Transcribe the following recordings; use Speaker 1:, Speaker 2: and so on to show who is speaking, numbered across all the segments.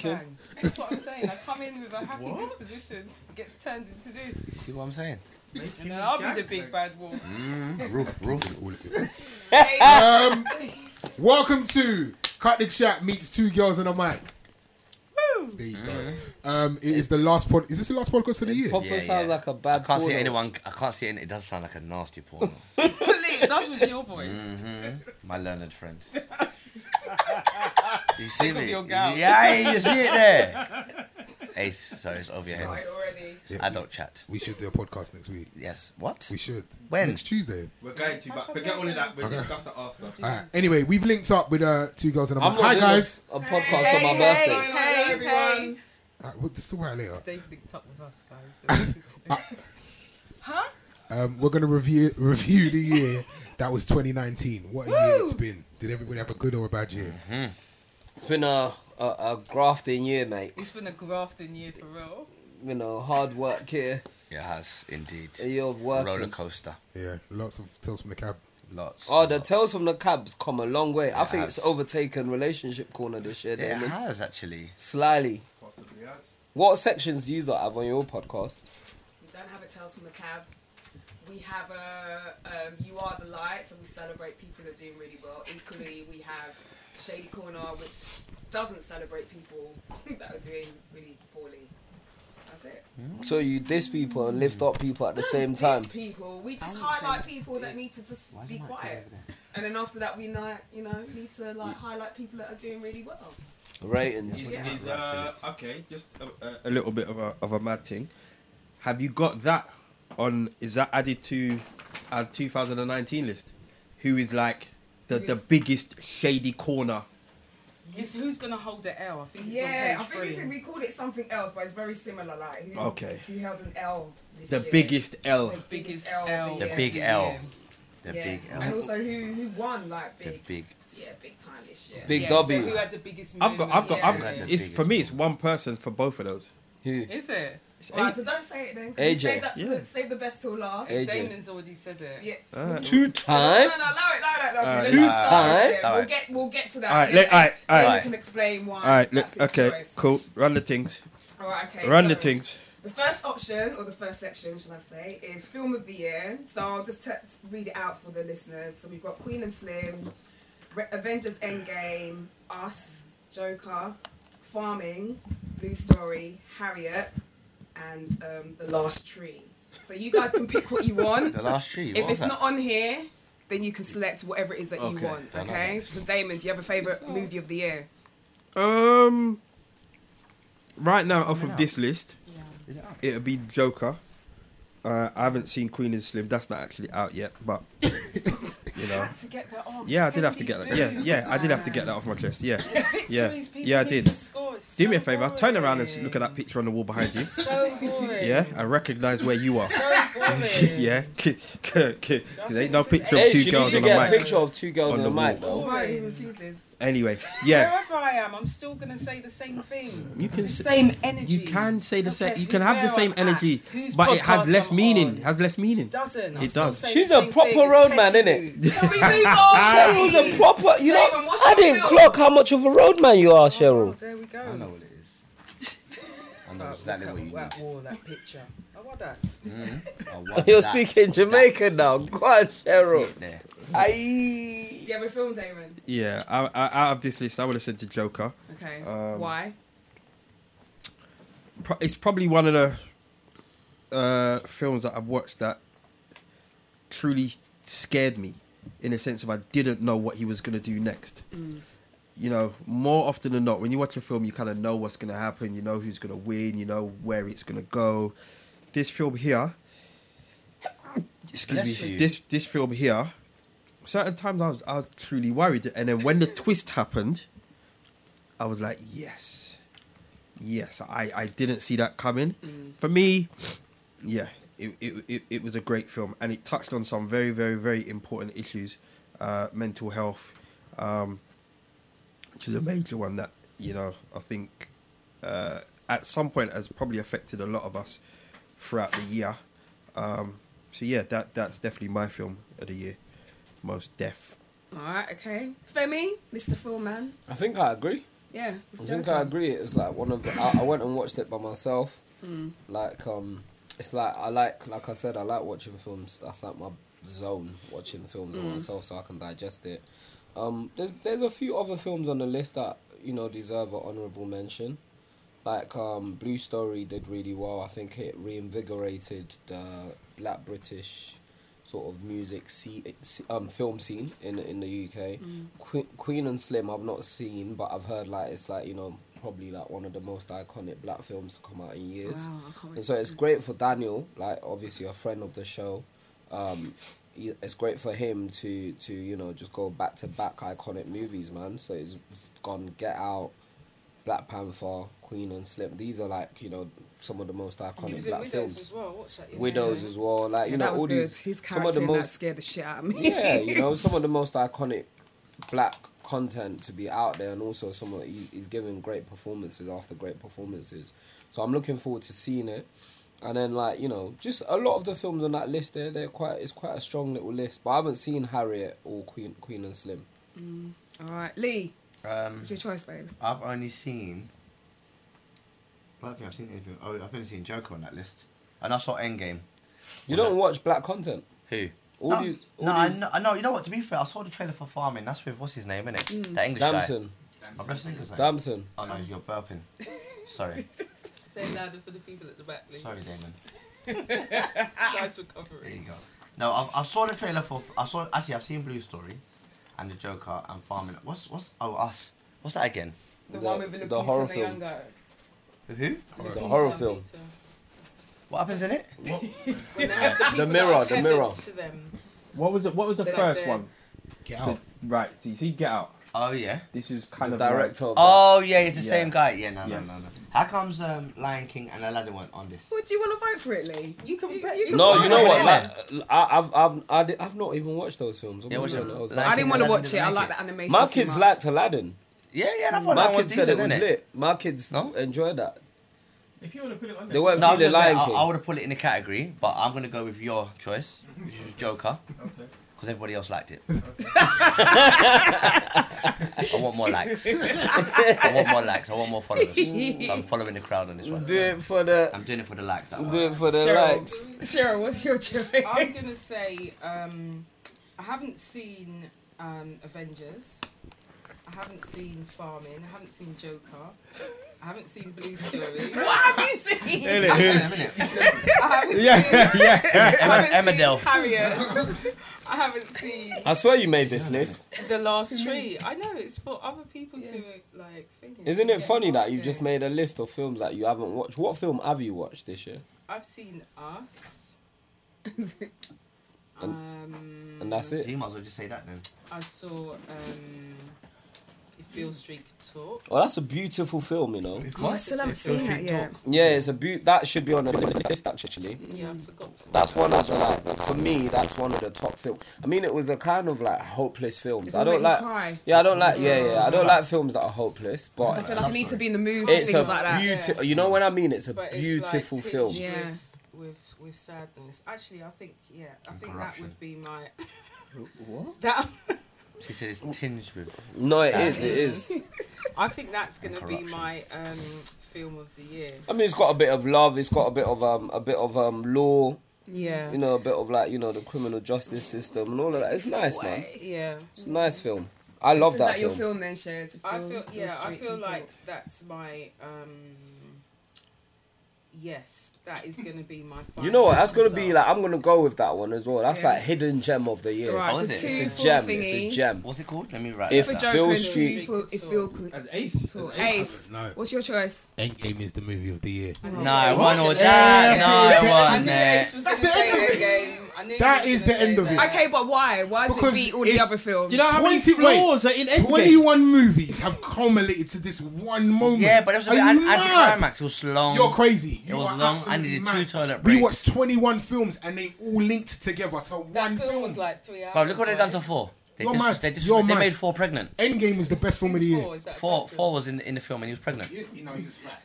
Speaker 1: Bang. That's what I'm saying. I come in with a happy disposition, gets turned into this,
Speaker 2: See what I'm saying?
Speaker 1: and then I'll be the big bad wolf.
Speaker 3: Mm, Roof, roof, all of it.
Speaker 1: Hey,
Speaker 4: Um, welcome to Cut the Chat meets two girls and a mic.
Speaker 1: woo.
Speaker 4: There you go. Um, it is the last pod. Is this the last podcast of the year?
Speaker 2: Pop sounds like a bad
Speaker 3: I can't see
Speaker 2: porno.
Speaker 3: anyone. I can't see any. It does sound like a nasty porno.
Speaker 1: it does with your voice.
Speaker 3: My learned friend. you see
Speaker 1: Take off
Speaker 3: me?
Speaker 1: your gown.
Speaker 3: Yeah, you see it there. Ace, sorry, it's over your
Speaker 1: Right
Speaker 3: head.
Speaker 1: already.
Speaker 4: Yeah,
Speaker 3: Adult chat.
Speaker 4: We should do a podcast next week.
Speaker 3: Yes. What?
Speaker 4: We should.
Speaker 3: When?
Speaker 4: Next Tuesday.
Speaker 5: We're going to, but forget all of that. We'll
Speaker 4: Okay.
Speaker 5: discuss that after.
Speaker 4: All right. Anyway, we've linked up with uh, two girls and a
Speaker 2: I'm
Speaker 4: mic.
Speaker 2: not
Speaker 4: Hi
Speaker 2: doing
Speaker 4: guys.
Speaker 2: A, a podcast
Speaker 1: Hey,
Speaker 2: on my
Speaker 1: hey,
Speaker 2: birthday.
Speaker 1: Hey, hey,
Speaker 5: everyone.
Speaker 4: Uh, we'll just talk about it later.
Speaker 1: They linked up with us, guys. huh?
Speaker 4: Um, we're gonna review review the year that was 2019. What a year it's been. Did everybody have a good or a bad year?
Speaker 2: It's been a, a a grafting year, mate.
Speaker 1: It's been a grafting year for real.
Speaker 2: You know, hard work here,
Speaker 3: It has indeed.
Speaker 2: a year of
Speaker 3: Roller
Speaker 2: working.
Speaker 3: coaster.
Speaker 4: Yeah, lots of tells from the cab.
Speaker 3: Lots.
Speaker 2: Oh, the
Speaker 3: lots.
Speaker 2: tales from the cabs come a long way. I
Speaker 3: It
Speaker 2: think
Speaker 3: has.
Speaker 2: it's overtaken relationship corner this year,
Speaker 3: It
Speaker 2: Damon.
Speaker 3: has actually.
Speaker 2: Slyly.
Speaker 5: Possibly us.
Speaker 2: What sections do you lot have on your podcast?
Speaker 6: We don't have a Tales from the Cab. We have a um, You Are the Light, so we celebrate people who are doing really well. Equally, we have Shady Corner, which doesn't celebrate people that are doing really poorly. That's it.
Speaker 2: So you diss people and lift up people at
Speaker 1: Hmm.
Speaker 2: the same
Speaker 6: Diss
Speaker 2: time.
Speaker 6: people. We just highlight people that need to just be quiet. And then after that, we not, you know need to like highlight people that are doing really well.
Speaker 2: Ratings.
Speaker 5: Is,
Speaker 6: Yeah.
Speaker 5: is, uh, okay, just a, a, a little bit of a, of a mad thing. Have you got that on? Is that added to our 2019 list? Who is like the, the
Speaker 6: Who is-
Speaker 5: biggest shady corner?
Speaker 1: It's who's gonna hold the L. I think it's
Speaker 6: Yeah, I
Speaker 1: on page
Speaker 6: think it's,
Speaker 1: three.
Speaker 6: we called it something else, but it's very similar. Like who,
Speaker 5: Okay.
Speaker 6: who held an L this
Speaker 5: The
Speaker 6: year.
Speaker 5: biggest L.
Speaker 6: The
Speaker 1: biggest L.
Speaker 6: of
Speaker 3: The
Speaker 6: year.
Speaker 3: big
Speaker 1: Yeah.
Speaker 3: L. The
Speaker 6: Yeah.
Speaker 3: big
Speaker 6: And
Speaker 3: L.
Speaker 6: also who who won like
Speaker 3: The
Speaker 6: big,
Speaker 3: big.
Speaker 6: yeah, big time this year.
Speaker 2: Big
Speaker 1: yeah,
Speaker 2: W.
Speaker 1: So who had the biggest?
Speaker 5: I've got, I've got, I've
Speaker 6: Yeah.
Speaker 5: got.
Speaker 3: The
Speaker 5: It's, for
Speaker 3: biggest
Speaker 5: me, it's one person for both of those.
Speaker 2: Who?
Speaker 1: Is it?
Speaker 5: It's
Speaker 6: Alright,
Speaker 5: eight.
Speaker 6: so don't say it then. 'cause
Speaker 2: AJ.
Speaker 6: Save, that to,
Speaker 5: Yeah.
Speaker 6: save the best till last.
Speaker 2: AJ.
Speaker 1: Damon's already said it.
Speaker 6: Yeah.
Speaker 2: Two
Speaker 6: No,
Speaker 2: time?
Speaker 6: no, no, allow it, allow it, allow it.
Speaker 5: Alright.
Speaker 6: Let's not start
Speaker 2: Alright.
Speaker 6: this then. We'll
Speaker 3: Alright.
Speaker 6: get, we'll get to that.
Speaker 5: Alright,
Speaker 6: and
Speaker 5: let-
Speaker 6: then-
Speaker 5: alright,
Speaker 6: then
Speaker 5: alright.
Speaker 6: You can explain why.
Speaker 5: All right,
Speaker 6: that's
Speaker 5: look,
Speaker 6: his
Speaker 5: okay,
Speaker 6: choice.
Speaker 5: cool. Run the things.
Speaker 6: Alright, okay.
Speaker 5: Run the
Speaker 6: so
Speaker 5: things.
Speaker 6: The first option, or the first section, shall I say, is film of the year. So I'll just t- t- read it out for the listeners. So we've got Queen and Slim, Re- Avengers Endgame, Us, Joker, Farming, Blue Story, Harriet, and um, The Last Tree. So you guys can pick what you want.
Speaker 3: The last tree. What
Speaker 6: If
Speaker 3: was
Speaker 6: it's
Speaker 3: that?
Speaker 6: not on here, then you can select whatever it is that
Speaker 5: Okay.
Speaker 6: you want.
Speaker 3: I love
Speaker 6: Okay.
Speaker 3: that.
Speaker 6: So Damon, do you have a favorite movie of the year?
Speaker 5: Um, right now, off of this list, it'll be Joker. Uh, I haven't seen Queen and Slim. That's not actually out yet, but you know,
Speaker 1: To get that on.
Speaker 5: yeah, I did have to get that. Yeah, yeah, I did have to get that off my chest. Yeah, yeah,
Speaker 1: Victories, people
Speaker 5: yeah, I
Speaker 1: need
Speaker 5: did.
Speaker 1: to score. It's
Speaker 5: Do me a
Speaker 1: so
Speaker 5: favor, turn around and s-
Speaker 1: boring.
Speaker 5: look at that picture on the wall behind you.
Speaker 1: So boring.
Speaker 5: Yeah, and recognize where you are.
Speaker 1: So boring.
Speaker 5: Yeah, because ain't no picture
Speaker 2: Hey,
Speaker 5: of
Speaker 2: she
Speaker 5: two
Speaker 2: needs
Speaker 5: girls
Speaker 2: to
Speaker 5: on the
Speaker 2: get a
Speaker 5: mic.
Speaker 2: picture of two girls
Speaker 5: On
Speaker 2: on the
Speaker 5: the
Speaker 2: mic,
Speaker 1: wall.
Speaker 2: though.
Speaker 6: Right, he refuses.
Speaker 5: Anyway, yeah,
Speaker 1: Wherever I am, I'm still gonna say the same thing.
Speaker 5: you can.
Speaker 1: The
Speaker 5: s-
Speaker 1: same energy.
Speaker 5: You can say the
Speaker 1: Look
Speaker 5: same.
Speaker 1: at
Speaker 5: You can have the
Speaker 1: where
Speaker 5: same
Speaker 1: I'm at,
Speaker 5: energy,
Speaker 1: whose
Speaker 5: but it has
Speaker 1: podcast
Speaker 5: less
Speaker 1: I'm
Speaker 5: meaning.
Speaker 1: on.
Speaker 5: Has less meaning.
Speaker 1: Doesn't. I'm
Speaker 5: It
Speaker 1: still
Speaker 5: does.
Speaker 1: saying
Speaker 2: She's
Speaker 1: the
Speaker 2: a
Speaker 1: same
Speaker 2: proper
Speaker 1: thing. It's
Speaker 2: road man,
Speaker 1: petty.
Speaker 2: innit?
Speaker 6: Can we move on?
Speaker 2: She was a
Speaker 6: please?
Speaker 2: proper, you
Speaker 6: Damon,
Speaker 2: know,
Speaker 6: what's
Speaker 2: I
Speaker 6: your
Speaker 2: didn't
Speaker 6: film?
Speaker 2: clock how much of a roadman you are,
Speaker 1: Oh,
Speaker 2: Cheryl.
Speaker 1: there we go.
Speaker 3: I know what it is. I know
Speaker 1: Oh,
Speaker 3: exactly
Speaker 1: look
Speaker 3: what
Speaker 1: at
Speaker 3: you
Speaker 1: that
Speaker 3: mean.
Speaker 1: wall, that picture. I want that.
Speaker 3: I want
Speaker 2: You're
Speaker 3: that-
Speaker 2: speaking
Speaker 3: that
Speaker 2: Jamaican now. Go on, Cheryl.
Speaker 3: shit there.
Speaker 6: Do
Speaker 2: Aye.
Speaker 6: you have a film, Damon?
Speaker 5: Yeah, I, I, out of this list, I would have said the Joker.
Speaker 6: Okay.
Speaker 5: Um,
Speaker 6: Why?
Speaker 5: Pro- It's probably one of the uh, films that I've watched that truly scared me in the sense of I didn't know what he was going to do next. You know, more often than not, when you watch a film, you kind of know what's going to happen, you know who's going to win, you know where it's going to go. This film here, excuse
Speaker 3: Bless
Speaker 5: me,
Speaker 3: you.
Speaker 5: this this film here, certain times I was, I was truly worried. And then when the twist happened, I was like, yes, yes, I, I didn't see that coming.
Speaker 3: Mm.
Speaker 5: For me, yeah, it, it, it, it was a great film and it touched on some very, very, very important issues uh, mental health, um, which is a major one that, you know, I think uh, at some point has probably affected a lot of us throughout the year. Um, so, yeah, that that's definitely my film of the year. Most deaf.
Speaker 6: All right. Okay. Femi, Mr. Film Man.
Speaker 2: I think I agree.
Speaker 6: Yeah.
Speaker 2: I
Speaker 6: with
Speaker 2: think I
Speaker 6: Joker.
Speaker 2: agree. It's like one of the. I, I went and watched it by myself.
Speaker 6: Hmm.
Speaker 2: Like um, it's like I like like I said I like watching films. That's like my zone watching films
Speaker 6: Hmm.
Speaker 2: by myself so I can digest it. Um, there's there's a few other films on the list that you know deserve an honourable mention. Like um, Blue Story did really well. I think it reinvigorated the Black British sort of music scene, um, film scene in in the UK.
Speaker 6: Mm.
Speaker 2: Que- Queen and Slim, I've not seen, but I've heard like it's like you know probably like one of the most iconic black films to come out in years.
Speaker 6: Wow, I can't wait
Speaker 2: and so
Speaker 6: to
Speaker 2: it's great for Daniel, like obviously a friend of the show. Um, he- it's great for him to to you know just go back to back iconic movies, man. So he's he's gone Get Out, Black Panther, Queen and Slim. These are like you know some of the most
Speaker 1: He
Speaker 2: iconic
Speaker 1: was in
Speaker 2: black
Speaker 1: Widows
Speaker 2: films.
Speaker 1: as well. Watch that. yesterday.
Speaker 2: Widows as well, like
Speaker 6: Yeah,
Speaker 2: you know
Speaker 6: that was
Speaker 2: all
Speaker 6: good.
Speaker 2: these
Speaker 6: His
Speaker 2: some
Speaker 6: character
Speaker 2: of the
Speaker 6: in that
Speaker 2: most
Speaker 6: scared the shit out of me.
Speaker 2: yeah, you know, some of the most iconic black content to be out there, and also some of he's, he's given great performances after great performances. So I'm looking forward to seeing it. And then, like you know, just a lot of the films on that list, they're they're quite it's quite a strong little list. But I haven't seen Harriet or Queen Queen and Slim.
Speaker 6: All right, Lee,
Speaker 3: Um,
Speaker 6: it's your choice, babe.
Speaker 3: I've only seen. I don't think I've seen anything. Oh, I've only seen Joker on that list, and I saw Endgame.
Speaker 2: You don't watch black content.
Speaker 3: Who?
Speaker 2: All
Speaker 3: no,
Speaker 2: these- all
Speaker 3: no, I
Speaker 2: these-
Speaker 3: know, I know. You know what? To be fair, I saw the trailer for Farming. That's with what's his name in it? That English
Speaker 2: Damson,
Speaker 3: guy. My best English name.
Speaker 2: Damson.
Speaker 3: Oh no, you're burping. Sorry,
Speaker 1: Say it louder for the people at the back. Lee.
Speaker 3: sorry, Damon.
Speaker 1: Nice
Speaker 3: There
Speaker 1: recovery.
Speaker 3: you go. No, I, I saw the trailer for. I saw actually. I've seen Blue Story, and the Joker and Farming. What's what's oh us? What's that again?
Speaker 1: The,
Speaker 2: The-
Speaker 1: one with the,
Speaker 2: the horror
Speaker 1: the
Speaker 2: film.
Speaker 1: young guy.
Speaker 3: Who?
Speaker 2: The horror
Speaker 1: Peter,
Speaker 2: film.
Speaker 1: Peter.
Speaker 3: What happens in it?
Speaker 1: When they have people that
Speaker 2: mirror,
Speaker 1: are
Speaker 2: the
Speaker 1: tethered
Speaker 2: mirror.
Speaker 1: To them.
Speaker 5: What was the What was the
Speaker 1: They're like
Speaker 5: first
Speaker 1: they're-
Speaker 5: one?
Speaker 4: Get out.
Speaker 5: Right. So you see, Get Out.
Speaker 3: Oh yeah.
Speaker 5: This is kind
Speaker 2: The
Speaker 5: of like-
Speaker 2: director. Of that.
Speaker 3: Oh yeah, it's the
Speaker 5: Yeah.
Speaker 3: same guy. Yeah, no,
Speaker 5: Yes.
Speaker 3: no, no, no. How comes um, Lion King and Aladdin weren't on this?
Speaker 6: What do you want to vote for it, Lee?
Speaker 1: You can bet.
Speaker 6: you can
Speaker 1: You can
Speaker 2: No,
Speaker 6: Why
Speaker 2: you know
Speaker 3: not?
Speaker 2: what? Like, I, I've I've I di- I've not even watched those films. I'm
Speaker 3: Yeah,
Speaker 2: not
Speaker 3: watch
Speaker 2: gonna-
Speaker 3: it.
Speaker 2: I was
Speaker 3: Like-
Speaker 2: like-
Speaker 6: I didn't want to
Speaker 3: Aladdin
Speaker 6: watch it.
Speaker 3: didn't
Speaker 6: I
Speaker 3: make
Speaker 6: like
Speaker 3: it.
Speaker 6: the animation.
Speaker 2: My
Speaker 6: too
Speaker 2: kids
Speaker 6: much.
Speaker 2: liked Aladdin.
Speaker 3: Yeah, yeah, and I thought
Speaker 2: My
Speaker 3: that one
Speaker 2: kids
Speaker 3: was
Speaker 2: said it
Speaker 3: decent,
Speaker 2: was
Speaker 3: innit?
Speaker 2: lit. My kids
Speaker 3: No?
Speaker 2: enjoyed that.
Speaker 7: If you want to put it on there,
Speaker 2: They weren't
Speaker 3: No, I, was
Speaker 2: feeling
Speaker 3: gonna say,
Speaker 2: Lion
Speaker 3: I-
Speaker 2: King.
Speaker 3: I would have put it in the category, but I'm gonna go with your choice, which is Joker,
Speaker 7: Okay.
Speaker 3: because everybody else liked it. I want more likes. I want more likes. I want more followers. So I'm following the crowd on this one.
Speaker 2: do it for the
Speaker 3: I'm doing it for the likes. That
Speaker 2: do
Speaker 3: one.
Speaker 2: it for the
Speaker 6: Cheryl.
Speaker 2: likes.
Speaker 6: Cheryl, what's your choice?
Speaker 1: I'm gonna say um, I haven't seen um, Avengers. I haven't seen Farming. I haven't seen Joker. I haven't seen Blue Story.
Speaker 6: what have you seen?
Speaker 1: I haven't
Speaker 5: Yeah, yeah.
Speaker 1: I haven't
Speaker 3: Emma-
Speaker 1: seen
Speaker 3: Emmerdale.
Speaker 1: Harriet. I haven't seen
Speaker 2: I swear you made this list.
Speaker 1: The Last Tree. I know it's for other people to like. Think it,
Speaker 2: Isn't
Speaker 1: get
Speaker 2: it funny that
Speaker 1: involved
Speaker 2: you
Speaker 1: in.
Speaker 2: just made a list of films that you haven't watched? What film have you watched this year?
Speaker 1: I've seen Us. um,
Speaker 2: And that's
Speaker 3: So
Speaker 2: it.
Speaker 3: you might as well just say that then.
Speaker 1: I saw um, If Bill Street Could Talk.
Speaker 2: Well, Oh, that's a beautiful film, you know.
Speaker 6: Oh, I still haven't seen that yet.
Speaker 2: Yeah, it's a beaut. That should be on the list actually.
Speaker 1: Yeah, I
Speaker 4: Mm.
Speaker 1: forgot. to-
Speaker 2: That's one that's like for me. That's one of the top films. I mean, it was a kind of like hopeless films.
Speaker 6: Does
Speaker 2: I
Speaker 6: it
Speaker 2: don't
Speaker 6: make you
Speaker 2: like.
Speaker 6: cry?
Speaker 2: Yeah, I don't like. Yeah, yeah. I don't like films that are hopeless.
Speaker 6: I
Speaker 2: But
Speaker 6: feel like I need to be in the mood for
Speaker 2: it's
Speaker 6: things
Speaker 2: a
Speaker 6: like that.
Speaker 2: beautiful. You know what I mean? It's a
Speaker 1: But it's
Speaker 2: beautiful
Speaker 1: like tinged
Speaker 2: film.
Speaker 1: With,
Speaker 6: Yeah.
Speaker 1: with with sadness. Actually, I think yeah, I
Speaker 3: And
Speaker 1: think
Speaker 3: corruption.
Speaker 1: that would be my
Speaker 5: What?
Speaker 1: that.
Speaker 3: She said it's tinged with.
Speaker 2: No, it is. It is.
Speaker 1: I think that's going to be
Speaker 3: corruption.
Speaker 1: my um, film of the year.
Speaker 2: I mean, it's got a bit of love. It's got a bit of um, a bit of um, law.
Speaker 1: Yeah.
Speaker 2: You know, a bit of like you know the criminal justice system and all of that. It's nice, man.
Speaker 1: Yeah.
Speaker 2: It's a nice film. I love
Speaker 6: Is
Speaker 2: that,
Speaker 6: that your
Speaker 2: film.
Speaker 6: film then, Shares?
Speaker 1: I feel yeah, I feel like that's my um yes, that is going to be my final
Speaker 2: You know what? That's gonna
Speaker 1: result.
Speaker 2: be like I'm gonna go with that one as well. That's
Speaker 6: Yeah.
Speaker 2: like hidden gem of the year.
Speaker 6: Right,
Speaker 3: How
Speaker 6: so
Speaker 3: is
Speaker 6: two
Speaker 3: it?
Speaker 2: It's a
Speaker 6: for
Speaker 2: gem.
Speaker 6: Thingy.
Speaker 2: It's a gem.
Speaker 3: What's it called? Let me write
Speaker 2: If
Speaker 6: For
Speaker 3: that
Speaker 6: Joker
Speaker 3: down.
Speaker 2: Bill
Speaker 6: and
Speaker 2: Street-
Speaker 6: for, if Bill could
Speaker 5: As Ace.
Speaker 6: talk. Ace,
Speaker 4: No.
Speaker 6: what's your choice?
Speaker 4: Endgame is the movie of the year.
Speaker 3: No, I want all that. No, I
Speaker 1: I
Speaker 3: want
Speaker 1: knew
Speaker 3: that.
Speaker 1: Ace was going
Speaker 4: That's
Speaker 1: to
Speaker 4: the
Speaker 1: say
Speaker 4: end of
Speaker 1: that
Speaker 4: it.
Speaker 1: game. I knew
Speaker 4: That
Speaker 1: he was
Speaker 4: is
Speaker 1: gonna
Speaker 4: the
Speaker 1: say
Speaker 4: end of
Speaker 1: that.
Speaker 4: it.
Speaker 6: Okay, but why? Why does
Speaker 4: Because
Speaker 6: it beat all the
Speaker 4: it's-
Speaker 6: other films?
Speaker 5: Do you know how many
Speaker 4: 20 wait,
Speaker 5: flaws are in Endgame?
Speaker 4: 21 movies have culminated to this one moment.
Speaker 3: Yeah, but it was a
Speaker 4: Are
Speaker 3: bit
Speaker 4: you
Speaker 3: an-
Speaker 4: mad?
Speaker 3: anticlimax. It was long.
Speaker 4: You're crazy.
Speaker 3: It
Speaker 4: You
Speaker 3: was
Speaker 4: are
Speaker 3: long. I
Speaker 4: absolutely
Speaker 3: needed
Speaker 4: mad.
Speaker 3: two toilet
Speaker 4: We
Speaker 3: breaks.
Speaker 4: watched 21 films and they all linked together to one
Speaker 1: That film was like three hours.
Speaker 3: Bro, look what they've done to
Speaker 1: right?
Speaker 3: four. They
Speaker 4: You're
Speaker 3: just,
Speaker 4: mad.
Speaker 3: they, just,
Speaker 4: You're
Speaker 3: they
Speaker 4: mad.
Speaker 3: made four pregnant.
Speaker 4: Endgame was the best film of the
Speaker 1: It's
Speaker 4: year.
Speaker 1: four, is that
Speaker 3: Four,
Speaker 1: impressive?
Speaker 3: four was in in the film and he was pregnant.
Speaker 4: You, you know, he was fat.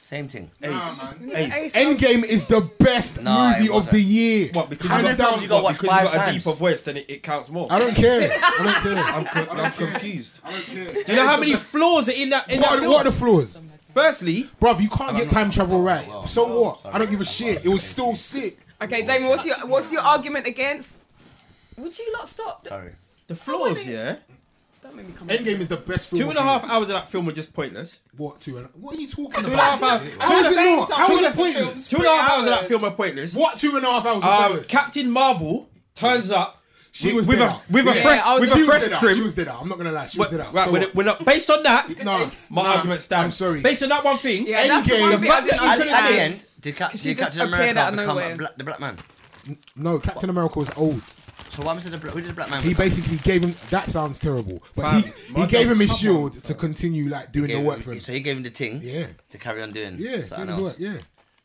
Speaker 3: Same thing.
Speaker 5: Ace.
Speaker 4: Nah, man.
Speaker 5: Ace.
Speaker 4: Endgame is the best
Speaker 3: Nah, it
Speaker 4: movie of
Speaker 3: wasn't.
Speaker 4: the year.
Speaker 5: What, because
Speaker 4: Hands
Speaker 5: you got,
Speaker 4: down.
Speaker 5: what,
Speaker 3: you got what,
Speaker 5: because you
Speaker 3: five
Speaker 5: got a
Speaker 3: times?
Speaker 5: deeper voice, then it, it counts more.
Speaker 4: I don't care. I don't care.
Speaker 5: I'm, co- I'm confused.
Speaker 4: I don't care.
Speaker 5: Do you know how many flaws are in that? In
Speaker 4: What are,
Speaker 5: that
Speaker 4: the-
Speaker 5: film?
Speaker 4: what are the flaws?
Speaker 5: Firstly,
Speaker 4: Bruv, you can't get time travel right.
Speaker 3: well,
Speaker 4: so
Speaker 3: well,
Speaker 4: what? I don't give a
Speaker 3: sorry.
Speaker 4: shit. It was still sick.
Speaker 8: Okay, Damon, what's your what's your argument against? Would you not stop?
Speaker 3: Sorry.
Speaker 5: the flaws, yeah.
Speaker 8: Don't make me come.
Speaker 4: Endgame is the best film.
Speaker 5: Two and a
Speaker 4: of the
Speaker 5: half
Speaker 4: year.
Speaker 5: hours of that film were just pointless.
Speaker 4: What? Two and a, What are you talking
Speaker 5: Two and a
Speaker 4: about?
Speaker 5: half hours.
Speaker 4: How is it not?
Speaker 1: Two
Speaker 4: How is
Speaker 1: and a
Speaker 4: it
Speaker 1: half
Speaker 4: pointless?
Speaker 5: Two and a half hours of that film are pointless.
Speaker 4: What? Two and a half hours?
Speaker 5: Um,
Speaker 4: of bonus?
Speaker 5: Captain Marvel turns up.
Speaker 4: She
Speaker 5: with,
Speaker 4: was
Speaker 5: with
Speaker 4: dead
Speaker 5: a
Speaker 4: out.
Speaker 5: with a
Speaker 8: Yeah,
Speaker 5: fresh
Speaker 8: I was-
Speaker 5: with
Speaker 4: she
Speaker 5: a
Speaker 4: was
Speaker 5: fresh
Speaker 4: dead out. She
Speaker 5: trim.
Speaker 4: was dead out. I'm not gonna lie. She was
Speaker 5: But-
Speaker 4: dead out.
Speaker 5: Right,
Speaker 4: So
Speaker 5: we're,
Speaker 4: what?
Speaker 5: we're not based on that.
Speaker 4: Nah,
Speaker 5: my
Speaker 4: nah,
Speaker 5: argument stands.
Speaker 4: I'm sorry.
Speaker 5: Based on that one thing,
Speaker 8: Yeah, that's the
Speaker 4: Endgame.
Speaker 8: one bit I didn't
Speaker 3: At, at the
Speaker 8: understand.
Speaker 3: end, did, Cap-
Speaker 8: Because she
Speaker 3: did
Speaker 8: just
Speaker 3: Captain
Speaker 8: appeared out
Speaker 3: America become
Speaker 8: of nowhere.
Speaker 3: a black, the black man?
Speaker 4: No, Captain America was old.
Speaker 3: So why was it the black, who did the black man?
Speaker 4: He
Speaker 3: become?
Speaker 4: basically gave him. That sounds terrible, but
Speaker 5: Fam,
Speaker 4: he, he
Speaker 5: man,
Speaker 4: gave him his
Speaker 5: come on,
Speaker 4: shield to continue like doing
Speaker 3: Gave
Speaker 4: the
Speaker 3: him-
Speaker 4: work for him.
Speaker 3: So he gave him the thing
Speaker 4: Yeah,
Speaker 3: to carry on doing
Speaker 4: yeah, doing
Speaker 3: something
Speaker 4: the work.
Speaker 3: else.
Speaker 4: Yeah,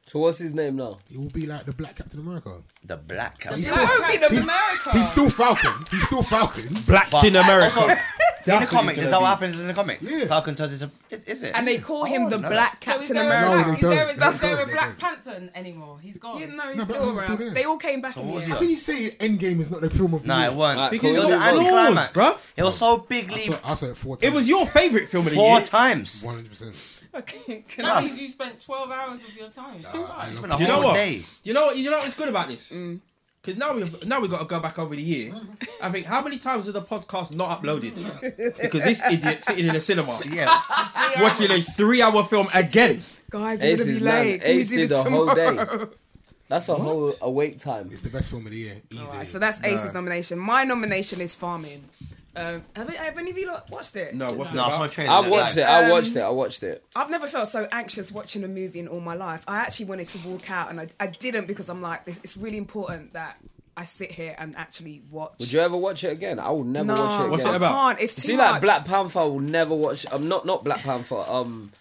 Speaker 2: So what's his name now?
Speaker 4: it will be like the Black Captain America.
Speaker 3: The black
Speaker 4: He's
Speaker 3: Captain.
Speaker 4: still,
Speaker 8: That would be the
Speaker 4: he's-
Speaker 8: America.
Speaker 4: he's still Falcon. He's still Falcon.
Speaker 5: blacked
Speaker 3: But-
Speaker 5: in America.
Speaker 3: In the
Speaker 5: That's what
Speaker 3: comic,
Speaker 5: he's
Speaker 3: is
Speaker 5: gonna
Speaker 3: that what
Speaker 5: be.
Speaker 3: happens in the comic?
Speaker 4: Yeah.
Speaker 3: Falcon turns into. Is, is it?
Speaker 8: and they call him
Speaker 3: Oh,
Speaker 8: the
Speaker 3: no.
Speaker 8: Black
Speaker 1: So is
Speaker 8: Captain
Speaker 1: there,
Speaker 4: No,
Speaker 1: a
Speaker 4: they
Speaker 8: America.
Speaker 1: black, is there,
Speaker 4: don't.
Speaker 1: is there,
Speaker 4: They
Speaker 1: is there a
Speaker 4: don't.
Speaker 1: Black Panther anymore? He's
Speaker 2: Oh.
Speaker 1: gone.
Speaker 8: Yeah, no, he's
Speaker 4: No, but
Speaker 8: still
Speaker 4: he's still
Speaker 8: around.
Speaker 4: there.
Speaker 8: They all came back.
Speaker 3: So
Speaker 8: in
Speaker 3: what was
Speaker 8: the
Speaker 3: he
Speaker 8: end.
Speaker 4: How can you say Endgame is not the film of the
Speaker 3: Nah,
Speaker 4: year?
Speaker 3: it wasn't.
Speaker 2: Because
Speaker 3: it
Speaker 2: it's
Speaker 3: was
Speaker 2: all
Speaker 3: an anticlimax.
Speaker 5: flaws, bruv.
Speaker 3: It was so
Speaker 4: I
Speaker 3: bigly.
Speaker 4: saw, I saw it four times.
Speaker 5: It was your favourite film of the
Speaker 3: Four
Speaker 5: year.
Speaker 3: times.
Speaker 4: one hundred percent.
Speaker 8: Okay, can
Speaker 1: That
Speaker 8: I?
Speaker 1: means you spent 12 hours of your time.
Speaker 3: It's been a
Speaker 5: You know
Speaker 3: whole
Speaker 5: what?
Speaker 3: day.
Speaker 5: You know, you know what's good about this?
Speaker 3: Mm.
Speaker 5: Because now we've now we've got to go back over the year. I think how many times is the podcast not uploaded? Because this idiot sitting in a cinema
Speaker 3: Yeah.
Speaker 5: watching a three-hour film again.
Speaker 8: Guys, we're
Speaker 2: Ace
Speaker 8: gonna be
Speaker 2: is none.
Speaker 8: late. Can we
Speaker 2: Ace
Speaker 8: do
Speaker 2: did
Speaker 8: this
Speaker 2: a whole day.
Speaker 8: tomorrow?
Speaker 2: That's a whole awake time.
Speaker 4: It's the best film of the year. Easily.
Speaker 8: Alright, so that's Ace's nomination. My nomination is Farming. Um, have, it- have any of you lot watched it?
Speaker 5: No, what's
Speaker 3: No, I saw a
Speaker 5: that?
Speaker 3: trailer.
Speaker 2: I
Speaker 3: like,
Speaker 2: watched it.
Speaker 3: like,
Speaker 2: I watched it. I watched it.
Speaker 8: I've never felt so anxious watching a movie in all my life. I actually wanted to walk out, and I, I didn't because I'm like, this, it's really important that I sit here and actually watch.
Speaker 2: Would you ever watch it again? I will never
Speaker 8: no,
Speaker 2: watch it again.
Speaker 5: What's
Speaker 8: I
Speaker 5: it about?
Speaker 8: can't. It's
Speaker 2: You
Speaker 8: too
Speaker 2: See,
Speaker 8: much.
Speaker 2: like Black Panther, I will never watch. I'm um, not not Black Panther. Um,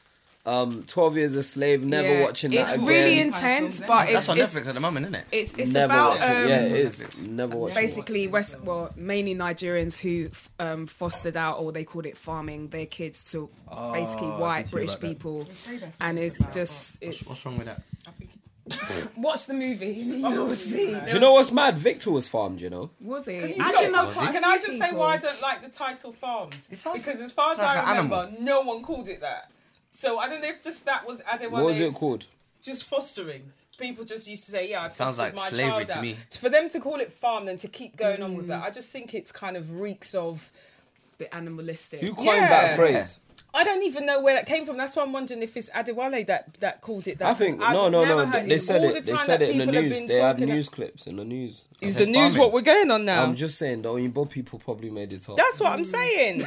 Speaker 2: um, Twelve Years a Slave. Never
Speaker 8: Yeah.
Speaker 2: watching
Speaker 8: It's
Speaker 2: that again.
Speaker 8: really intense, but it's
Speaker 3: That's on
Speaker 8: it's,
Speaker 3: Netflix at the moment, isn't it?
Speaker 8: it's, it's
Speaker 2: never
Speaker 8: about
Speaker 2: watch it.
Speaker 8: um,
Speaker 2: Yeah, it is. Never watch it.
Speaker 8: basically West, well, mainly Nigerians who f- um, fostered out, or they called it farming, their kids to basically
Speaker 5: Ah, did
Speaker 8: white
Speaker 5: hear
Speaker 8: British
Speaker 5: about that.
Speaker 8: people,
Speaker 1: say that's what
Speaker 8: and
Speaker 1: it's
Speaker 8: it's
Speaker 1: about,
Speaker 8: just it's.
Speaker 3: What's wrong with that?
Speaker 1: I think
Speaker 8: Watch the movie, and you'll see.
Speaker 2: Do you know what's mad? Victor was farmed. You know.
Speaker 8: Was it?
Speaker 1: Can, you
Speaker 8: I
Speaker 1: stop?
Speaker 8: didn't know. quite a
Speaker 1: Can I
Speaker 8: few
Speaker 1: just say
Speaker 8: people.
Speaker 1: why I don't like the title "Farmed"?
Speaker 3: It sounds-
Speaker 1: because as far as
Speaker 3: sounds like
Speaker 1: I
Speaker 3: an
Speaker 1: remember, no one called it that. So I don't know if just that was Adewale's
Speaker 2: What was it called?
Speaker 1: just fostering. People just used to say, "Yeah, I
Speaker 3: Sounds
Speaker 1: fostered
Speaker 3: like
Speaker 1: my
Speaker 3: slavery
Speaker 1: child
Speaker 3: to
Speaker 1: out."
Speaker 3: me.
Speaker 1: For them to call it "farmed" and to keep going on
Speaker 8: Mm.
Speaker 1: with that, I just think it's kind of reeks of.
Speaker 8: Bit animalistic.
Speaker 2: Who coined
Speaker 1: Yeah.
Speaker 2: that phrase?
Speaker 1: I don't even know where that came from. That's why I'm wondering if it's Adewale that that called it that.
Speaker 2: I think
Speaker 1: 'Cause I've
Speaker 2: no, no,
Speaker 1: never
Speaker 2: no.
Speaker 1: heard
Speaker 2: They, they said
Speaker 1: All
Speaker 2: it.
Speaker 1: the
Speaker 2: They
Speaker 1: time
Speaker 2: said
Speaker 1: that
Speaker 2: it in the
Speaker 1: people have
Speaker 2: news.
Speaker 1: been
Speaker 2: They had
Speaker 1: talking-
Speaker 2: news clips in the news.
Speaker 1: Is
Speaker 3: said
Speaker 1: the news
Speaker 3: farming.
Speaker 1: what we're going on now?
Speaker 2: I'm just saying, though, in Bob people probably made it up.
Speaker 1: That's what I'm saying.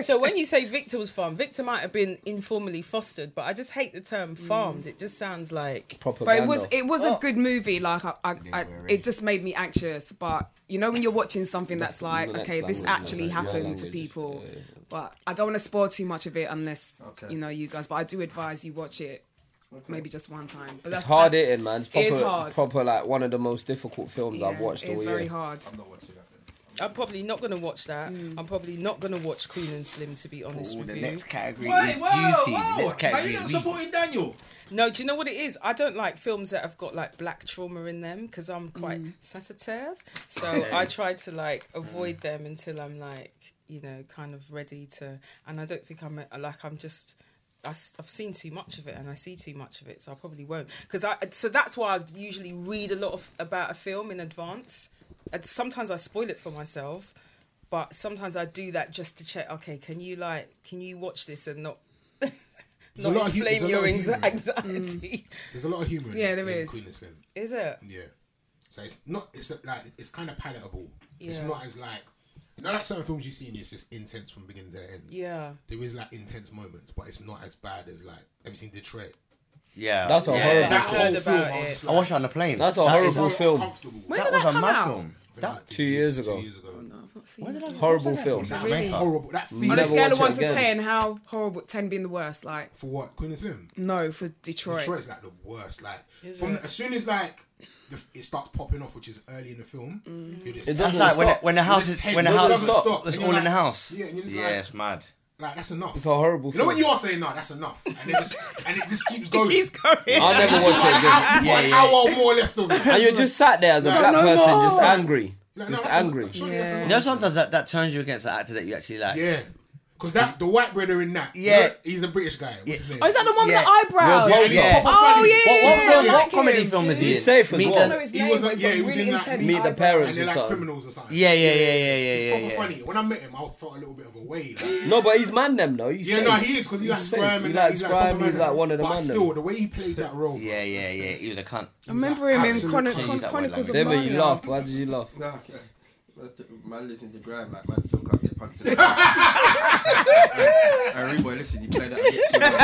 Speaker 1: so when you say Victor was farmed, Victor might have been informally fostered, but I just hate the term farmed. It just sounds like
Speaker 8: but
Speaker 2: propaganda.
Speaker 8: it was it was a good movie. Like I, I, I it just made me anxious. But you know when you're watching something that's like,
Speaker 2: next
Speaker 8: okay, this
Speaker 2: language,
Speaker 8: actually
Speaker 2: yeah,
Speaker 8: happened
Speaker 2: language,
Speaker 8: to people.
Speaker 2: yeah, yeah.
Speaker 8: But I don't want to spoil too much of it unless
Speaker 5: Okay.
Speaker 8: you know you guys. But I do advise you watch it, maybe just one time. But
Speaker 2: It's
Speaker 8: that's-
Speaker 2: hard
Speaker 8: that's-
Speaker 2: hitting, man. It's
Speaker 8: it
Speaker 2: proper,
Speaker 8: is hard.
Speaker 2: proper like one of the most difficult films I've
Speaker 8: yeah,
Speaker 2: watched all
Speaker 8: It's
Speaker 2: year.
Speaker 8: very hard.
Speaker 1: I'm probably not going to watch that. I'm probably not going to watch Queen and Slim to be honest with you.
Speaker 3: category
Speaker 5: Wait, whoa, whoa!
Speaker 3: Next
Speaker 5: Are you not
Speaker 3: is weak.
Speaker 5: supporting Daniel?
Speaker 1: No, do you know what it is? I don't like films that have got like black trauma in them because I'm quite sensitive. So I try to like avoid them until I'm like, you know, kind of ready to. And I don't think I'm uh, like, I'm just. I, have seen too much of it and I see too much of it, so I probably won't. Because I, so that's why I usually read a lot of, about a film in advance. And sometimes I spoil it for myself, but sometimes I do that just to check. Okay, can you like, can you watch this and not,
Speaker 4: a lot
Speaker 1: not
Speaker 4: of hu-
Speaker 1: inflame
Speaker 4: there's a
Speaker 1: your
Speaker 4: lot of
Speaker 1: anxi-
Speaker 4: humour.
Speaker 2: Mm.
Speaker 1: anxiety?
Speaker 4: There's a lot of humor. In,
Speaker 8: Yeah, there
Speaker 4: in
Speaker 8: is.
Speaker 4: Queen of Slim.
Speaker 1: Is it?
Speaker 4: Yeah. So it's not. It's like it's kind of palatable. It's
Speaker 1: Yeah.
Speaker 4: not as like you know like certain films you see and it's just intense from beginning to end.
Speaker 1: Yeah.
Speaker 4: There is like intense moments, but it's not as bad as like have you seen Detroit?
Speaker 3: Yeah.
Speaker 2: That's a
Speaker 3: yeah.
Speaker 2: horrible.
Speaker 1: That- heard about
Speaker 4: I was
Speaker 1: it.
Speaker 4: just
Speaker 3: I
Speaker 4: like,
Speaker 3: watched it on the plane.
Speaker 2: That's a
Speaker 3: That is-
Speaker 2: horrible
Speaker 4: so
Speaker 2: film.
Speaker 4: uncomfortable.
Speaker 8: When
Speaker 3: That
Speaker 8: did
Speaker 3: was
Speaker 8: that
Speaker 3: a
Speaker 8: come
Speaker 3: mad
Speaker 8: out?
Speaker 3: film. That,
Speaker 2: Two years ago.
Speaker 4: Two years ago.
Speaker 8: No, I've not seen it.
Speaker 2: Horrible film.
Speaker 4: That
Speaker 3: Really?
Speaker 4: was horrible. That film.
Speaker 8: On a
Speaker 2: Never
Speaker 8: scale of
Speaker 2: watch
Speaker 8: one
Speaker 2: it
Speaker 8: to
Speaker 2: again.
Speaker 8: ten, how horrible? Ten being the worst. Like
Speaker 4: For what? Queen and Slim.
Speaker 8: no, for Detroit.
Speaker 4: Detroit's like the worst. Like from
Speaker 1: it?
Speaker 4: as soon as like the, f- it starts popping off, which is early in the film, you're just
Speaker 9: Mm.
Speaker 2: It
Speaker 3: that's
Speaker 2: doesn't
Speaker 4: You're
Speaker 3: like when,
Speaker 2: stop.
Speaker 3: it, when the
Speaker 4: just
Speaker 3: house is
Speaker 4: tense.
Speaker 3: when the
Speaker 4: It
Speaker 3: house
Speaker 4: doesn't
Speaker 3: is
Speaker 4: stop.
Speaker 3: It's
Speaker 4: And
Speaker 3: all
Speaker 4: you're
Speaker 3: in the
Speaker 4: like-
Speaker 3: house.
Speaker 4: Yeah, and you're just
Speaker 3: Yeah,
Speaker 4: like,
Speaker 3: it's mad.
Speaker 4: Like that's enough.
Speaker 2: It's a horrible
Speaker 4: You know
Speaker 2: film.
Speaker 4: when you are saying no, that's enough, and it just and it just keeps going.
Speaker 1: He's going.
Speaker 2: I'll never watch it
Speaker 4: I've
Speaker 2: again.
Speaker 4: got
Speaker 2: Yeah,
Speaker 4: an
Speaker 2: yeah.
Speaker 4: hour more left of it.
Speaker 2: And you're just sat there as a
Speaker 4: No,
Speaker 2: black
Speaker 4: no
Speaker 2: person,
Speaker 1: more.
Speaker 2: just angry.
Speaker 4: Like, no,
Speaker 2: Just
Speaker 4: that's en-
Speaker 2: angry.
Speaker 4: surely that's
Speaker 1: Yeah.
Speaker 4: enough.
Speaker 3: You know, sometimes that, that turns you against the actor that you actually like.
Speaker 4: Yeah, because that the white brother in that.
Speaker 3: Yeah.
Speaker 4: you know, he's a British guy. What's his name?
Speaker 9: Oh, is that the one
Speaker 3: Yeah.
Speaker 9: with the eyebrows?
Speaker 2: Will
Speaker 4: yeah, and he's
Speaker 2: Walter.
Speaker 4: proper
Speaker 9: Oh
Speaker 4: funny.
Speaker 9: yeah,
Speaker 2: What- what
Speaker 9: yeah,
Speaker 2: film-
Speaker 9: yeah.
Speaker 2: what
Speaker 9: Like
Speaker 3: comedy
Speaker 9: him.
Speaker 3: film is he
Speaker 2: He's
Speaker 3: in?
Speaker 2: safe as
Speaker 3: Meet
Speaker 2: well.
Speaker 9: I don't know his
Speaker 4: He
Speaker 9: name,
Speaker 4: was-
Speaker 9: but he's
Speaker 4: yeah,
Speaker 9: got
Speaker 4: he was
Speaker 9: really
Speaker 4: in that
Speaker 9: intense
Speaker 4: Meet
Speaker 2: the
Speaker 9: eyebrows.
Speaker 2: Parents.
Speaker 4: And they're
Speaker 2: or
Speaker 4: like
Speaker 2: something.
Speaker 4: criminals or something.
Speaker 3: Yeah, yeah, yeah, yeah, yeah,
Speaker 4: He's
Speaker 3: yeah.
Speaker 4: proper
Speaker 3: yeah.
Speaker 4: funny. When I met him, I felt a little bit of a way. Like,
Speaker 2: No, but he's man them though. He's
Speaker 4: yeah,
Speaker 2: safe.
Speaker 4: no, he is because he
Speaker 2: He's
Speaker 4: likes
Speaker 2: safe.
Speaker 4: Graham
Speaker 2: He
Speaker 4: and
Speaker 2: likes
Speaker 4: like
Speaker 2: Graham.
Speaker 4: proper
Speaker 2: He's
Speaker 4: man.
Speaker 2: like one of the
Speaker 4: But
Speaker 2: man them.
Speaker 4: still, the way he played that role, bro,
Speaker 3: Yeah, yeah, yeah. He was a cunt.
Speaker 1: I remember him in
Speaker 4: Absolute
Speaker 1: Chron-
Speaker 4: cheese,
Speaker 1: Chron-
Speaker 3: that
Speaker 1: Chronicles
Speaker 3: white
Speaker 1: of
Speaker 2: Then when you
Speaker 1: Narnia.
Speaker 2: laughed, why did you laugh?
Speaker 5: Nah, okay. Man, listen to Graham like man still can't get punched. Harry boy, listen, you play that. a bit too much.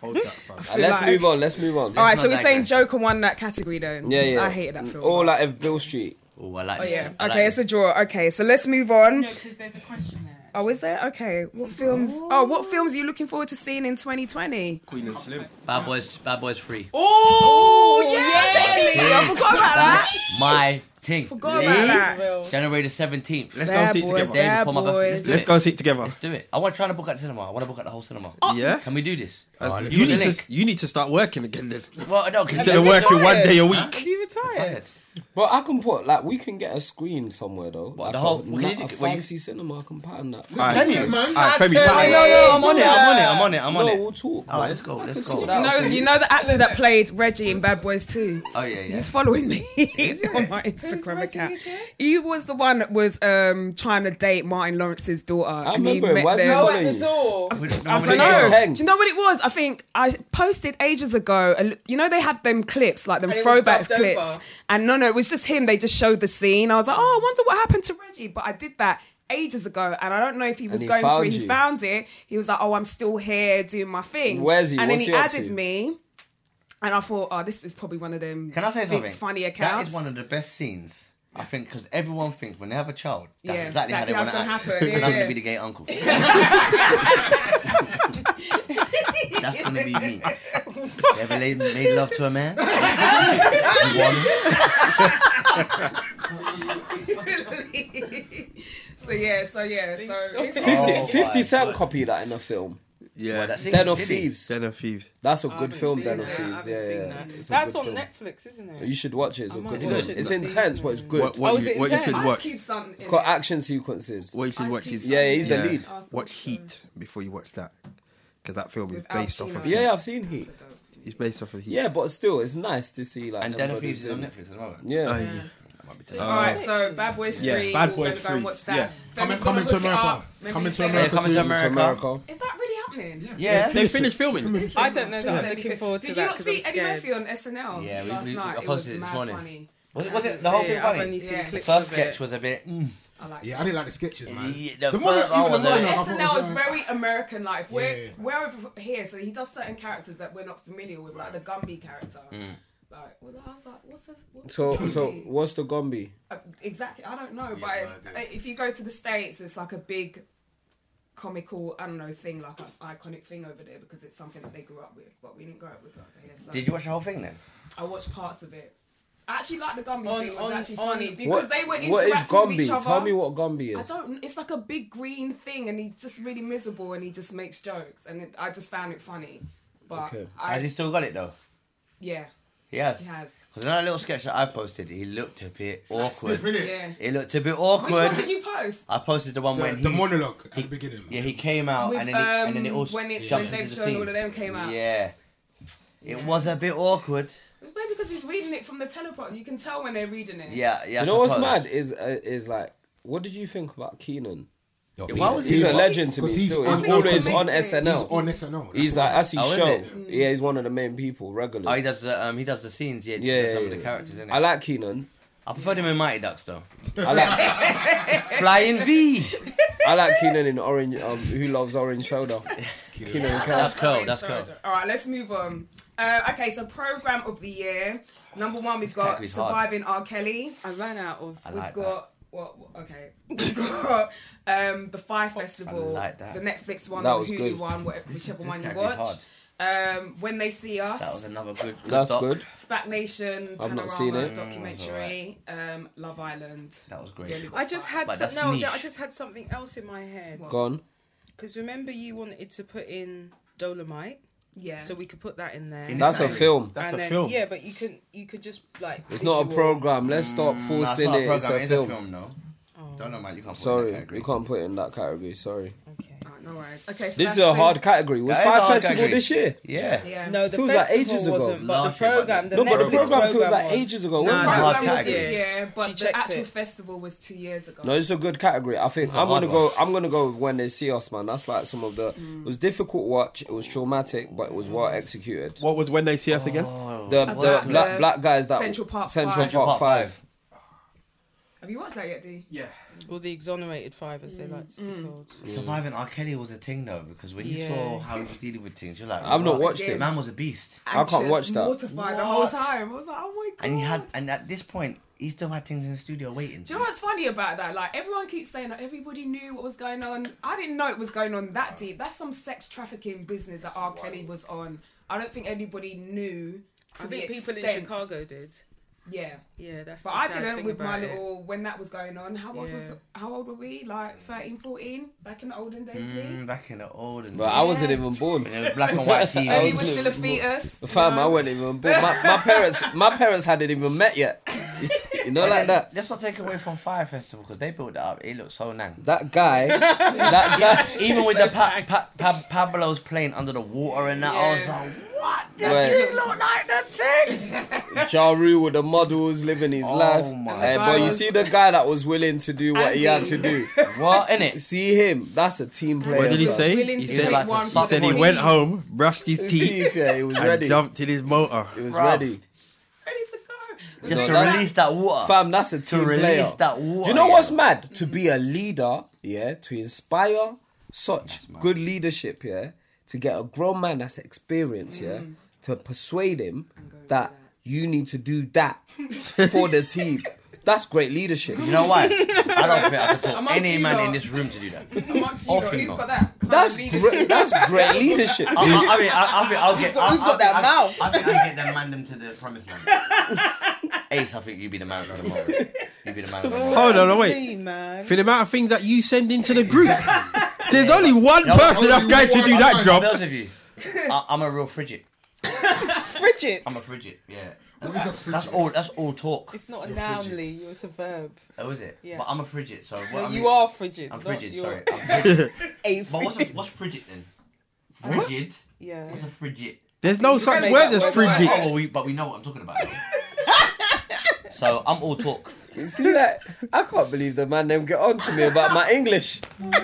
Speaker 5: Hold that, fam.
Speaker 2: Uh, let's
Speaker 8: like-
Speaker 2: move on. Let's move on.
Speaker 8: All right,
Speaker 3: not
Speaker 8: so we're
Speaker 3: that
Speaker 8: saying
Speaker 3: guy.
Speaker 8: Joker won that category then.
Speaker 2: Yeah, yeah.
Speaker 8: I hated that film.
Speaker 2: Or like if Bill Street.
Speaker 3: Oh, I like
Speaker 8: oh
Speaker 3: this.
Speaker 8: yeah.
Speaker 3: film. I
Speaker 8: Okay,
Speaker 3: like
Speaker 8: it's a draw. Okay, so let's move on.
Speaker 10: No, because there's a question there.
Speaker 8: Oh, is there? Okay, what films? Oh, what films are you looking forward to seeing in 2020?
Speaker 5: Queen and Slim.
Speaker 3: Bad Boys, Bad Boys Free.
Speaker 8: Oh yeah, baby! I forgot about that.
Speaker 3: My thing.
Speaker 8: Forgot about that.
Speaker 1: Will.
Speaker 3: January the 17th.
Speaker 5: Let's go
Speaker 8: Bad
Speaker 5: and see it
Speaker 8: boys,
Speaker 5: together.
Speaker 3: Day
Speaker 8: bad
Speaker 3: before my birthday.
Speaker 8: boys.
Speaker 3: do
Speaker 5: Let's
Speaker 3: it.
Speaker 5: go and see it together.
Speaker 3: Let's do it. I want to try to book at the cinema. I want to book at the whole cinema.
Speaker 5: Yeah.
Speaker 3: Can we do this?
Speaker 5: Uh,
Speaker 4: let's
Speaker 5: you
Speaker 3: do
Speaker 5: need
Speaker 3: the
Speaker 5: to
Speaker 3: link.
Speaker 5: you need to start working again then.
Speaker 3: Well, no, because
Speaker 5: Instead of working one day a
Speaker 1: Have
Speaker 5: week.
Speaker 1: you retired?
Speaker 3: tired.
Speaker 2: But I can put like we can get a screen somewhere though.
Speaker 3: What,
Speaker 2: like
Speaker 3: the whole-
Speaker 2: a,
Speaker 3: we can
Speaker 2: like
Speaker 3: do-
Speaker 2: a
Speaker 3: well, you-
Speaker 2: fancy cinema. I can pattern that.
Speaker 4: Let's
Speaker 5: Alright.
Speaker 4: do it, man.
Speaker 5: Alright, Femi.
Speaker 3: I know, no, I'm on it. I'm on it. I'm on it. I'm on
Speaker 2: no,
Speaker 3: it.
Speaker 2: we'll talk.
Speaker 3: All right,
Speaker 2: man.
Speaker 3: let's go.
Speaker 2: I can
Speaker 3: Let's
Speaker 2: sort
Speaker 3: go.
Speaker 2: that
Speaker 8: You know,
Speaker 2: out.
Speaker 8: you know the actor that played Reggie in Bad Boys 2?
Speaker 3: Oh yeah, yeah.
Speaker 8: He's following me on my Instagram account. He was the one that was um, trying to date Martin Lawrence's daughter. I
Speaker 2: remember him. Why is he
Speaker 1: Oh,
Speaker 2: following
Speaker 1: at the door.
Speaker 8: I
Speaker 3: Nobody
Speaker 8: don't know.
Speaker 3: cares.
Speaker 2: Hang.
Speaker 8: Do you know what it was? I think I posted ages ago. a l- You know they had them clips, like them
Speaker 1: And it was
Speaker 8: throwback
Speaker 1: dubbed
Speaker 8: clips.
Speaker 1: over.
Speaker 8: And no, no, it was just him. They just showed the scene. I was like, oh, I wonder what happened to Reggie. But I did that ages ago, and I don't know if he was
Speaker 2: he
Speaker 8: going
Speaker 2: found
Speaker 8: through. He
Speaker 2: you.
Speaker 8: found it. He was like, oh, I'm still here doing my thing.
Speaker 2: Where's he?
Speaker 8: And
Speaker 2: What's
Speaker 8: then he,
Speaker 2: he up
Speaker 8: added
Speaker 2: to?
Speaker 8: me. And I thought, oh, this is probably one of them.
Speaker 3: Can I say
Speaker 8: big
Speaker 3: something?
Speaker 8: Funny
Speaker 3: That
Speaker 8: accounts.
Speaker 3: is one of the best scenes. I think because everyone thinks when they have a child, that's
Speaker 8: Yeah,
Speaker 3: exactly how they
Speaker 8: that's how
Speaker 3: want to
Speaker 8: it's gonna
Speaker 3: act.
Speaker 8: happen,
Speaker 3: And I'm
Speaker 8: yeah.
Speaker 3: gonna be the gay uncle. that's gonna be me. You ever laid, made love to a man? You want him?
Speaker 8: so yeah, so yeah, so.
Speaker 1: Big
Speaker 8: it's-
Speaker 1: story.
Speaker 2: 50,
Speaker 3: Oh,
Speaker 2: 50
Speaker 3: my
Speaker 2: Cent
Speaker 3: God.
Speaker 2: copy that in a film.
Speaker 5: Yeah.
Speaker 3: That's it,
Speaker 2: Den of
Speaker 3: did he?
Speaker 2: Thieves.
Speaker 5: Den of Thieves.
Speaker 2: That's a
Speaker 1: I
Speaker 2: good
Speaker 1: haven't
Speaker 2: film.
Speaker 1: seen
Speaker 2: Den of
Speaker 1: that. I
Speaker 2: Thieves.
Speaker 1: haven't
Speaker 2: Yeah,
Speaker 1: seen
Speaker 2: yeah.
Speaker 1: that.
Speaker 2: It's a
Speaker 1: That's
Speaker 2: good
Speaker 1: on
Speaker 2: film.
Speaker 1: Netflix, isn't it?
Speaker 2: You should watch it. It's
Speaker 1: I
Speaker 2: a
Speaker 1: might watch
Speaker 2: good film.
Speaker 1: it
Speaker 2: It's
Speaker 1: this
Speaker 2: intense, but it's
Speaker 1: evening.
Speaker 2: good.
Speaker 5: What,
Speaker 1: Oh,
Speaker 5: what,
Speaker 1: is
Speaker 5: you,
Speaker 1: it
Speaker 5: what you
Speaker 1: intense?
Speaker 5: should
Speaker 1: Ice
Speaker 8: Ice
Speaker 5: watch.
Speaker 8: Cube son.
Speaker 2: It's got action sequences.
Speaker 5: What you should
Speaker 8: Ice
Speaker 5: watch
Speaker 8: Cube's
Speaker 5: is
Speaker 2: Yeah, he's the lead.
Speaker 8: thought
Speaker 5: Watch
Speaker 8: so.
Speaker 5: Heat before you watch that, because that film is
Speaker 8: With Al
Speaker 5: based off
Speaker 8: Pacino.
Speaker 5: of
Speaker 2: Yeah,
Speaker 5: Heat.
Speaker 2: I've seen Heat.
Speaker 5: It's based off of Heat.
Speaker 2: Yeah, but still, it's nice to see like.
Speaker 3: And Den of
Speaker 2: everybody's
Speaker 3: Thieves is on
Speaker 2: in-
Speaker 3: Netflix at the moment.
Speaker 2: Yeah.
Speaker 5: Oh, yeah.
Speaker 3: That might be
Speaker 1: Uh,
Speaker 3: today.
Speaker 8: All right, so Bad Boys
Speaker 5: Yeah,
Speaker 8: Free.
Speaker 5: Bad Boys
Speaker 8: we're gonna go and
Speaker 5: Free.
Speaker 8: watch that.
Speaker 5: Yeah.
Speaker 8: Then
Speaker 4: Coming-
Speaker 8: he's gonna
Speaker 4: coming to
Speaker 8: hook it
Speaker 4: America.
Speaker 8: up. Maybe
Speaker 4: Coming
Speaker 8: he's
Speaker 4: to
Speaker 8: saying,
Speaker 3: Yeah, coming to
Speaker 2: It's
Speaker 3: America.
Speaker 2: America.
Speaker 8: Is that really happening?
Speaker 3: Yeah.
Speaker 5: They finished filming.
Speaker 1: I don't know that. I'm looking forward to
Speaker 8: Did you
Speaker 1: that
Speaker 8: not
Speaker 1: 'cause
Speaker 8: see
Speaker 1: I'm
Speaker 8: Eddie
Speaker 1: scared.
Speaker 8: Murphy on SNL
Speaker 3: Yeah, we-
Speaker 8: last
Speaker 3: we-
Speaker 8: night?
Speaker 3: I
Speaker 8: it was
Speaker 3: posted it this
Speaker 8: mad
Speaker 3: morning.
Speaker 8: funny.
Speaker 3: Was it, was it the whole thing
Speaker 1: Yeah, I've
Speaker 3: funny?
Speaker 1: only seen
Speaker 8: Yeah.
Speaker 3: The
Speaker 1: clips
Speaker 3: first
Speaker 1: of
Speaker 3: sketch
Speaker 1: it.
Speaker 3: was a bit. Mm.
Speaker 8: I liked
Speaker 4: Yeah,
Speaker 8: it.
Speaker 4: I didn't like the sketches, man.
Speaker 3: Yeah, the
Speaker 4: the morning,
Speaker 3: first
Speaker 4: even the
Speaker 3: one,
Speaker 4: morning,
Speaker 3: yeah.
Speaker 4: I thought it
Speaker 8: SNL
Speaker 4: was,
Speaker 8: is
Speaker 4: uh,
Speaker 8: very American. Like we're
Speaker 4: Yeah.
Speaker 8: we're over here, so he does certain characters that we're not familiar with, like the Gumby character.
Speaker 1: Mm.
Speaker 8: Like, well, I was like, what's this? What's
Speaker 2: So,
Speaker 8: Gumby?
Speaker 2: so what's the Gombi?
Speaker 8: Uh, exactly. I don't know,
Speaker 4: no
Speaker 8: but it's, uh,
Speaker 4: idea.
Speaker 8: if you go to the states, it's like a big comical, I don't know, thing like an iconic thing over there because it's something that they grew up with, but we didn't grow up with it over here. So
Speaker 3: Did you watch the whole thing then?
Speaker 8: I watched parts of it. I actually like the Gumby
Speaker 1: On-
Speaker 8: thing. It was
Speaker 1: on-
Speaker 8: actually
Speaker 1: on-
Speaker 8: funny because
Speaker 2: What-
Speaker 8: they were interacting
Speaker 2: what is Gombi?
Speaker 8: with each other.
Speaker 2: Tell me what Gombi
Speaker 8: I
Speaker 2: is.
Speaker 8: don't. It's like a big green thing, and he's just really miserable, and he just makes jokes, and it, I just found it funny. But
Speaker 2: Okay.
Speaker 8: I,
Speaker 3: Has he still got it though?
Speaker 8: yeah,
Speaker 3: He has.
Speaker 8: he has.
Speaker 3: Because another little sketch that I posted, he looked a bit awkward.
Speaker 4: Stiff, innit?
Speaker 8: Yeah.
Speaker 3: It looked a bit
Speaker 8: Which one
Speaker 3: awkward.
Speaker 8: did you post?
Speaker 3: I posted the one
Speaker 4: The,
Speaker 3: when
Speaker 4: the
Speaker 3: he,
Speaker 4: monologue at the beginning.
Speaker 3: yeah, he came out
Speaker 8: With,
Speaker 3: and then it, and then it
Speaker 8: um,
Speaker 3: all
Speaker 8: when it-
Speaker 3: jumped
Speaker 8: when Dave
Speaker 3: into the
Speaker 8: Chappelle and
Speaker 3: scene.
Speaker 8: all of them came out.
Speaker 3: Yeah, it was a bit awkward.
Speaker 8: It's maybe because he's reading it from the teleprompter. You can tell when they're reading it.
Speaker 3: Yeah, yeah. I
Speaker 2: you know what's
Speaker 3: suppose.
Speaker 2: mad is uh, is like, what did you think about Keenan?
Speaker 3: Why was
Speaker 2: He's
Speaker 3: he?
Speaker 2: a legend to me.
Speaker 4: 'Cause he's
Speaker 2: Still, he's
Speaker 4: on-
Speaker 2: always
Speaker 8: he's
Speaker 2: on
Speaker 4: He's
Speaker 8: amazing.
Speaker 2: SNL.
Speaker 4: on SNL. That's
Speaker 2: He's
Speaker 4: what
Speaker 2: like
Speaker 4: I
Speaker 2: that's his
Speaker 3: Oh, is
Speaker 2: show.
Speaker 3: it?
Speaker 2: Yeah, he's one of the main people regularly.
Speaker 3: Oh, he does. The, um, he does the scenes. Yeah, just
Speaker 2: yeah,
Speaker 3: does some
Speaker 2: yeah,
Speaker 3: of the
Speaker 2: yeah.
Speaker 3: characters in it.
Speaker 2: I like Keenan.
Speaker 3: I preferred him in Mighty Ducks though.
Speaker 2: I like
Speaker 3: Flying V.
Speaker 2: I like Keenan in Orange. Um, who loves Orange Shoulder?
Speaker 4: Keenan.
Speaker 2: Keenan
Speaker 3: That's
Speaker 2: Kel.
Speaker 3: cool. That's cool.
Speaker 8: All right, let's move on. Uh, okay, so program of the year. Number one, we've got
Speaker 3: category's hard.
Speaker 8: Surviving R. Kelly.
Speaker 1: I ran out of.
Speaker 3: I
Speaker 8: We've
Speaker 3: like that.
Speaker 8: got what? what- Okay, we've got um, the Fire Festival,
Speaker 3: like that.
Speaker 8: the Netflix one,
Speaker 2: That
Speaker 8: the
Speaker 2: was
Speaker 8: Hulu
Speaker 2: good.
Speaker 8: one, whatever, whichever
Speaker 3: this
Speaker 8: one you
Speaker 3: category's
Speaker 8: watch. Um, when they see us,
Speaker 3: That was another good. good
Speaker 2: That's
Speaker 3: doc.
Speaker 2: good.
Speaker 8: Spac Nation,
Speaker 2: I've
Speaker 8: Panorama
Speaker 2: not seen
Speaker 3: Mm,
Speaker 2: it.
Speaker 8: documentary, um, Love Island.
Speaker 3: That was
Speaker 8: Yeah,
Speaker 3: great.
Speaker 8: we've got
Speaker 1: I just
Speaker 8: five.
Speaker 1: had
Speaker 3: But
Speaker 1: some,
Speaker 3: that's
Speaker 1: no.
Speaker 3: niche.
Speaker 1: I just had something else in my head.
Speaker 2: Gone.
Speaker 1: Because remember, you wanted to put in Dolomite,
Speaker 8: Yeah.
Speaker 1: so we could put that in there.
Speaker 3: In
Speaker 2: That's a
Speaker 3: Really?
Speaker 2: film.
Speaker 5: That's
Speaker 1: and
Speaker 5: a
Speaker 1: then,
Speaker 5: film.
Speaker 1: Yeah, but you can you could just like.
Speaker 2: It's not a
Speaker 1: visual-
Speaker 2: program. Let's stop
Speaker 3: Mm.
Speaker 2: forcing it. It's a film.
Speaker 3: no.
Speaker 8: Oh.
Speaker 3: Don't know, man. You can't. put it in that
Speaker 2: Sorry,
Speaker 3: category.
Speaker 2: we can't put it in that category. Sorry.
Speaker 1: Okay.
Speaker 8: Alright, no worries. Okay. So
Speaker 2: This is
Speaker 8: that's
Speaker 2: a
Speaker 8: been-
Speaker 2: hard category. Was
Speaker 3: That is a
Speaker 2: Five
Speaker 3: hard
Speaker 2: Festival
Speaker 3: category.
Speaker 2: this year?
Speaker 3: Yeah.
Speaker 8: Yeah.
Speaker 1: No, the
Speaker 2: Feels like
Speaker 1: festival
Speaker 2: ages ago.
Speaker 1: wasn't, but
Speaker 3: Last
Speaker 1: the
Speaker 3: year, but-
Speaker 1: program. The
Speaker 2: No, but the
Speaker 1: Netflix
Speaker 2: program feels like
Speaker 1: was.
Speaker 2: ages ago.
Speaker 1: Nah, nah,
Speaker 2: Wasn't it?
Speaker 3: hard
Speaker 8: Program was
Speaker 3: category.
Speaker 8: this year,
Speaker 1: She
Speaker 8: but the
Speaker 1: checked
Speaker 8: actual
Speaker 1: it.
Speaker 8: festival was two years ago.
Speaker 2: No, it's a good category. I think
Speaker 3: a
Speaker 2: I'm
Speaker 3: hard
Speaker 2: gonna go. I'm gonna go with when they see us, man. That's like some of the. It was difficult watch. It was traumatic, but it was well executed.
Speaker 5: What was when they see us again?
Speaker 2: The, the
Speaker 8: About the
Speaker 2: black, black guys that
Speaker 8: Central Park
Speaker 2: Central
Speaker 8: Five.
Speaker 2: Park
Speaker 3: Park Five.
Speaker 2: Five.
Speaker 8: Have you watched that yet, D?
Speaker 5: Yeah.
Speaker 1: Well, the exonerated five, as they like to be called.
Speaker 3: Surviving R. Kelly was a thing though, because when you
Speaker 1: Yeah.
Speaker 3: saw how he was dealing with things, you're like,
Speaker 2: I've not
Speaker 3: "Bruh,
Speaker 2: watched
Speaker 8: it.
Speaker 3: Man was a beast,
Speaker 2: I can't
Speaker 8: Anxious,
Speaker 2: watch that.
Speaker 8: Mortified the whole
Speaker 3: What?
Speaker 8: time. I was like, oh my god.
Speaker 3: and he had, and at this point, he still had things in the studio waiting.
Speaker 8: Do you know what's funny about that? Like everyone keeps saying that everybody knew what was going on. I didn't know it was going on that deep. That's some sex trafficking business that R. Kelly was on. I don't think anybody knew.
Speaker 1: I
Speaker 8: To the
Speaker 1: think people in
Speaker 8: extent.
Speaker 1: Chicago did.
Speaker 8: Yeah,
Speaker 1: Yeah, that's.
Speaker 8: but
Speaker 1: the
Speaker 8: I
Speaker 1: sad
Speaker 8: didn't
Speaker 1: thing
Speaker 8: with
Speaker 1: about
Speaker 8: my
Speaker 1: it.
Speaker 8: little when that was going on. How old was
Speaker 1: Yeah.
Speaker 8: how old were we? Like 13, 14? back in the olden days. Lee?
Speaker 3: Mm, back in the old and
Speaker 2: But I wasn't even born.
Speaker 3: when it was black and white TV.
Speaker 8: Only
Speaker 2: I
Speaker 8: was
Speaker 2: was
Speaker 8: still a
Speaker 2: little-
Speaker 8: fetus.
Speaker 2: Fam,
Speaker 8: No.
Speaker 2: I wasn't even born. My, my parents, my parents hadn't even met yet. you know, like that.
Speaker 3: Let's not take away from Fire Festival because they built it up. It looked so nice.
Speaker 2: That guy, that guy.
Speaker 3: Even with the pa- pa- pa- Pablo's playing under the water and that, I was like, what? This
Speaker 2: Right.
Speaker 3: thing look like that thing.
Speaker 2: Ja Rule with the models living his
Speaker 3: Oh
Speaker 2: life.
Speaker 3: my
Speaker 2: Eh, but you see the guy that was willing to do what he had to do.
Speaker 3: what in it?
Speaker 2: See him. That's a team player.
Speaker 5: What did he
Speaker 2: bro.
Speaker 5: say?
Speaker 8: Willing
Speaker 5: He
Speaker 8: to
Speaker 5: said-
Speaker 8: take
Speaker 3: like to
Speaker 8: one for
Speaker 5: He
Speaker 3: suck
Speaker 8: the
Speaker 5: said he
Speaker 8: team.
Speaker 5: went home, brushed his
Speaker 2: His
Speaker 5: teeth,
Speaker 2: teeth, yeah, he was
Speaker 5: and
Speaker 2: ready.
Speaker 5: jumped in his motor.
Speaker 2: He was
Speaker 3: Bruv.
Speaker 2: ready.
Speaker 8: ready to go.
Speaker 3: Just
Speaker 2: No,
Speaker 3: to
Speaker 2: that's-
Speaker 3: release that water.
Speaker 2: Fam, that's a
Speaker 3: to
Speaker 2: team
Speaker 3: release
Speaker 2: player.
Speaker 3: that water.
Speaker 2: Do you know
Speaker 3: yeah.
Speaker 2: what's mad? To be a leader, yeah, to inspire such good leadership, yeah, to get a grown man that's experienced, yeah, to persuade him that you need to do that for the team. That's great leadership.
Speaker 3: You know why? I don't think I could talk
Speaker 8: Amongst
Speaker 3: any
Speaker 8: you
Speaker 3: man
Speaker 8: lot.
Speaker 3: in this room to do that.
Speaker 8: Amongst you,
Speaker 3: Or
Speaker 8: lot, who's
Speaker 3: female.
Speaker 8: got that? kind
Speaker 2: That's
Speaker 8: of
Speaker 2: great. That's great leadership.
Speaker 3: I, I, I mean, I, I think I'll get. I,
Speaker 1: who's
Speaker 3: I
Speaker 1: got
Speaker 3: think
Speaker 1: that
Speaker 3: I,
Speaker 1: mouth?
Speaker 3: I think I get them mandem to the promised land. Ace, I think you be the man for the moment. You be the man for the
Speaker 1: Oh.
Speaker 3: moment.
Speaker 5: Hold on, no, wait.
Speaker 1: Hey, man.
Speaker 5: For the amount of things that you send into the group, there's only one
Speaker 3: No,
Speaker 5: person that's
Speaker 3: only
Speaker 5: going to do
Speaker 4: one
Speaker 5: that
Speaker 4: person
Speaker 5: job.
Speaker 3: Those of you, I, I'm a real frigid.
Speaker 1: Bridget.
Speaker 3: I'm a frigid. Yeah.
Speaker 4: What is a
Speaker 3: That's
Speaker 4: frigid?
Speaker 3: all. That's all talk.
Speaker 1: It's not a noun, Lee. It's a verb.
Speaker 3: Oh, is it?
Speaker 1: Yeah.
Speaker 3: But I'm a frigid. So what
Speaker 1: No,
Speaker 3: I
Speaker 1: you
Speaker 3: mean-
Speaker 1: are frigid.
Speaker 3: I'm
Speaker 1: not
Speaker 3: frigid.
Speaker 1: you're
Speaker 3: Sorry. I'm frigid.
Speaker 1: a
Speaker 3: but what's a,
Speaker 1: frigid.
Speaker 3: what's frigid then? Frigid.
Speaker 1: Yeah.
Speaker 3: What's a frigid?
Speaker 5: There's no such
Speaker 1: made
Speaker 5: word
Speaker 1: that
Speaker 5: as
Speaker 1: word
Speaker 5: frigid.
Speaker 1: up.
Speaker 3: Oh, we, but we know what I'm talking about. so I'm all talk.
Speaker 2: You see that? I can't believe the man them get on to me about my English.
Speaker 3: I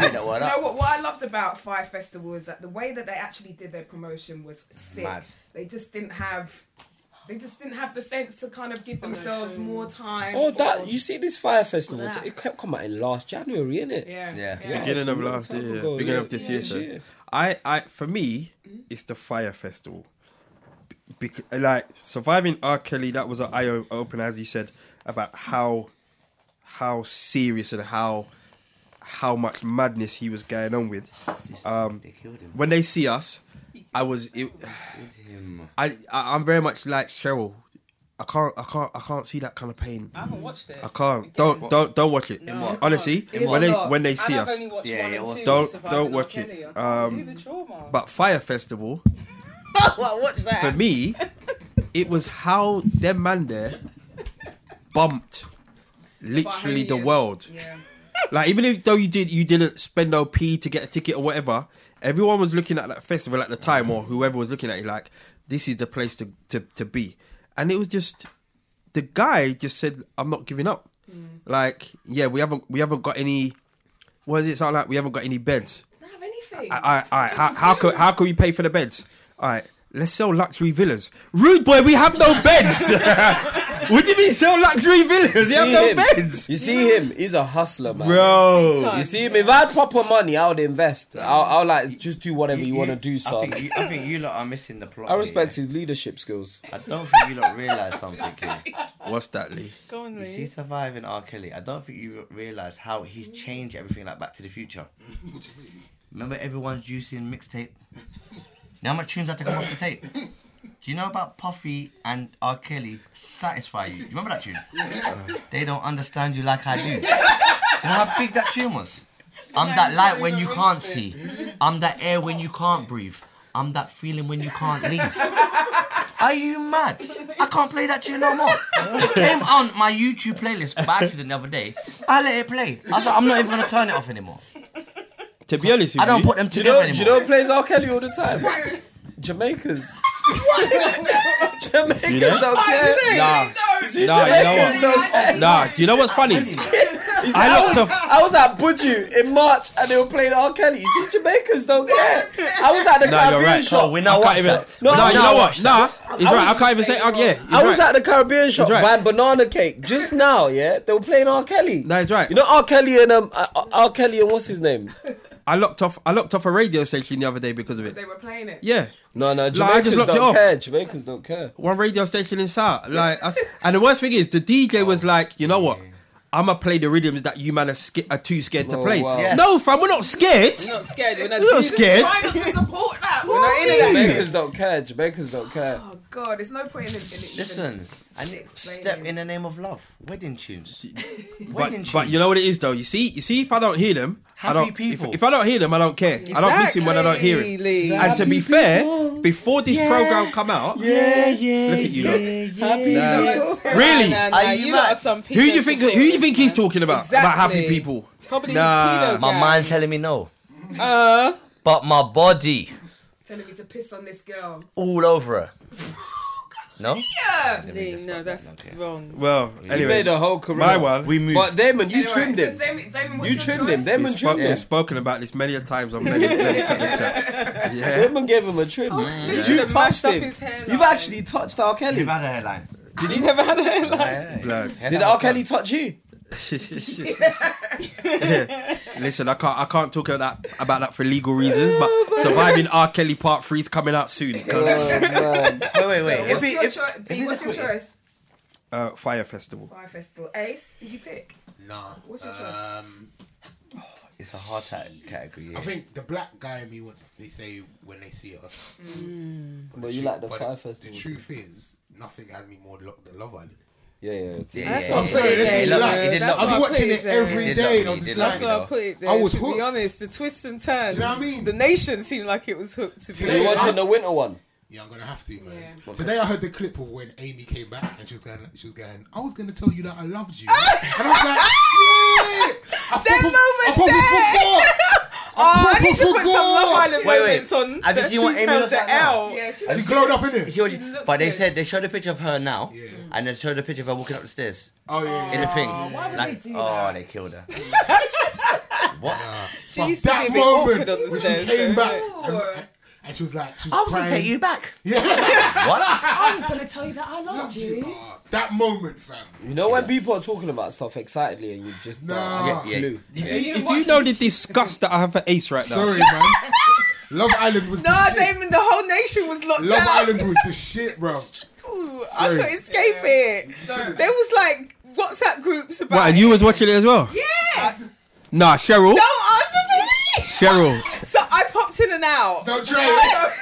Speaker 3: made that word
Speaker 8: You know
Speaker 3: up.
Speaker 8: what? What I loved about Fire Festival is that the way that they actually did their promotion was sick.
Speaker 3: Mad.
Speaker 8: They just didn't have, they just didn't have the sense to kind of give themselves more time.
Speaker 2: Oh,
Speaker 8: or-
Speaker 2: that you see this fire festival?
Speaker 8: That.
Speaker 2: It kept coming out in last January, innit?
Speaker 8: Yeah.
Speaker 3: Yeah.
Speaker 5: Beginning of last
Speaker 2: Time
Speaker 5: year,
Speaker 2: ago,
Speaker 5: beginning
Speaker 2: yeah.
Speaker 5: of this
Speaker 2: Yeah,
Speaker 5: year.
Speaker 2: this
Speaker 5: So,
Speaker 2: year.
Speaker 5: I, I, for me, it's the Fire Festival. Because, like surviving R. Kelly, that was an eye opener, as you said, about how, how serious and how, how much madness he was going on with. Um,
Speaker 3: they killed him.
Speaker 5: When they see us, I was. It,
Speaker 3: Killed him.
Speaker 5: I, I I'm very much like Cheryl. I can't I can't I can't see that kind of pain.
Speaker 1: I haven't watched it.
Speaker 5: I can't. Don't don't don't watch it.
Speaker 1: No.
Speaker 5: Honestly,
Speaker 1: It is
Speaker 5: when
Speaker 1: a
Speaker 5: they
Speaker 1: lot.
Speaker 5: when they
Speaker 1: And
Speaker 5: see
Speaker 1: I've
Speaker 5: us.
Speaker 1: only watched
Speaker 3: Yeah,
Speaker 1: one
Speaker 3: yeah,
Speaker 1: and
Speaker 3: well,
Speaker 1: two
Speaker 5: don't-
Speaker 1: of Surviving
Speaker 5: don't watch
Speaker 1: R.
Speaker 5: it.
Speaker 1: Kelly. I can't
Speaker 5: Um,
Speaker 1: do the trauma.
Speaker 5: But Fire Festival
Speaker 1: well, what's that?
Speaker 5: for me, it was how them man there bumped literally the
Speaker 8: Behind you.
Speaker 5: world.
Speaker 8: Yeah.
Speaker 5: Like even if though you did you didn't spend no p to get a ticket or whatever, everyone was looking at that festival at the time or whoever was looking at it like this is the place to to, to be, and it was just the guy just said I'm not giving up.
Speaker 1: Mm.
Speaker 5: Like yeah, we haven't we haven't got any. What does it sound like? We haven't got any beds.
Speaker 8: They don't have anything.
Speaker 5: All right, all right. How, how can how can we pay for the beds? All right, let's sell luxury villas. Rude boy, we have no beds. what do you mean sell luxury villas? You have
Speaker 2: See
Speaker 5: no
Speaker 2: him.
Speaker 5: beds,
Speaker 2: You see him? He's a hustler, man.
Speaker 5: bro.
Speaker 2: You see him? If I had proper money, I would invest. I'll, I'll like just do whatever you, want to do,
Speaker 3: I
Speaker 2: son.
Speaker 3: think, you, I think you lot are missing the plot.
Speaker 2: I respect
Speaker 3: here,
Speaker 2: his leadership skills.
Speaker 3: yeah? I don't think you lot realise something here.
Speaker 5: What's that, Lee?
Speaker 1: Go on,
Speaker 3: You see
Speaker 1: Lee.
Speaker 3: surviving R. Kelly. I don't think you realise how he's changed everything like Back to the Future. Remember everyone's juicing mixtape? You know how much tunes had to come off the tape? Do you know about Puffy and R. Kelly satisfy you? Do you remember that tune? they don't understand you like I do. Do you know how big that tune was? I'm that light when you can't see. I'm that air when you can't breathe. I'm that feeling when you can't leave. Are you mad? I can't play that tune no more. It came on my YouTube playlist by accident the other day. I let it play. I was like, I'm not even gonna turn it off anymore.
Speaker 5: To be honest with
Speaker 3: I don't
Speaker 5: you,
Speaker 3: put them
Speaker 2: Do you
Speaker 3: together
Speaker 2: know? Do
Speaker 3: anymore.
Speaker 2: you know who plays R. Kelly all the time? Jamaicans. Jamaicans
Speaker 5: You know?
Speaker 2: don't care.
Speaker 5: nah,
Speaker 2: See,
Speaker 5: Nah, you know
Speaker 2: Jamaicans
Speaker 5: what?
Speaker 2: don't care.
Speaker 5: nah. Do you know what's funny?
Speaker 2: He's
Speaker 5: I
Speaker 2: like, was,
Speaker 5: looked up-
Speaker 2: I was at Buju in March and they were playing R. Kelly. You see, Jamaicans don't care. I was at the
Speaker 5: Nah,
Speaker 2: Caribbean
Speaker 5: you're right.
Speaker 2: shop.
Speaker 3: we're not
Speaker 5: I
Speaker 3: watching
Speaker 5: can't even.
Speaker 3: that.
Speaker 5: No,
Speaker 2: No,
Speaker 5: nah, you
Speaker 2: no,
Speaker 5: know
Speaker 2: I
Speaker 5: what? Nah, he's right. I can't even say. Uh, yeah, he's
Speaker 2: I was
Speaker 5: right.
Speaker 2: at the Caribbean shop
Speaker 5: right.
Speaker 2: buying Banana Cake just now. Yeah, they were playing R. Kelly.
Speaker 5: Nah, he's right.
Speaker 2: You know R. Kelly and um uh, uh, R. Kelly and what's his name?
Speaker 5: I locked off. I locked off a radio station the other day because of
Speaker 8: They
Speaker 5: it.
Speaker 8: were playing it.
Speaker 5: Yeah,
Speaker 2: No, no, Jamaicans
Speaker 5: I just locked it
Speaker 2: don't
Speaker 5: off.
Speaker 2: care. Jamaicans don't care.
Speaker 5: one radio station in South. Like, I s and the worst thing is, the DJ was like, you know what? I'm gonna play the rhythms that you man are, sca- are too scared to
Speaker 2: Oh,
Speaker 5: play.
Speaker 2: wow.
Speaker 3: Yes.
Speaker 5: No, fam, we're not scared.
Speaker 1: You're not scared. When I
Speaker 5: We're not
Speaker 1: do-
Speaker 5: scared.
Speaker 8: Try not to support that.
Speaker 2: Jamaicans don't care. Jamaicans don't care.
Speaker 8: Oh God, there's no point in it. in it even-
Speaker 3: Listen, I need
Speaker 8: Explain
Speaker 3: step
Speaker 8: it.
Speaker 3: in the name of love. Wedding tunes. Wedding
Speaker 5: But,
Speaker 3: tunes.
Speaker 5: but you know what it is though. You see, you see, if I don't hear them, I
Speaker 3: Happy
Speaker 5: don't. if-
Speaker 3: people.
Speaker 5: If, I don't hear them, I don't care. I don't miss him when I don't hear him.
Speaker 1: Exactly.
Speaker 5: And to be fair, before this program come out,
Speaker 3: yeah, yeah.
Speaker 5: Look at you lot.
Speaker 3: Happy.
Speaker 5: Really?
Speaker 1: Nah, nah,
Speaker 3: Are you
Speaker 1: you lot
Speaker 3: mad?
Speaker 1: are some
Speaker 5: who do you think? Who do you think he's talking about? About happy
Speaker 1: Exactly.
Speaker 5: people.
Speaker 1: Probably
Speaker 5: Nah,
Speaker 1: this pedo
Speaker 3: My
Speaker 1: guy.
Speaker 3: mind's telling me no,
Speaker 1: Uh,
Speaker 3: but my body
Speaker 8: telling me to piss on this girl.
Speaker 3: all over her. No.
Speaker 1: no, that's wrong.
Speaker 5: Well,
Speaker 2: He made
Speaker 5: anyway,
Speaker 2: a whole career.
Speaker 5: my one.
Speaker 3: We move.
Speaker 2: But Damon, you
Speaker 8: Anyway,
Speaker 2: trimmed
Speaker 8: so
Speaker 2: him.
Speaker 8: Damon, Damon, what's
Speaker 2: You
Speaker 8: your
Speaker 2: trimmed him.
Speaker 8: choice?
Speaker 2: Damon
Speaker 5: We've
Speaker 2: trimmed
Speaker 5: spoke-
Speaker 2: him.
Speaker 5: we've spoken about this many a times on many, many fucking chats. Yeah.
Speaker 2: Damon gave him a trim. You
Speaker 1: Oh, should've
Speaker 2: touched
Speaker 1: mashed up
Speaker 2: him.
Speaker 1: his hairline.
Speaker 2: You've actually touched R.
Speaker 3: You've
Speaker 2: Kelly.
Speaker 3: had a headline.
Speaker 2: Did you never had a hairline?
Speaker 5: Blood.
Speaker 2: Did R. Kelly touch you?
Speaker 5: Listen, I can't. I can't talk about that, about that for legal reasons. But surviving R. Kelly Part Three is coming out soon. Because
Speaker 3: Wait, wait, wait. If
Speaker 8: What's
Speaker 3: he,
Speaker 8: your,
Speaker 3: if,
Speaker 8: choi- D, what's your choice?
Speaker 5: uh, Fire Festival.
Speaker 8: Fire Festival. Ace, did you pick?
Speaker 4: Nah.
Speaker 8: What's your choice?
Speaker 4: um,
Speaker 3: it's a hard type category. Yeah.
Speaker 4: I think the black guy in me wants they say when they see us. But
Speaker 2: But
Speaker 4: the
Speaker 2: you
Speaker 4: tru-
Speaker 2: like the
Speaker 4: but
Speaker 2: Fire
Speaker 4: The
Speaker 2: Festival.
Speaker 4: truth is, nothing had me more locked than Love Island.
Speaker 2: Yeah, yeah.
Speaker 3: Yeah,
Speaker 1: That's
Speaker 3: yeah,
Speaker 1: what
Speaker 4: I'm
Speaker 1: I'm
Speaker 4: saying,
Speaker 1: saying.
Speaker 4: this is
Speaker 1: yeah,
Speaker 4: like-
Speaker 1: yeah,
Speaker 3: it did
Speaker 1: that's
Speaker 3: not-
Speaker 1: what
Speaker 4: I was
Speaker 1: I
Speaker 3: I'll
Speaker 1: put
Speaker 4: watching it
Speaker 1: there.
Speaker 4: every
Speaker 3: Did
Speaker 4: day.
Speaker 3: love
Speaker 4: and I
Speaker 3: me,
Speaker 4: was
Speaker 3: did
Speaker 4: just
Speaker 3: love
Speaker 4: like,
Speaker 1: That's
Speaker 3: me.
Speaker 1: what I put it there.
Speaker 4: I was
Speaker 1: to
Speaker 4: hooked.
Speaker 1: be honest, the twists and turns.
Speaker 4: you know what I mean?
Speaker 1: The nation seemed like it was hooked to be.
Speaker 4: Yeah.
Speaker 2: You
Speaker 1: honest.
Speaker 2: watching the winter one?
Speaker 4: Yeah, I'm gonna have to, man. Today I heard the clip of when Amy came back and she was going, she was going, I was gonna tell you that I loved you, and I was like, shit. I
Speaker 1: Them
Speaker 4: proper- I
Speaker 1: moments
Speaker 4: proper forgot.
Speaker 1: Oh, I
Speaker 4: proper
Speaker 1: need to put some
Speaker 4: forgot.
Speaker 1: Love Island
Speaker 3: Wait, wait.
Speaker 1: moments on.
Speaker 3: Have you
Speaker 1: that
Speaker 3: seen what
Speaker 1: he's
Speaker 3: Amy
Speaker 1: held
Speaker 3: looks
Speaker 1: the
Speaker 3: like now?
Speaker 1: L.
Speaker 8: Yeah, she
Speaker 4: She glowed up in it.
Speaker 3: She was- but they said they showed a picture of her now,
Speaker 4: Yeah.
Speaker 3: and they showed a picture of her walking up the stairs
Speaker 4: Oh yeah.
Speaker 3: in the thing.
Speaker 8: why would
Speaker 3: Like,
Speaker 8: they do
Speaker 3: oh,
Speaker 8: that?
Speaker 3: they killed her. what?
Speaker 1: She used to be
Speaker 4: that
Speaker 1: a bit
Speaker 4: moment
Speaker 1: awkward on the
Speaker 4: when
Speaker 1: stairs.
Speaker 4: she came
Speaker 1: though,
Speaker 4: back
Speaker 1: innit?
Speaker 4: and, and she was like, she was,
Speaker 3: I was gonna
Speaker 4: crying.
Speaker 3: take you back.
Speaker 4: Yeah,
Speaker 3: What?
Speaker 8: I was going to tell you that I loved
Speaker 4: loved you.
Speaker 8: you.
Speaker 4: Ah, that moment, fam.
Speaker 2: You know when people are talking about stuff excitedly and you've just
Speaker 4: Nah.
Speaker 2: I
Speaker 4: Yeah,
Speaker 2: get
Speaker 3: yeah.
Speaker 2: clue.
Speaker 5: If you know the disgust that I have for Ace right now,
Speaker 4: Sorry, man. Love Island was
Speaker 1: Nah,
Speaker 4: the shit.
Speaker 1: Damon, the whole nation was locked
Speaker 4: Love
Speaker 1: down.
Speaker 4: Island was the shit, bro.
Speaker 1: Ooh, I
Speaker 4: Sorry.
Speaker 1: couldn't escape it. There was like WhatsApp groups about.
Speaker 5: What, and you was watching it as well?
Speaker 1: Yes.
Speaker 5: Nah, Cheryl.
Speaker 1: Don't answer for me.
Speaker 5: Cheryl.
Speaker 1: So I popped in and out.
Speaker 4: Don't try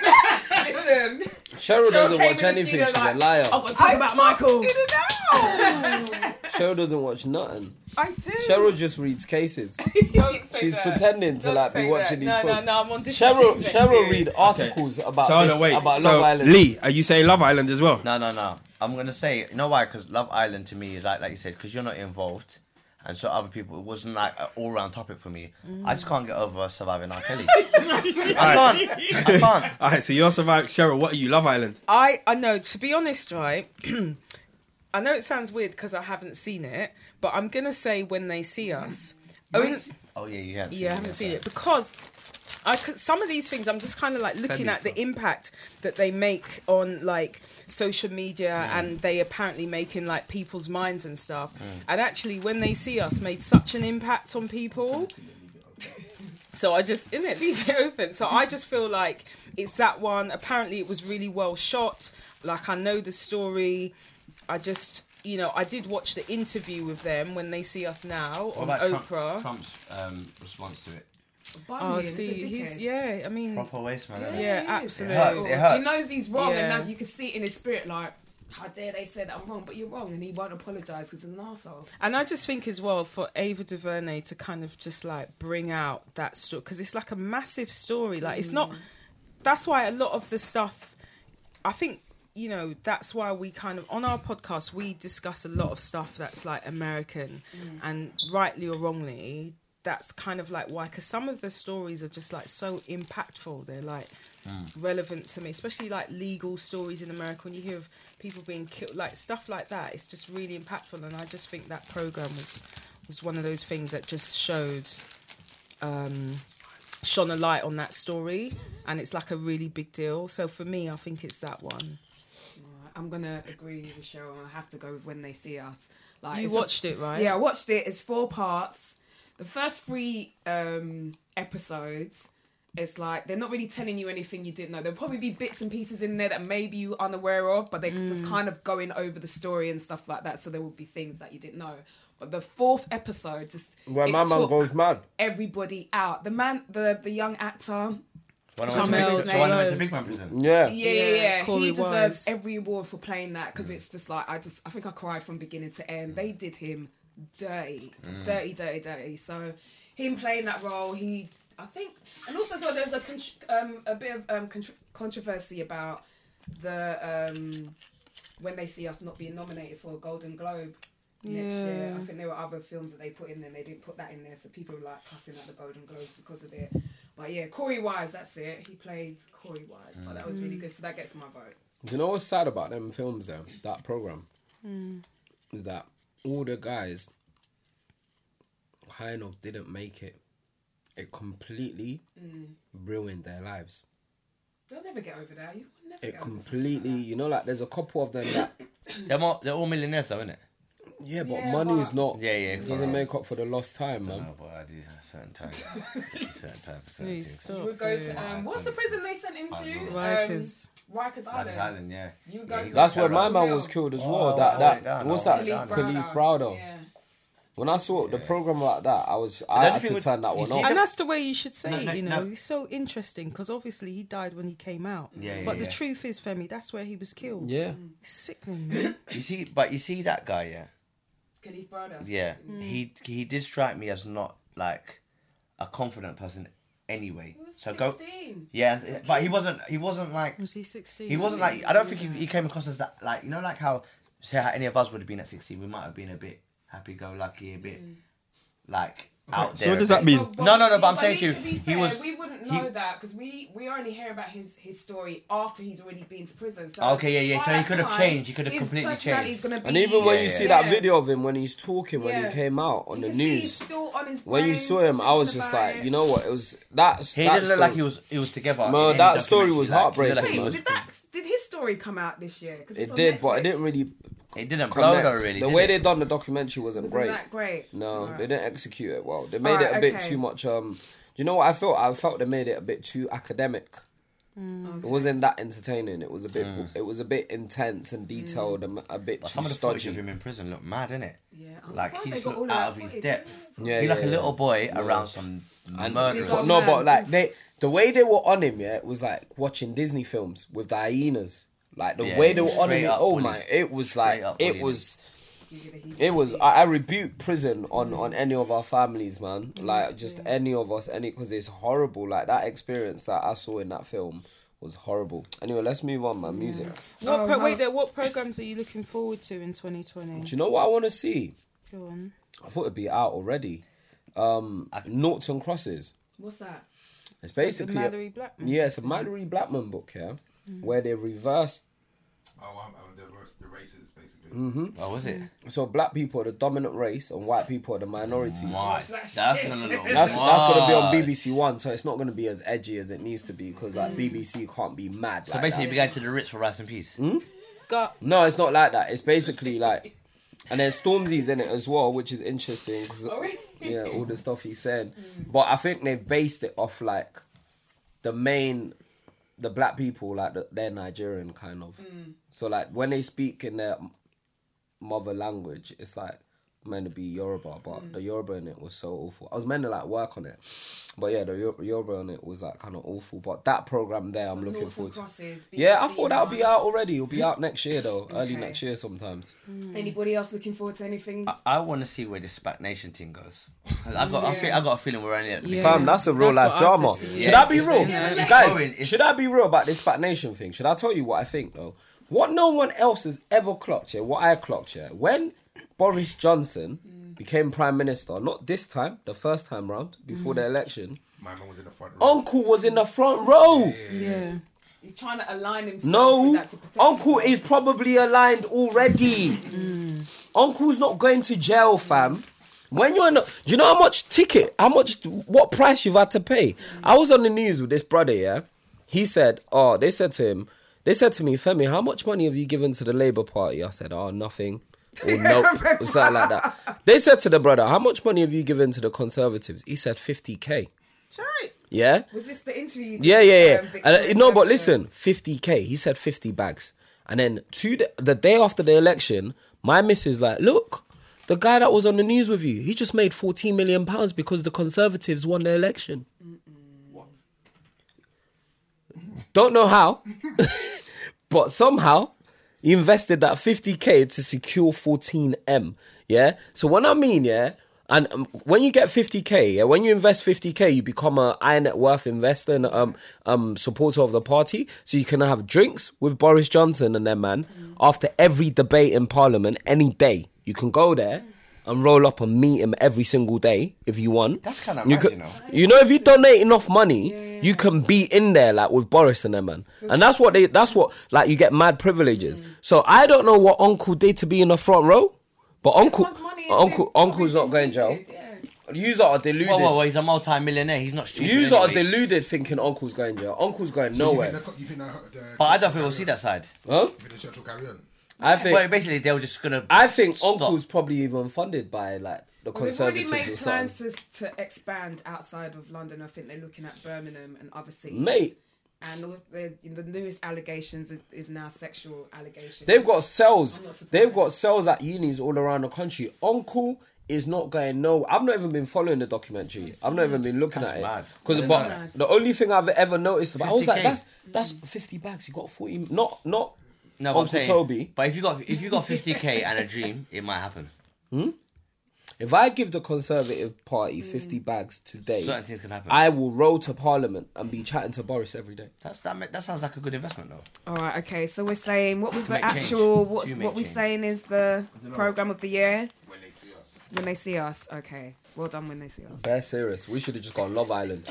Speaker 4: it.
Speaker 1: Listen,
Speaker 2: Cheryl
Speaker 1: came
Speaker 2: doesn't watch
Speaker 1: in the
Speaker 2: anything.
Speaker 1: studio
Speaker 2: She's a
Speaker 1: like, oh,
Speaker 2: liar.
Speaker 1: I about Michael. In and out.
Speaker 2: Cheryl doesn't watch nothing.
Speaker 1: I do.
Speaker 2: Cheryl just reads cases.
Speaker 1: Don't say
Speaker 2: She's
Speaker 1: that.
Speaker 2: pretending to
Speaker 1: Don't
Speaker 2: like be
Speaker 1: say
Speaker 2: watching these.
Speaker 1: that. No, no,
Speaker 2: programs.
Speaker 1: no. I'm on different
Speaker 2: Cheryl,
Speaker 1: things,
Speaker 2: Cheryl
Speaker 1: Lexi.
Speaker 2: read articles about
Speaker 5: So
Speaker 2: this,
Speaker 5: no, wait.
Speaker 2: about
Speaker 5: so
Speaker 2: Love Island.
Speaker 5: Lee, are you saying Love Island as well?
Speaker 3: No, no, no. I'm gonna say, you know why? Because Love Island to me is like, like you said, because you're not involved, and so other people, it wasn't like an all-round topic for me. I just can't get over surviving R. Kelly. I can't. I can't.
Speaker 5: All right, so you're surviving. Cheryl, what are you? Love Island.
Speaker 1: I I know to be honest, right? I know it sounds weird because I haven't seen it, but I'm gonna say when they see us. Only,
Speaker 3: Oh yeah, you haven't.
Speaker 1: yeah, I haven't seen it because I could, some of these things I'm just kind of like looking at the impact that they make on like social media and they apparently making like people's minds and stuff. And actually, when they see us, made such an impact on people. So I just in it leave it open. So I just feel like it's that one. Apparently, it was really well shot. Like I know the story. I just you know I did watch the interview with them when they see us now on Oprah.
Speaker 3: Trump's um, response to it.
Speaker 1: Oh, see, he's yeah. I mean,
Speaker 3: Proper waste man.
Speaker 1: yeah,
Speaker 8: It hurts,
Speaker 1: absolutely.
Speaker 3: It hurts.
Speaker 8: He knows he's wrong,
Speaker 1: Yeah.
Speaker 8: and as you can see it in his spirit, like how dare they say that I'm wrong, but you're wrong, and he won't apologise because he's an arsehole.
Speaker 1: And I just think as well for Ava DuVernay to kind of just like bring out that story because it's like a massive story. Like it's not. That's why a lot of the stuff, I think. You know, that's why we kind of on our podcast we discuss a lot of stuff that's like American, and rightly or wrongly, that's kind of like why. Because some of the stories are just like so impactful. They're like relevant to me, especially like legal stories in America. When you hear of people being killed, like stuff like that, it's just really impactful. And I just think that program was was one of those things that just showed, um, shone a light on that story, and it's like a really big deal. So for me, I think it's that one.
Speaker 8: Alright, I'm gonna agree with Cheryl. and I have to go with when they see us. Like
Speaker 1: You
Speaker 8: it's a-
Speaker 1: watched it, right?
Speaker 8: Yeah, I watched it. It's four parts. The first three um, episodes, it's like they're not really telling you anything you didn't know. There'll probably be bits and pieces in there that maybe you are unaware of, but they're
Speaker 1: Mm.
Speaker 8: just kind of going over the story and stuff like that. So there will be things that you didn't know. But the fourth episode just
Speaker 2: Where
Speaker 8: it
Speaker 2: my man
Speaker 8: took
Speaker 2: goes mad.
Speaker 8: everybody out. The man, the the young actor,
Speaker 3: When I went to
Speaker 1: Carmel
Speaker 3: prison. So when I went to
Speaker 1: Zayn.
Speaker 3: Big Man prison.
Speaker 2: Yeah.
Speaker 8: yeah, yeah,
Speaker 1: Yeah,
Speaker 8: yeah.
Speaker 1: Corey
Speaker 8: he deserves
Speaker 1: Wise.
Speaker 8: every award for playing that because it's just like I just I think I cried from beginning to end. They did him dirty, dirty, dirty, dirty. So him playing that role, he I think, and also so there's a contr- um, a bit of um, contr- controversy about the um, when they see us not being nominated for a Golden Globe. Next year,
Speaker 1: Yeah.
Speaker 8: I think there were other films that they put in there, and they didn't put that in there, so people were like cussing at the Golden Globes because of it. But yeah, Corey Wise, that's it. He played Corey Wise. Oh, that was really
Speaker 2: Mm.
Speaker 8: good. So that gets my vote.
Speaker 2: Do you know what's sad about them films though? That program,
Speaker 1: Hmm.
Speaker 2: mm. that all the guys kind of didn't make it. It completely
Speaker 1: Hmm.
Speaker 2: ruined their lives.
Speaker 8: They'll never get over that. You will never
Speaker 2: It
Speaker 8: get over that.
Speaker 2: completely, you know, like there's a couple of them that,
Speaker 3: They're, more, they're all millionaires though, innit?
Speaker 2: yeah, but
Speaker 8: Yeah,
Speaker 2: money's
Speaker 8: but-
Speaker 2: not,
Speaker 3: Yeah, yeah.
Speaker 2: doesn't make up for the lost time, man.
Speaker 3: No, but I do a certain time. a certain time for certain
Speaker 1: Please
Speaker 3: things.
Speaker 1: stop.
Speaker 8: You would go to
Speaker 3: Yeah.
Speaker 8: um, what's the prison they sent him to?
Speaker 1: Rikers.
Speaker 8: Um, Rikers Island.
Speaker 3: Rikers Island, yeah.
Speaker 8: You
Speaker 3: Yeah,
Speaker 8: go-
Speaker 3: he got
Speaker 2: That's where my
Speaker 3: terrorised.
Speaker 2: man was killed as well.
Speaker 3: Oh,
Speaker 2: that
Speaker 3: I
Speaker 2: that
Speaker 3: went down,
Speaker 2: what's
Speaker 3: I
Speaker 2: that?
Speaker 3: went
Speaker 2: Khalif
Speaker 3: down.
Speaker 2: Browder.
Speaker 8: Yeah.
Speaker 2: When I saw the
Speaker 3: Yeah.
Speaker 2: program like that, I was
Speaker 3: don't
Speaker 2: I
Speaker 3: you
Speaker 2: had
Speaker 3: think
Speaker 2: to
Speaker 3: we-
Speaker 2: turn that
Speaker 3: you
Speaker 2: one
Speaker 3: see
Speaker 2: off.
Speaker 1: And that's the way you should say
Speaker 3: No,
Speaker 1: it,
Speaker 3: no,
Speaker 1: you know.
Speaker 3: no.
Speaker 1: It's so interesting because obviously he died when he came out.
Speaker 3: Yeah, yeah,
Speaker 1: but the
Speaker 3: yeah.
Speaker 1: truth is, Femi, that's where he was killed.
Speaker 2: Yeah,
Speaker 1: It's sickening, man.
Speaker 3: You see, but you see that guy, yeah,
Speaker 8: Khalif Browder.
Speaker 3: yeah. He he did strike me as not like a confident person anyway.
Speaker 8: He was
Speaker 3: So go,
Speaker 8: 16.
Speaker 3: yeah, and- but he wasn't. He wasn't like
Speaker 1: was he 16?
Speaker 3: he wasn't like. I don't think he, he came across as that. Like you know, like how say how any of us would have been at sixteen, we might have been a bit happy-go-lucky, a bit like out
Speaker 5: So
Speaker 3: there.
Speaker 5: what
Speaker 3: a
Speaker 5: does
Speaker 3: bit.
Speaker 5: that mean?
Speaker 8: Well,
Speaker 3: No, no, no, but I'm saying
Speaker 8: to
Speaker 3: to
Speaker 8: be
Speaker 3: you, he
Speaker 8: fair,
Speaker 3: was-
Speaker 8: We wouldn't
Speaker 3: he-
Speaker 8: know that because we we only hear about his his story after he's already been to prison. So
Speaker 3: Okay, yeah, yeah,
Speaker 8: by
Speaker 3: so he
Speaker 8: that
Speaker 3: could have
Speaker 8: time,
Speaker 3: changed, he could have
Speaker 8: his
Speaker 3: completely
Speaker 8: personality's
Speaker 3: changed.
Speaker 8: Gonna be,
Speaker 2: and even when
Speaker 3: Yeah,
Speaker 2: you
Speaker 3: yeah.
Speaker 2: see that
Speaker 8: Yeah.
Speaker 2: video of him when he's talking when
Speaker 8: Yeah.
Speaker 2: he came out on
Speaker 8: you
Speaker 2: the
Speaker 8: can see he's
Speaker 2: news,
Speaker 8: still on his
Speaker 2: when you
Speaker 8: brains,
Speaker 2: saw him, I was
Speaker 8: thinking
Speaker 2: just
Speaker 8: about
Speaker 2: like,
Speaker 8: it.
Speaker 2: you know what? It was that's
Speaker 3: He
Speaker 2: that
Speaker 3: didn't look like
Speaker 2: story-
Speaker 3: he was. He was together.
Speaker 2: No,
Speaker 3: in any
Speaker 2: that story was
Speaker 3: documentary, like, he
Speaker 2: heartbreaking,
Speaker 3: looked
Speaker 8: Wait,
Speaker 2: man.
Speaker 3: like he
Speaker 8: did that? Did his story come out this year? 'Cause it's
Speaker 2: It
Speaker 8: on
Speaker 2: did, but it
Speaker 8: Netflix.
Speaker 2: didn't really
Speaker 3: was- It didn't blow
Speaker 2: connect.
Speaker 3: though, really.
Speaker 2: the
Speaker 3: did
Speaker 2: way
Speaker 3: it?
Speaker 2: they done the documentary wasn't
Speaker 8: Wasn't
Speaker 2: great.
Speaker 8: that great?
Speaker 2: No,
Speaker 8: Alright.
Speaker 2: they didn't execute it well. They made
Speaker 8: Alright,
Speaker 2: it a bit
Speaker 8: okay.
Speaker 2: too much. Um, do you know what I felt? I felt they made it a bit too academic. It wasn't that entertaining. It was a bit. It was a bit intense and detailed, and a bit
Speaker 3: Hmm. But
Speaker 2: too
Speaker 3: some of the footage
Speaker 2: stodgy.
Speaker 3: of him in prison looked mad, innit?
Speaker 8: Yeah, I'm
Speaker 3: like
Speaker 8: surprised they
Speaker 3: he's
Speaker 8: got all
Speaker 3: looked
Speaker 8: of
Speaker 3: out of
Speaker 8: that
Speaker 3: his
Speaker 8: footage.
Speaker 3: depth.
Speaker 2: Yeah,
Speaker 3: He's like
Speaker 2: yeah,
Speaker 3: a little
Speaker 2: yeah.
Speaker 3: boy around some
Speaker 2: And-
Speaker 3: murderers.
Speaker 8: He's
Speaker 2: no,
Speaker 8: man.
Speaker 2: but like they, the way they were on him, yeah, it was like watching Disney films with the hyenas. Like the
Speaker 3: Yeah,
Speaker 2: way they were on
Speaker 3: straight
Speaker 2: him,
Speaker 3: up
Speaker 2: oh
Speaker 3: bullied.
Speaker 2: my! It was like
Speaker 3: Straight up
Speaker 2: it
Speaker 3: bullied him.
Speaker 2: was.
Speaker 8: You give a
Speaker 2: It was. I, I rebuke prison
Speaker 8: Mm.
Speaker 2: on on any of our families, man. Like just any of us, any because it's horrible. Like that experience that I saw in that film was horrible. Anyway, let's move on, man. Music.
Speaker 1: What
Speaker 8: Oh,
Speaker 1: pro-
Speaker 8: no.
Speaker 1: Wait, there, what programs are you looking forward to in 2020?
Speaker 2: Do you know what I want to see?
Speaker 1: Go on.
Speaker 2: I thought it'd be out already. Um, Norton Crosses.
Speaker 8: What's that?
Speaker 2: It's
Speaker 1: So it's the
Speaker 2: basically
Speaker 1: Mallory Blackman.
Speaker 2: Mm-hmm. yeah, it's a Mallory Blackman book, yeah, where they reversed.
Speaker 4: Oh, I'm, I'm the, rac- the racist, basically.
Speaker 3: What Oh, was it?
Speaker 2: So black people are the dominant race and white people are the minorities.
Speaker 3: Mad.
Speaker 8: that
Speaker 3: That's gonna look
Speaker 2: That's that's gonna be on
Speaker 3: mad.
Speaker 2: BBC One, so it's not gonna be as edgy as it needs to be because like BBC can't be mad.
Speaker 3: So
Speaker 2: like
Speaker 3: basically,
Speaker 2: that.
Speaker 3: we go to the Ritz for rice and peas.
Speaker 2: Hmm?
Speaker 1: Got
Speaker 2: no, it's not like that. It's basically like, and then Stormzy's in it as well, which is interesting. 'cause-
Speaker 8: really?
Speaker 2: Yeah, all the stuff he's saying, but I think they've based it off like the main, the black people like the, they're Nigerian kind of. So like when they speak in their mother language, it's like meant to be Yoruba, but the Yoruba in it was so awful. I was meant to like work on it, but yeah, the Yor- Yoruba in it was like kind of awful. But that program there, I'm looking
Speaker 8: Noughts and
Speaker 2: forward to.
Speaker 8: crosses,
Speaker 2: Yeah, I
Speaker 8: BBC
Speaker 2: thought that'll be
Speaker 8: One.
Speaker 2: out already. It'll be out next year though, early
Speaker 8: Okay.
Speaker 2: next year sometimes.
Speaker 8: um, Anybody else looking forward to anything?
Speaker 2: Uh,
Speaker 3: I, I want to see where this Spac Nation thing goes. 'Cause I got, I, feel, I got a feeling we're only at the
Speaker 1: Yeah.
Speaker 2: Fam, that's a real
Speaker 1: That's
Speaker 2: life
Speaker 1: what I
Speaker 2: drama.
Speaker 1: said to
Speaker 2: Should
Speaker 1: you
Speaker 2: I be
Speaker 1: yesterday,
Speaker 2: real,
Speaker 1: man.
Speaker 3: It's going,
Speaker 2: guys?
Speaker 3: it's-
Speaker 2: Should I be real about this Fat Nation thing? Should I tell you what I think though? What no one else has ever clocked yet. What I clocked yet. When Boris Johnson became prime minister, not this time, the first time round before the election,
Speaker 4: My mum was in the front
Speaker 3: Oh,
Speaker 4: row.
Speaker 2: Uncle was in the front row.
Speaker 1: Yeah.
Speaker 8: He's trying to align himself. with
Speaker 2: No,
Speaker 8: that to protect
Speaker 2: Uncle
Speaker 8: himself.
Speaker 2: is probably aligned already.
Speaker 8: Mm.
Speaker 2: Uncle's not going to jail, fam. When you're in, the, do you know how much ticket, how much, what price you've had to pay? I was on the news with this brother, yeah. He said, "Oh, they said to him, they said to me, Femi, how much money have you given to the Labour Party?" I said, "Oh, nothing." Or nope, or something like that. They said to the brother, "How much money have you given to the Conservatives?" He said, "50k."
Speaker 8: Right.
Speaker 2: Yeah.
Speaker 8: Was this the interview? You did
Speaker 2: Yeah, yeah,
Speaker 8: with,
Speaker 2: yeah.
Speaker 8: um, Victoria
Speaker 2: And, uh, no, but
Speaker 8: Thatcher?
Speaker 2: listen, 50k. He said 50 bags. And then two da- the day after the election, my missus like, look, the guy that was on the news with you, he just made 14 million pounds because the Conservatives won the election.
Speaker 4: What?
Speaker 2: Don't know how, but somehow he invested that 50k to secure 14m. Yeah. So when I mean, yeah. And um, when you get 50k, yeah, when you invest 50k, you become a high net worth investor and um, um, supporter of the party. So you can have drinks with Boris Johnson and their man
Speaker 3: Mm.
Speaker 2: after every debate in Parliament any day. You can go there and roll up and meet him every single day if you want.
Speaker 3: That's kinda
Speaker 2: you
Speaker 3: mad,
Speaker 2: could-
Speaker 3: you know.
Speaker 2: you know, if you donate enough money, you can be in there like with Boris and them man, and that's what they. That's what like you get mad privileges. So I don't know what Uncle did to be in the front row, but Uncle,
Speaker 8: Everyone's money is
Speaker 2: Uncle,
Speaker 8: in-
Speaker 2: Uncle's not going jail.
Speaker 8: Yeah.
Speaker 2: You lot are deluded.
Speaker 3: Whoa, whoa, whoa, he's a multi-millionaire. He's not stupid.
Speaker 2: You lot are
Speaker 3: anyway.
Speaker 2: deluded thinking Uncle's going jail. Uncle's going
Speaker 4: So
Speaker 2: nowhere.
Speaker 4: You think the, you think the, the
Speaker 3: But I
Speaker 4: church will
Speaker 3: don't think we'll
Speaker 4: carry
Speaker 3: see
Speaker 4: on?
Speaker 3: that side.
Speaker 2: Huh?
Speaker 4: You think the church will carry on?
Speaker 2: I think.
Speaker 3: Well, basically, they were just gonna.
Speaker 2: I think
Speaker 3: stop.
Speaker 2: Uncle's probably even funded by like the
Speaker 8: Well, they've already
Speaker 2: Conservatives or
Speaker 8: made plans
Speaker 2: something.
Speaker 8: to, to expand outside of London. I think they're looking at Birmingham and other cities.
Speaker 2: Mate,
Speaker 8: And also the, the newest allegations is, is now sexual allegations.
Speaker 2: They've got cells.
Speaker 8: I'm not surprised.
Speaker 2: They've got cells at unis all around the country. Uncle is not going no. I've not even been following the documentary. I've not even been looking
Speaker 3: That's
Speaker 2: at
Speaker 3: mad.
Speaker 2: it because
Speaker 3: I
Speaker 2: but
Speaker 3: didn't know that.
Speaker 2: the only thing I've ever noticed about I was like
Speaker 3: 50K.
Speaker 2: that's that's fifty bags. You got forty. Not not
Speaker 3: No, but I'm
Speaker 2: Uncle
Speaker 3: saying,
Speaker 2: Toby.
Speaker 3: But if you got if you got 50k and a dream, it might happen.
Speaker 2: If I give the Conservative Party
Speaker 8: Mm.
Speaker 2: fifty bags today,
Speaker 3: Certain things can happen.
Speaker 2: I will roll to Parliament and be chatting to Boris every day.
Speaker 3: That's that. ma- That sounds like a good investment, though.
Speaker 8: All right, okay. So we're saying what was the
Speaker 3: Make change.
Speaker 8: actual what
Speaker 3: Do make
Speaker 8: what we're
Speaker 3: change.
Speaker 8: saying is the program of the year
Speaker 4: When they see us.
Speaker 8: when they see us. Okay, well done when they see us.
Speaker 2: Bare serious. We should have just gone Love Island.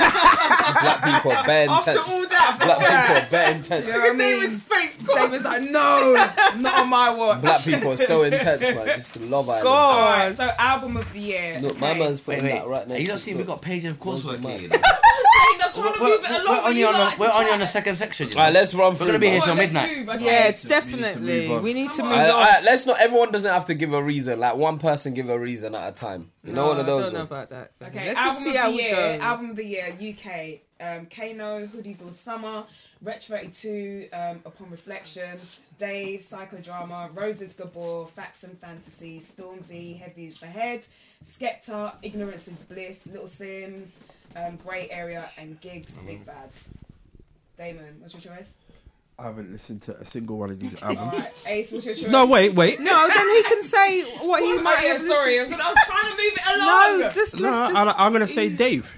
Speaker 2: black people are bare intense.
Speaker 8: that,
Speaker 2: black people are bare intense.
Speaker 8: look at David's face. David's like, no, not on my watch.
Speaker 2: Black people are so intense, man. Just Love Island.
Speaker 8: All right, so album of the year.
Speaker 2: Look, my
Speaker 8: okay.
Speaker 2: man's putting
Speaker 3: Wait, wait.
Speaker 2: that right next.
Speaker 3: you
Speaker 2: to
Speaker 3: not seeing we got pages of coursework
Speaker 2: Mine.
Speaker 3: here. you know?
Speaker 8: Shane, I'm trying to
Speaker 3: we're,
Speaker 8: move
Speaker 3: we're,
Speaker 8: it along.
Speaker 3: we're
Speaker 8: but
Speaker 3: only
Speaker 8: you
Speaker 3: on
Speaker 8: like
Speaker 3: the,
Speaker 8: to
Speaker 3: we're only
Speaker 8: chat.
Speaker 3: on the second section. You know?
Speaker 2: All right, let's run through.
Speaker 3: we're gonna be here
Speaker 8: Come
Speaker 2: man.
Speaker 3: till
Speaker 8: on, let's
Speaker 3: midnight.
Speaker 8: move, okay?
Speaker 1: Yeah, it's
Speaker 5: So we need to move
Speaker 1: definitely.
Speaker 5: on.
Speaker 1: We need to
Speaker 8: Come
Speaker 1: move
Speaker 8: on.
Speaker 2: All right, all
Speaker 1: on.
Speaker 2: right, let's not. Everyone doesn't have to give a reason. Like one person give a reason at a time. You know, one of
Speaker 1: I
Speaker 2: those.
Speaker 1: don't know
Speaker 2: ones.
Speaker 1: about that.
Speaker 8: Okay,
Speaker 1: Let's
Speaker 8: album
Speaker 1: just see
Speaker 8: of
Speaker 1: how
Speaker 8: the
Speaker 1: we
Speaker 8: year,
Speaker 1: go.
Speaker 8: album of the year, UK. Um, Kano, Hoodies All Summer, Retro 82, um, Upon Reflection, Dave, Psychodrama, Roses Gabor, Facts and Fantasy, Stormzy, Heavy is the Head, Skepta, Ignorance is Bliss, Little Sims, um, Grey Area, and Gigs,
Speaker 3: Mm-hmm.
Speaker 8: Big Bad. Damon, what's your choice?
Speaker 5: I haven't listened to a single one of these albums.
Speaker 8: Alright, Ace, what's your choice?
Speaker 5: no, wait, wait.
Speaker 1: No, then he can say what he
Speaker 8: You
Speaker 1: might
Speaker 8: might
Speaker 1: have
Speaker 8: sorry, I was
Speaker 1: listened-
Speaker 8: trying to move it along.
Speaker 1: No, just
Speaker 5: No,
Speaker 1: let's
Speaker 5: I,
Speaker 1: just.
Speaker 5: I'm gonna say Dave.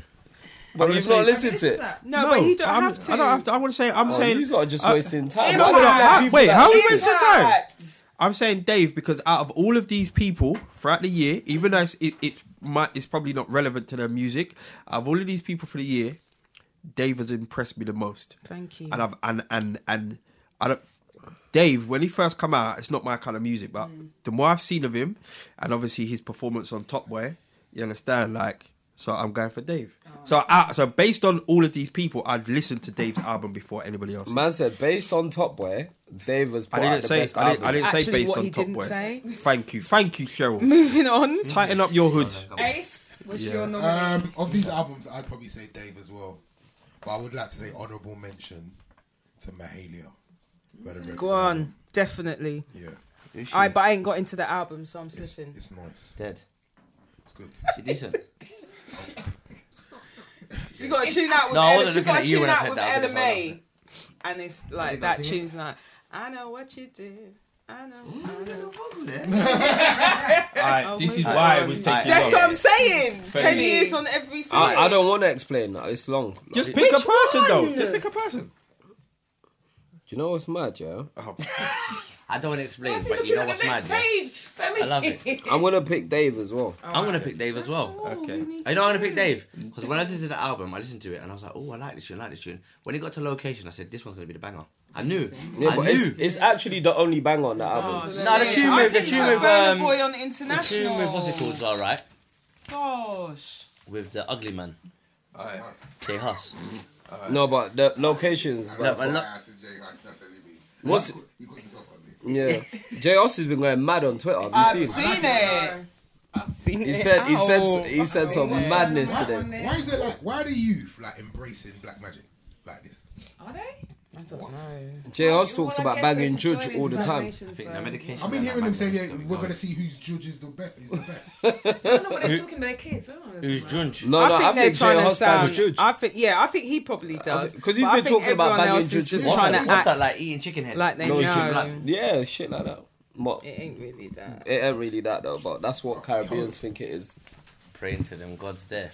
Speaker 2: But
Speaker 5: I'm
Speaker 2: you've
Speaker 5: gonna
Speaker 2: not
Speaker 5: say-
Speaker 2: listened to it.
Speaker 1: No, but he don't
Speaker 5: I'm-
Speaker 1: have to.
Speaker 5: I don't have to. I want to say I'm
Speaker 2: Oh,
Speaker 5: saying.
Speaker 2: you are just
Speaker 5: I-
Speaker 2: wasting time.
Speaker 5: No,
Speaker 2: Why
Speaker 5: no,
Speaker 2: do
Speaker 5: no,
Speaker 2: I have
Speaker 5: how-
Speaker 2: people
Speaker 5: wait,
Speaker 2: that-
Speaker 5: how are we
Speaker 1: Impact.
Speaker 5: wasting time? I'm saying Dave because out of all of these people throughout the year, even though it's, it, it might it's probably not relevant to their music, out of all of these people for the year, Dave has impressed me the most.
Speaker 1: Thank you.
Speaker 5: And I've and and and I don't. Dave, when he first come out, it's not my kind of music, but
Speaker 1: Mm.
Speaker 5: the more I've seen of him, and obviously his performance on Top Boy, you understand, like. So I'm going for Dave.
Speaker 1: Oh.
Speaker 5: So I, so based on all of these people, I'd listen to Dave's album before anybody else.
Speaker 2: Man said based on Top Boy, Dave was.
Speaker 5: I didn't say I didn't, I didn't say
Speaker 1: Actually,
Speaker 5: based
Speaker 1: what
Speaker 5: on
Speaker 1: he
Speaker 5: Top
Speaker 1: didn't
Speaker 5: Boy.
Speaker 1: say.
Speaker 5: Thank you, thank you, Cheryl.
Speaker 1: Moving on.
Speaker 5: Tighten up your hood.
Speaker 8: Ace, what's
Speaker 5: Yeah.
Speaker 8: your
Speaker 4: Um,
Speaker 8: nomination?
Speaker 4: of these albums, I'd probably say Dave as well, but I would like to say honourable mention to Mahalia. who had a really
Speaker 1: Go
Speaker 4: good
Speaker 1: on.
Speaker 4: album.
Speaker 1: Definitely.
Speaker 4: Yeah.
Speaker 3: Is she
Speaker 1: I but I ain't got into the album, so I'm slipping.
Speaker 4: It's nice.
Speaker 3: dead?
Speaker 4: It's good.
Speaker 3: She decent.
Speaker 1: You gotta tune out with
Speaker 3: No, I
Speaker 1: Ella.
Speaker 3: wasn't
Speaker 1: You
Speaker 3: looking
Speaker 1: gotta
Speaker 3: at you
Speaker 1: tune
Speaker 3: when I
Speaker 1: out
Speaker 3: said
Speaker 1: with
Speaker 3: that, I was
Speaker 1: Ella
Speaker 3: looking at someone
Speaker 1: May, and it's like
Speaker 3: think that's
Speaker 1: that
Speaker 3: it.
Speaker 1: tune's like, I know what you do. I know. I know.
Speaker 11: Alright, this is
Speaker 1: my
Speaker 11: why
Speaker 1: God.
Speaker 11: it was
Speaker 3: Alright.
Speaker 11: taking
Speaker 1: That's
Speaker 11: long.
Speaker 1: what I'm saying. Ten
Speaker 11: me.
Speaker 1: years on every film.
Speaker 2: I, I don't want to explain. that, It's long. Like,
Speaker 5: Just
Speaker 2: it-
Speaker 5: pick a
Speaker 1: Which
Speaker 5: person, though.
Speaker 1: one?
Speaker 5: Just pick a
Speaker 2: do
Speaker 5: person.
Speaker 2: you know what's mad, yeah?
Speaker 3: I don't want to explain,
Speaker 8: Auntie,
Speaker 3: but
Speaker 8: look
Speaker 3: you
Speaker 8: at
Speaker 3: know
Speaker 8: the
Speaker 3: what's mad. yeah?
Speaker 8: next page. Femi.
Speaker 3: I love it.
Speaker 2: I'm gonna pick Dave as well.
Speaker 3: I'm gonna pick Dave as well.
Speaker 8: Oh,
Speaker 5: Okay.
Speaker 3: I know I'm gonna pick Dave because when I listened to the album, I listened to it and I was like, "Oh, I like this tune, I like this tune." When it got to location, I said, "This one's gonna be the banger." I knew,
Speaker 2: Yeah,
Speaker 3: I
Speaker 2: but
Speaker 3: knew.
Speaker 2: it's, it's actually the only bang on the album.
Speaker 1: Yeah.
Speaker 3: Nah, the tune
Speaker 1: I
Speaker 3: with- the
Speaker 1: didn't
Speaker 3: tune
Speaker 1: put
Speaker 3: with,
Speaker 1: Burna
Speaker 3: um,
Speaker 1: Boy on
Speaker 3: the tune
Speaker 1: international.
Speaker 3: with what's it called? is All right,
Speaker 1: Gosh.
Speaker 3: with the ugly man,
Speaker 11: Alright.
Speaker 3: Jay Huss.
Speaker 2: No, but the locations.
Speaker 4: I love
Speaker 2: But,
Speaker 3: lo-
Speaker 4: I said Jay Huss, that's a living.
Speaker 2: What's-
Speaker 4: You got- You got yourself on this.
Speaker 2: yeah, J.O.S. has been going mad on Twitter. Have you
Speaker 1: I've
Speaker 2: seen?
Speaker 1: seen it. I've seen
Speaker 2: He
Speaker 1: it.
Speaker 2: said he
Speaker 1: Ow.
Speaker 2: said he said some madness
Speaker 4: Why,
Speaker 2: today.
Speaker 4: why is it like? Why are the youth like embracing black magic like this?
Speaker 8: Are they?
Speaker 1: I don't
Speaker 4: What?
Speaker 1: know.
Speaker 2: J.O.S.
Speaker 8: Well,
Speaker 2: talks
Speaker 8: I
Speaker 2: about
Speaker 8: guess
Speaker 2: banging
Speaker 8: they enjoy
Speaker 2: judge
Speaker 8: it
Speaker 2: all the
Speaker 8: in
Speaker 2: time.
Speaker 8: isolation,
Speaker 3: I think
Speaker 8: so-
Speaker 3: the medication.
Speaker 4: I've been
Speaker 3: that
Speaker 4: hearing
Speaker 3: man
Speaker 4: them saying,
Speaker 3: was
Speaker 4: yeah,
Speaker 3: gonna be
Speaker 4: we're
Speaker 3: going.
Speaker 4: gonna see who's judges the best. Is the best.
Speaker 8: I don't know what they're talking about their kids. Oh, that's
Speaker 3: Who's
Speaker 8: right.
Speaker 3: Drunch?
Speaker 2: No,
Speaker 1: I
Speaker 2: no,
Speaker 1: think
Speaker 2: I
Speaker 1: they're
Speaker 2: think
Speaker 1: trying to
Speaker 2: J.O.S.
Speaker 1: sound.
Speaker 2: bangs judge.
Speaker 1: I think yeah, I think he probably does.
Speaker 2: think- 'cause he's
Speaker 1: but I
Speaker 2: been
Speaker 1: think
Speaker 2: talking about
Speaker 1: everyone
Speaker 2: banging
Speaker 1: else is
Speaker 2: judges.
Speaker 1: just
Speaker 3: What's
Speaker 1: trying to
Speaker 3: that, what's
Speaker 1: act
Speaker 3: that like eating chicken head?
Speaker 1: like they
Speaker 2: No,
Speaker 1: know.
Speaker 2: Jim Yeah, shit like that. What?
Speaker 1: It ain't really that.
Speaker 2: It ain't really that though, but that's what Caribbeans think it is.
Speaker 3: praying to them gods there.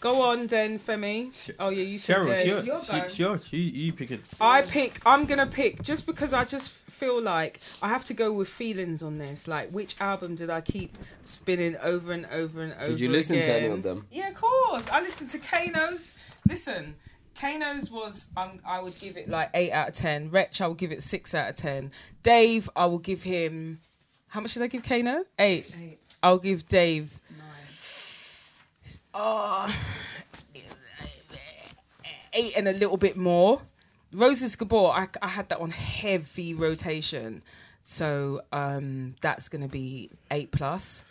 Speaker 1: Go on then, Femi. Oh yeah, you said
Speaker 5: Cheryl, it's
Speaker 1: Dave.
Speaker 5: yours.
Speaker 8: your
Speaker 5: It's
Speaker 8: go.
Speaker 5: it's yours. You, you pick it.
Speaker 1: I pick. I'm gonna pick just because I just feel like I have to go with feelings on this. Like, which album did I keep spinning over and over and over?
Speaker 2: Did you listen to any
Speaker 1: again?
Speaker 2: of them?
Speaker 1: Yeah, of course. I listened to Kano's. Listen, Kano's was um, I would give it like eight out of ten. Wretch, I will give it six out of ten. Dave, I will give him. How much did I give Kano? Eight.
Speaker 8: Eight.
Speaker 1: I'll give Dave.
Speaker 8: Nice.
Speaker 1: Oh, eight and a little bit more. Roses Gabor, I, I had that on heavy rotation, so um, that's going to be eight plus.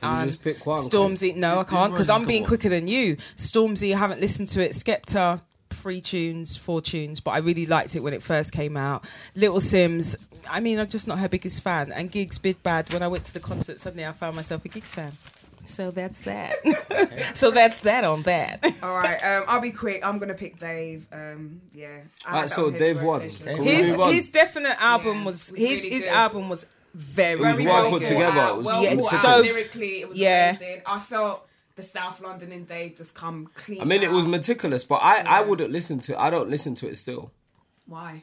Speaker 2: Can you just pick one? 'Cause
Speaker 1: Stormzy, no, I can't because I'm being
Speaker 3: Gabor?
Speaker 1: quicker than you. Stormzy, I haven't listened to it. Skepta, three tunes, four tunes, but I really liked it when it first came out. Little Sims, I mean, I'm just not her biggest fan. And Gigs, Big Bad. When I went to the concert, suddenly I found myself a Gigs fan. So that's that. so that's that on that.
Speaker 8: All right, um, I'll be quick. I'm gonna pick Dave. Um, yeah. I
Speaker 2: Alright,
Speaker 8: had that
Speaker 2: so
Speaker 8: on his
Speaker 2: Dave won.
Speaker 8: rotation.
Speaker 2: Can we
Speaker 1: his
Speaker 2: move on?
Speaker 1: his definite album
Speaker 8: Yeah,
Speaker 1: was,
Speaker 8: it was
Speaker 1: his
Speaker 8: really
Speaker 1: his
Speaker 8: good.
Speaker 1: album was very
Speaker 2: It was
Speaker 1: very
Speaker 2: well
Speaker 1: good.
Speaker 2: put together.
Speaker 8: Out,
Speaker 2: It was
Speaker 8: well
Speaker 1: yeah,
Speaker 8: thought
Speaker 1: so-
Speaker 8: out lyrically, it was
Speaker 1: yeah.
Speaker 8: amazing. I felt the South London and Dave just come clean.
Speaker 2: I mean, it was
Speaker 8: out.
Speaker 2: meticulous, but I, I wouldn't listen to. I don't listen to it still.
Speaker 8: why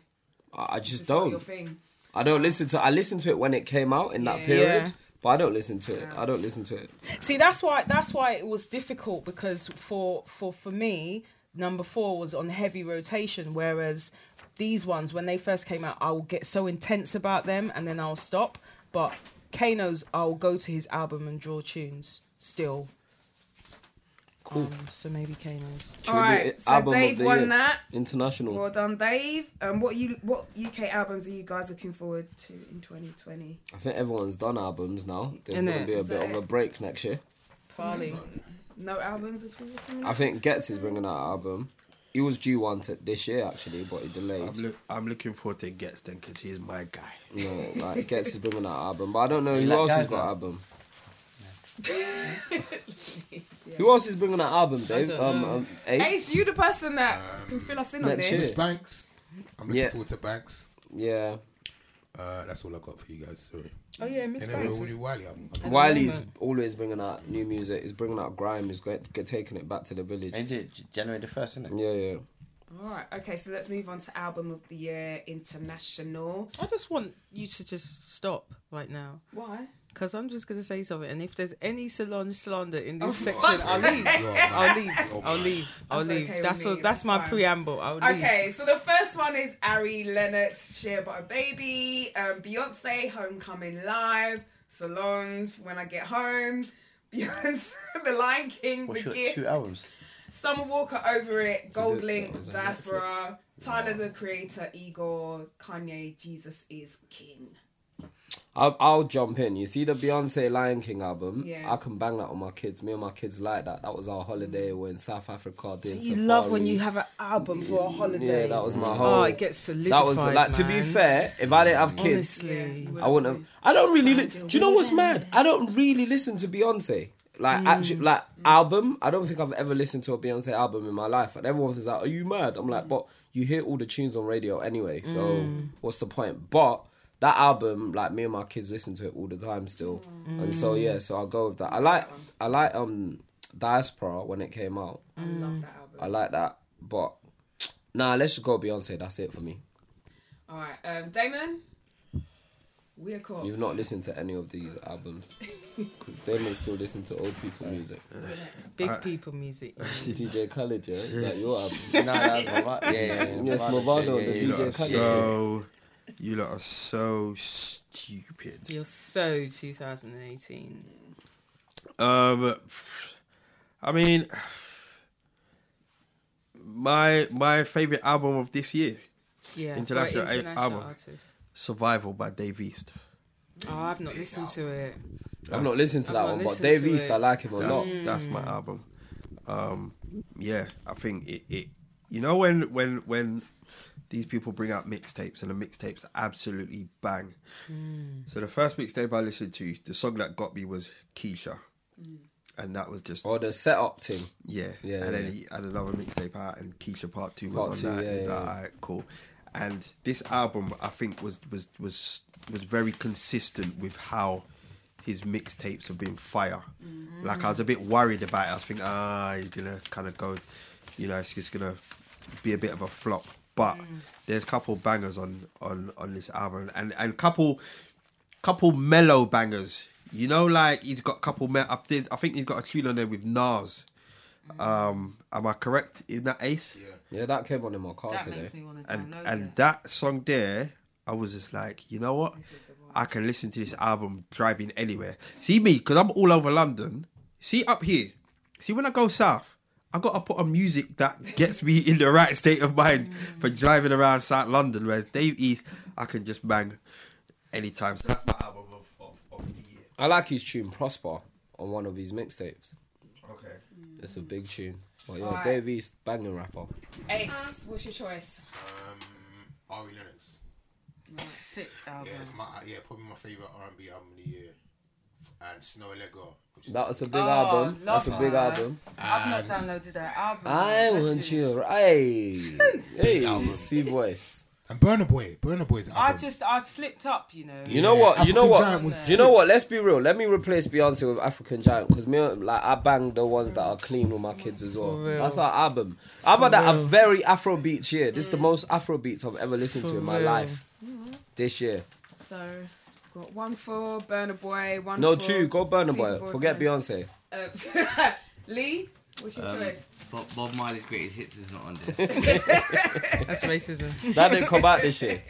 Speaker 2: I, I just
Speaker 8: It's not your
Speaker 2: don't.
Speaker 8: thing.
Speaker 2: I don't listen to. I listened to it when it came out in that
Speaker 8: Yeah.
Speaker 2: period,
Speaker 1: Yeah.
Speaker 2: but I don't listen to it. I don't listen to it.
Speaker 1: See, that's why that's why it was difficult because for for for me, number four was on heavy rotation, whereas these ones when they first came out, I will get so intense about them and then I'll stop. But Kano's, I'll go to his album and draw tunes still. Cool. so maybe Kano's.
Speaker 2: Should
Speaker 8: All
Speaker 2: we do
Speaker 8: right,
Speaker 2: it-
Speaker 8: so
Speaker 2: album of
Speaker 8: Dave
Speaker 2: the
Speaker 8: won
Speaker 2: year?
Speaker 8: that.
Speaker 2: International.
Speaker 8: Well done, Dave. Um, what you what UK albums are you guys looking forward to in 2020?
Speaker 2: I think everyone's done albums now. There's
Speaker 1: Innit?
Speaker 2: going to be a
Speaker 8: Is
Speaker 2: bit
Speaker 8: that
Speaker 2: of a
Speaker 8: it?
Speaker 2: break next year.
Speaker 1: Farley.
Speaker 8: No albums at all. coming
Speaker 2: I
Speaker 8: out?
Speaker 2: think Getz is bringing out an album. He was due one to this year actually, but he
Speaker 5: I'm,
Speaker 2: delayed.
Speaker 5: look, I'm looking forward to Gets then because he's my guy.
Speaker 2: No, like Getz is bringing out an album, but I don't know who
Speaker 3: like
Speaker 2: else
Speaker 3: guys
Speaker 2: has got an
Speaker 3: now?
Speaker 2: album. Who else is bringing an album, Dave?
Speaker 1: don't
Speaker 2: Um,
Speaker 1: know.
Speaker 2: um, Ace?
Speaker 8: Ace, you the person that can fill us in on
Speaker 2: next
Speaker 8: this.
Speaker 2: year.
Speaker 4: It's Banks. I'm looking
Speaker 2: Yeah.
Speaker 4: forward to Banks.
Speaker 2: Yeah.
Speaker 4: Uh, that's all I got for you guys. Sorry.
Speaker 1: Oh yeah, Miss
Speaker 4: And then
Speaker 1: Banks.
Speaker 4: we'll
Speaker 1: is-
Speaker 4: do Wiley. I'm, I'm,
Speaker 2: Wiley's always bringing out new music. He's bringing out grime. He's get, get, taking it back to the village.
Speaker 3: They did it January the first, isn't it?
Speaker 2: Yeah, yeah.
Speaker 8: All right, okay, so let's move on to album of the year international.
Speaker 1: I just want you to just stop right now.
Speaker 8: Why?
Speaker 1: Because I'm just going to say something. And if there's any Solange slander in this
Speaker 8: Oh,
Speaker 1: section,
Speaker 8: fuck's
Speaker 1: I'll leave. I'll leave.
Speaker 2: Oh,
Speaker 1: I'll leave. I'll
Speaker 8: That's
Speaker 1: leave.
Speaker 8: okay with
Speaker 1: that's
Speaker 8: me,
Speaker 1: all, that's,
Speaker 8: that's
Speaker 1: my
Speaker 8: fine.
Speaker 1: preamble. I'll leave.
Speaker 8: Okay, so the first one is Ari Lennox, Share But a Baby, um, Beyonce, Homecoming Live, Solange, When I Get Home, Beyonce, The Lion King,
Speaker 3: What's
Speaker 8: The
Speaker 3: your
Speaker 8: Gift,
Speaker 3: two albums?
Speaker 8: Summer Walker, Over It, Gold
Speaker 2: did-
Speaker 8: Link,
Speaker 2: that was on
Speaker 8: Diaspora, Tyler the Creator, Igor, Kanye, Jesus is King.
Speaker 2: I'll, I'll jump in. You see the Beyonce Lion King album?
Speaker 8: Yeah.
Speaker 2: I can bang that on my kids. Me and my kids like that. That was our holiday. We're in South Africa doing
Speaker 1: Mm. You love when
Speaker 2: safari.
Speaker 1: you have an album for a holiday.
Speaker 2: Yeah, that was my whole.
Speaker 1: Oh, it gets solidified.
Speaker 2: That was like to be
Speaker 1: man.
Speaker 2: fair. If I didn't have kids,
Speaker 1: Honestly.
Speaker 2: I wouldn't have. I don't really. Li- do you know what's mad? I don't really listen to Beyonce. Like
Speaker 1: Mm.
Speaker 2: actually, like album. I don't think I've ever listened to a Beyonce album in my life. And everyone was like, "Are you mad?" I'm
Speaker 1: Mm.
Speaker 2: like, "But you hear all the tunes on radio anyway, so what's the point?" But that album, like me and my kids listen to it all the time still, and so
Speaker 1: Mm.
Speaker 2: yeah, so I'll go with that. I like, I like um Diaspora when it came out.
Speaker 8: I love that album.
Speaker 2: I like that, but nah, let's just go Beyonce. That's it for me.
Speaker 8: All right, um, Damon. We are caught.
Speaker 2: You've not listened to any of these albums because Damon still listen to old people music.
Speaker 1: Big people music.
Speaker 2: DJ Khaled, yeah, is that your album? Yes, Movado, the
Speaker 5: You lot
Speaker 2: DJ
Speaker 5: are
Speaker 2: Khaled.
Speaker 5: so. You lot are so stupid.
Speaker 1: You're so 2018.
Speaker 5: Um, I mean, my my favorite album of this year,
Speaker 1: Yeah,
Speaker 5: International
Speaker 1: for an international
Speaker 5: album.
Speaker 1: artist.
Speaker 5: "Survival" by Dave East.
Speaker 1: Oh, I've not listened to it.
Speaker 2: I've not listened to
Speaker 1: I've
Speaker 2: that
Speaker 1: not
Speaker 2: one, but
Speaker 1: listened
Speaker 2: Dave
Speaker 1: to
Speaker 2: East,
Speaker 1: it.
Speaker 2: I like him a
Speaker 5: That's
Speaker 2: lot.
Speaker 5: that's my album. Um, yeah, I think it, it. You know when when when these people bring out mixtapes and the mixtapes absolutely bang. So the first mixtape I listened to, the song that got me was Keisha, and that was just
Speaker 2: Or the setup thing.
Speaker 5: yeah.
Speaker 2: Oh, Yeah,
Speaker 5: and then
Speaker 2: yeah.
Speaker 5: he had another mixtape out, and Keisha Part Two was
Speaker 2: Part
Speaker 5: on
Speaker 2: Two,
Speaker 5: that.
Speaker 2: yeah,
Speaker 5: It's
Speaker 2: yeah,
Speaker 5: like,
Speaker 2: yeah.
Speaker 5: alright, cool. And this album, I think, was was was was very consistent with how his mixtapes have been fire.
Speaker 2: Mm-hmm.
Speaker 5: Like I was a bit worried about it. I was thinking, ah, he's gonna kind of go, you know, it's just gonna be a bit of a flop. But
Speaker 2: Mm.
Speaker 5: there's a couple bangers on on on this album, and and couple couple mellow bangers. You know, like he's got a couple. Me- I think I think he's got a tune on there with Nas. Um, am I correct in that Ace?
Speaker 4: Yeah.
Speaker 2: Mm. Yeah, that came on in my car
Speaker 1: That
Speaker 2: today.
Speaker 1: makes me want to
Speaker 5: And
Speaker 1: download
Speaker 5: and
Speaker 1: it.
Speaker 5: that song there, I was just like, you know what? I can listen to this album driving anywhere. See me, because I'm all over London. See up here. See when I go south, I gotta put on music that gets me in the right state of mind for driving around South London. Whereas Dave East, I can just bang anytime. So that's my album of, of, of the year.
Speaker 2: I like his tune Prosper on one of his mixtapes.
Speaker 5: Okay.
Speaker 2: It's a big tune. But yeah,
Speaker 8: Alright.
Speaker 2: Dave East, banging rapper.
Speaker 8: Ace, what's your choice?
Speaker 4: Um, Ari Lennox.
Speaker 1: sick
Speaker 4: Yeah,
Speaker 1: album.
Speaker 4: it's my uh, yeah probably my favorite R&B album of the year. And Snow Lego. Which is
Speaker 2: That was a big
Speaker 1: Oh,
Speaker 2: album. That's a
Speaker 1: love
Speaker 2: big
Speaker 1: that.
Speaker 2: album.
Speaker 1: I've not downloaded that album.
Speaker 2: I
Speaker 1: Bless
Speaker 2: want you right. Hey,
Speaker 4: album.
Speaker 2: see voice.
Speaker 4: and Burner Boy. Burner Boy's album.
Speaker 1: I just I slipped up, you know.
Speaker 2: You know what? you know
Speaker 4: African
Speaker 2: what?
Speaker 4: Giant was
Speaker 2: you know what? Let's be real. Let me replace Beyonce with African Giant because me like I bang the ones that are clean with my kids as well.
Speaker 1: For real.
Speaker 2: That's our album. I've had a very Afrobeat year. This is the most Afrobeats I've ever listened to in my
Speaker 1: real.
Speaker 2: life. This year,
Speaker 8: So, we've got one for Burner Boy, one
Speaker 2: no
Speaker 8: for.
Speaker 2: two. Go Burner
Speaker 8: two
Speaker 2: Boy.
Speaker 8: for
Speaker 2: Forget Beyonce.
Speaker 8: Boyfriend. Uh, Lee, what's your choice?
Speaker 3: Bob, Bob Marley's greatest hits is not on there.
Speaker 1: That's racism.
Speaker 2: That didn't come out this year.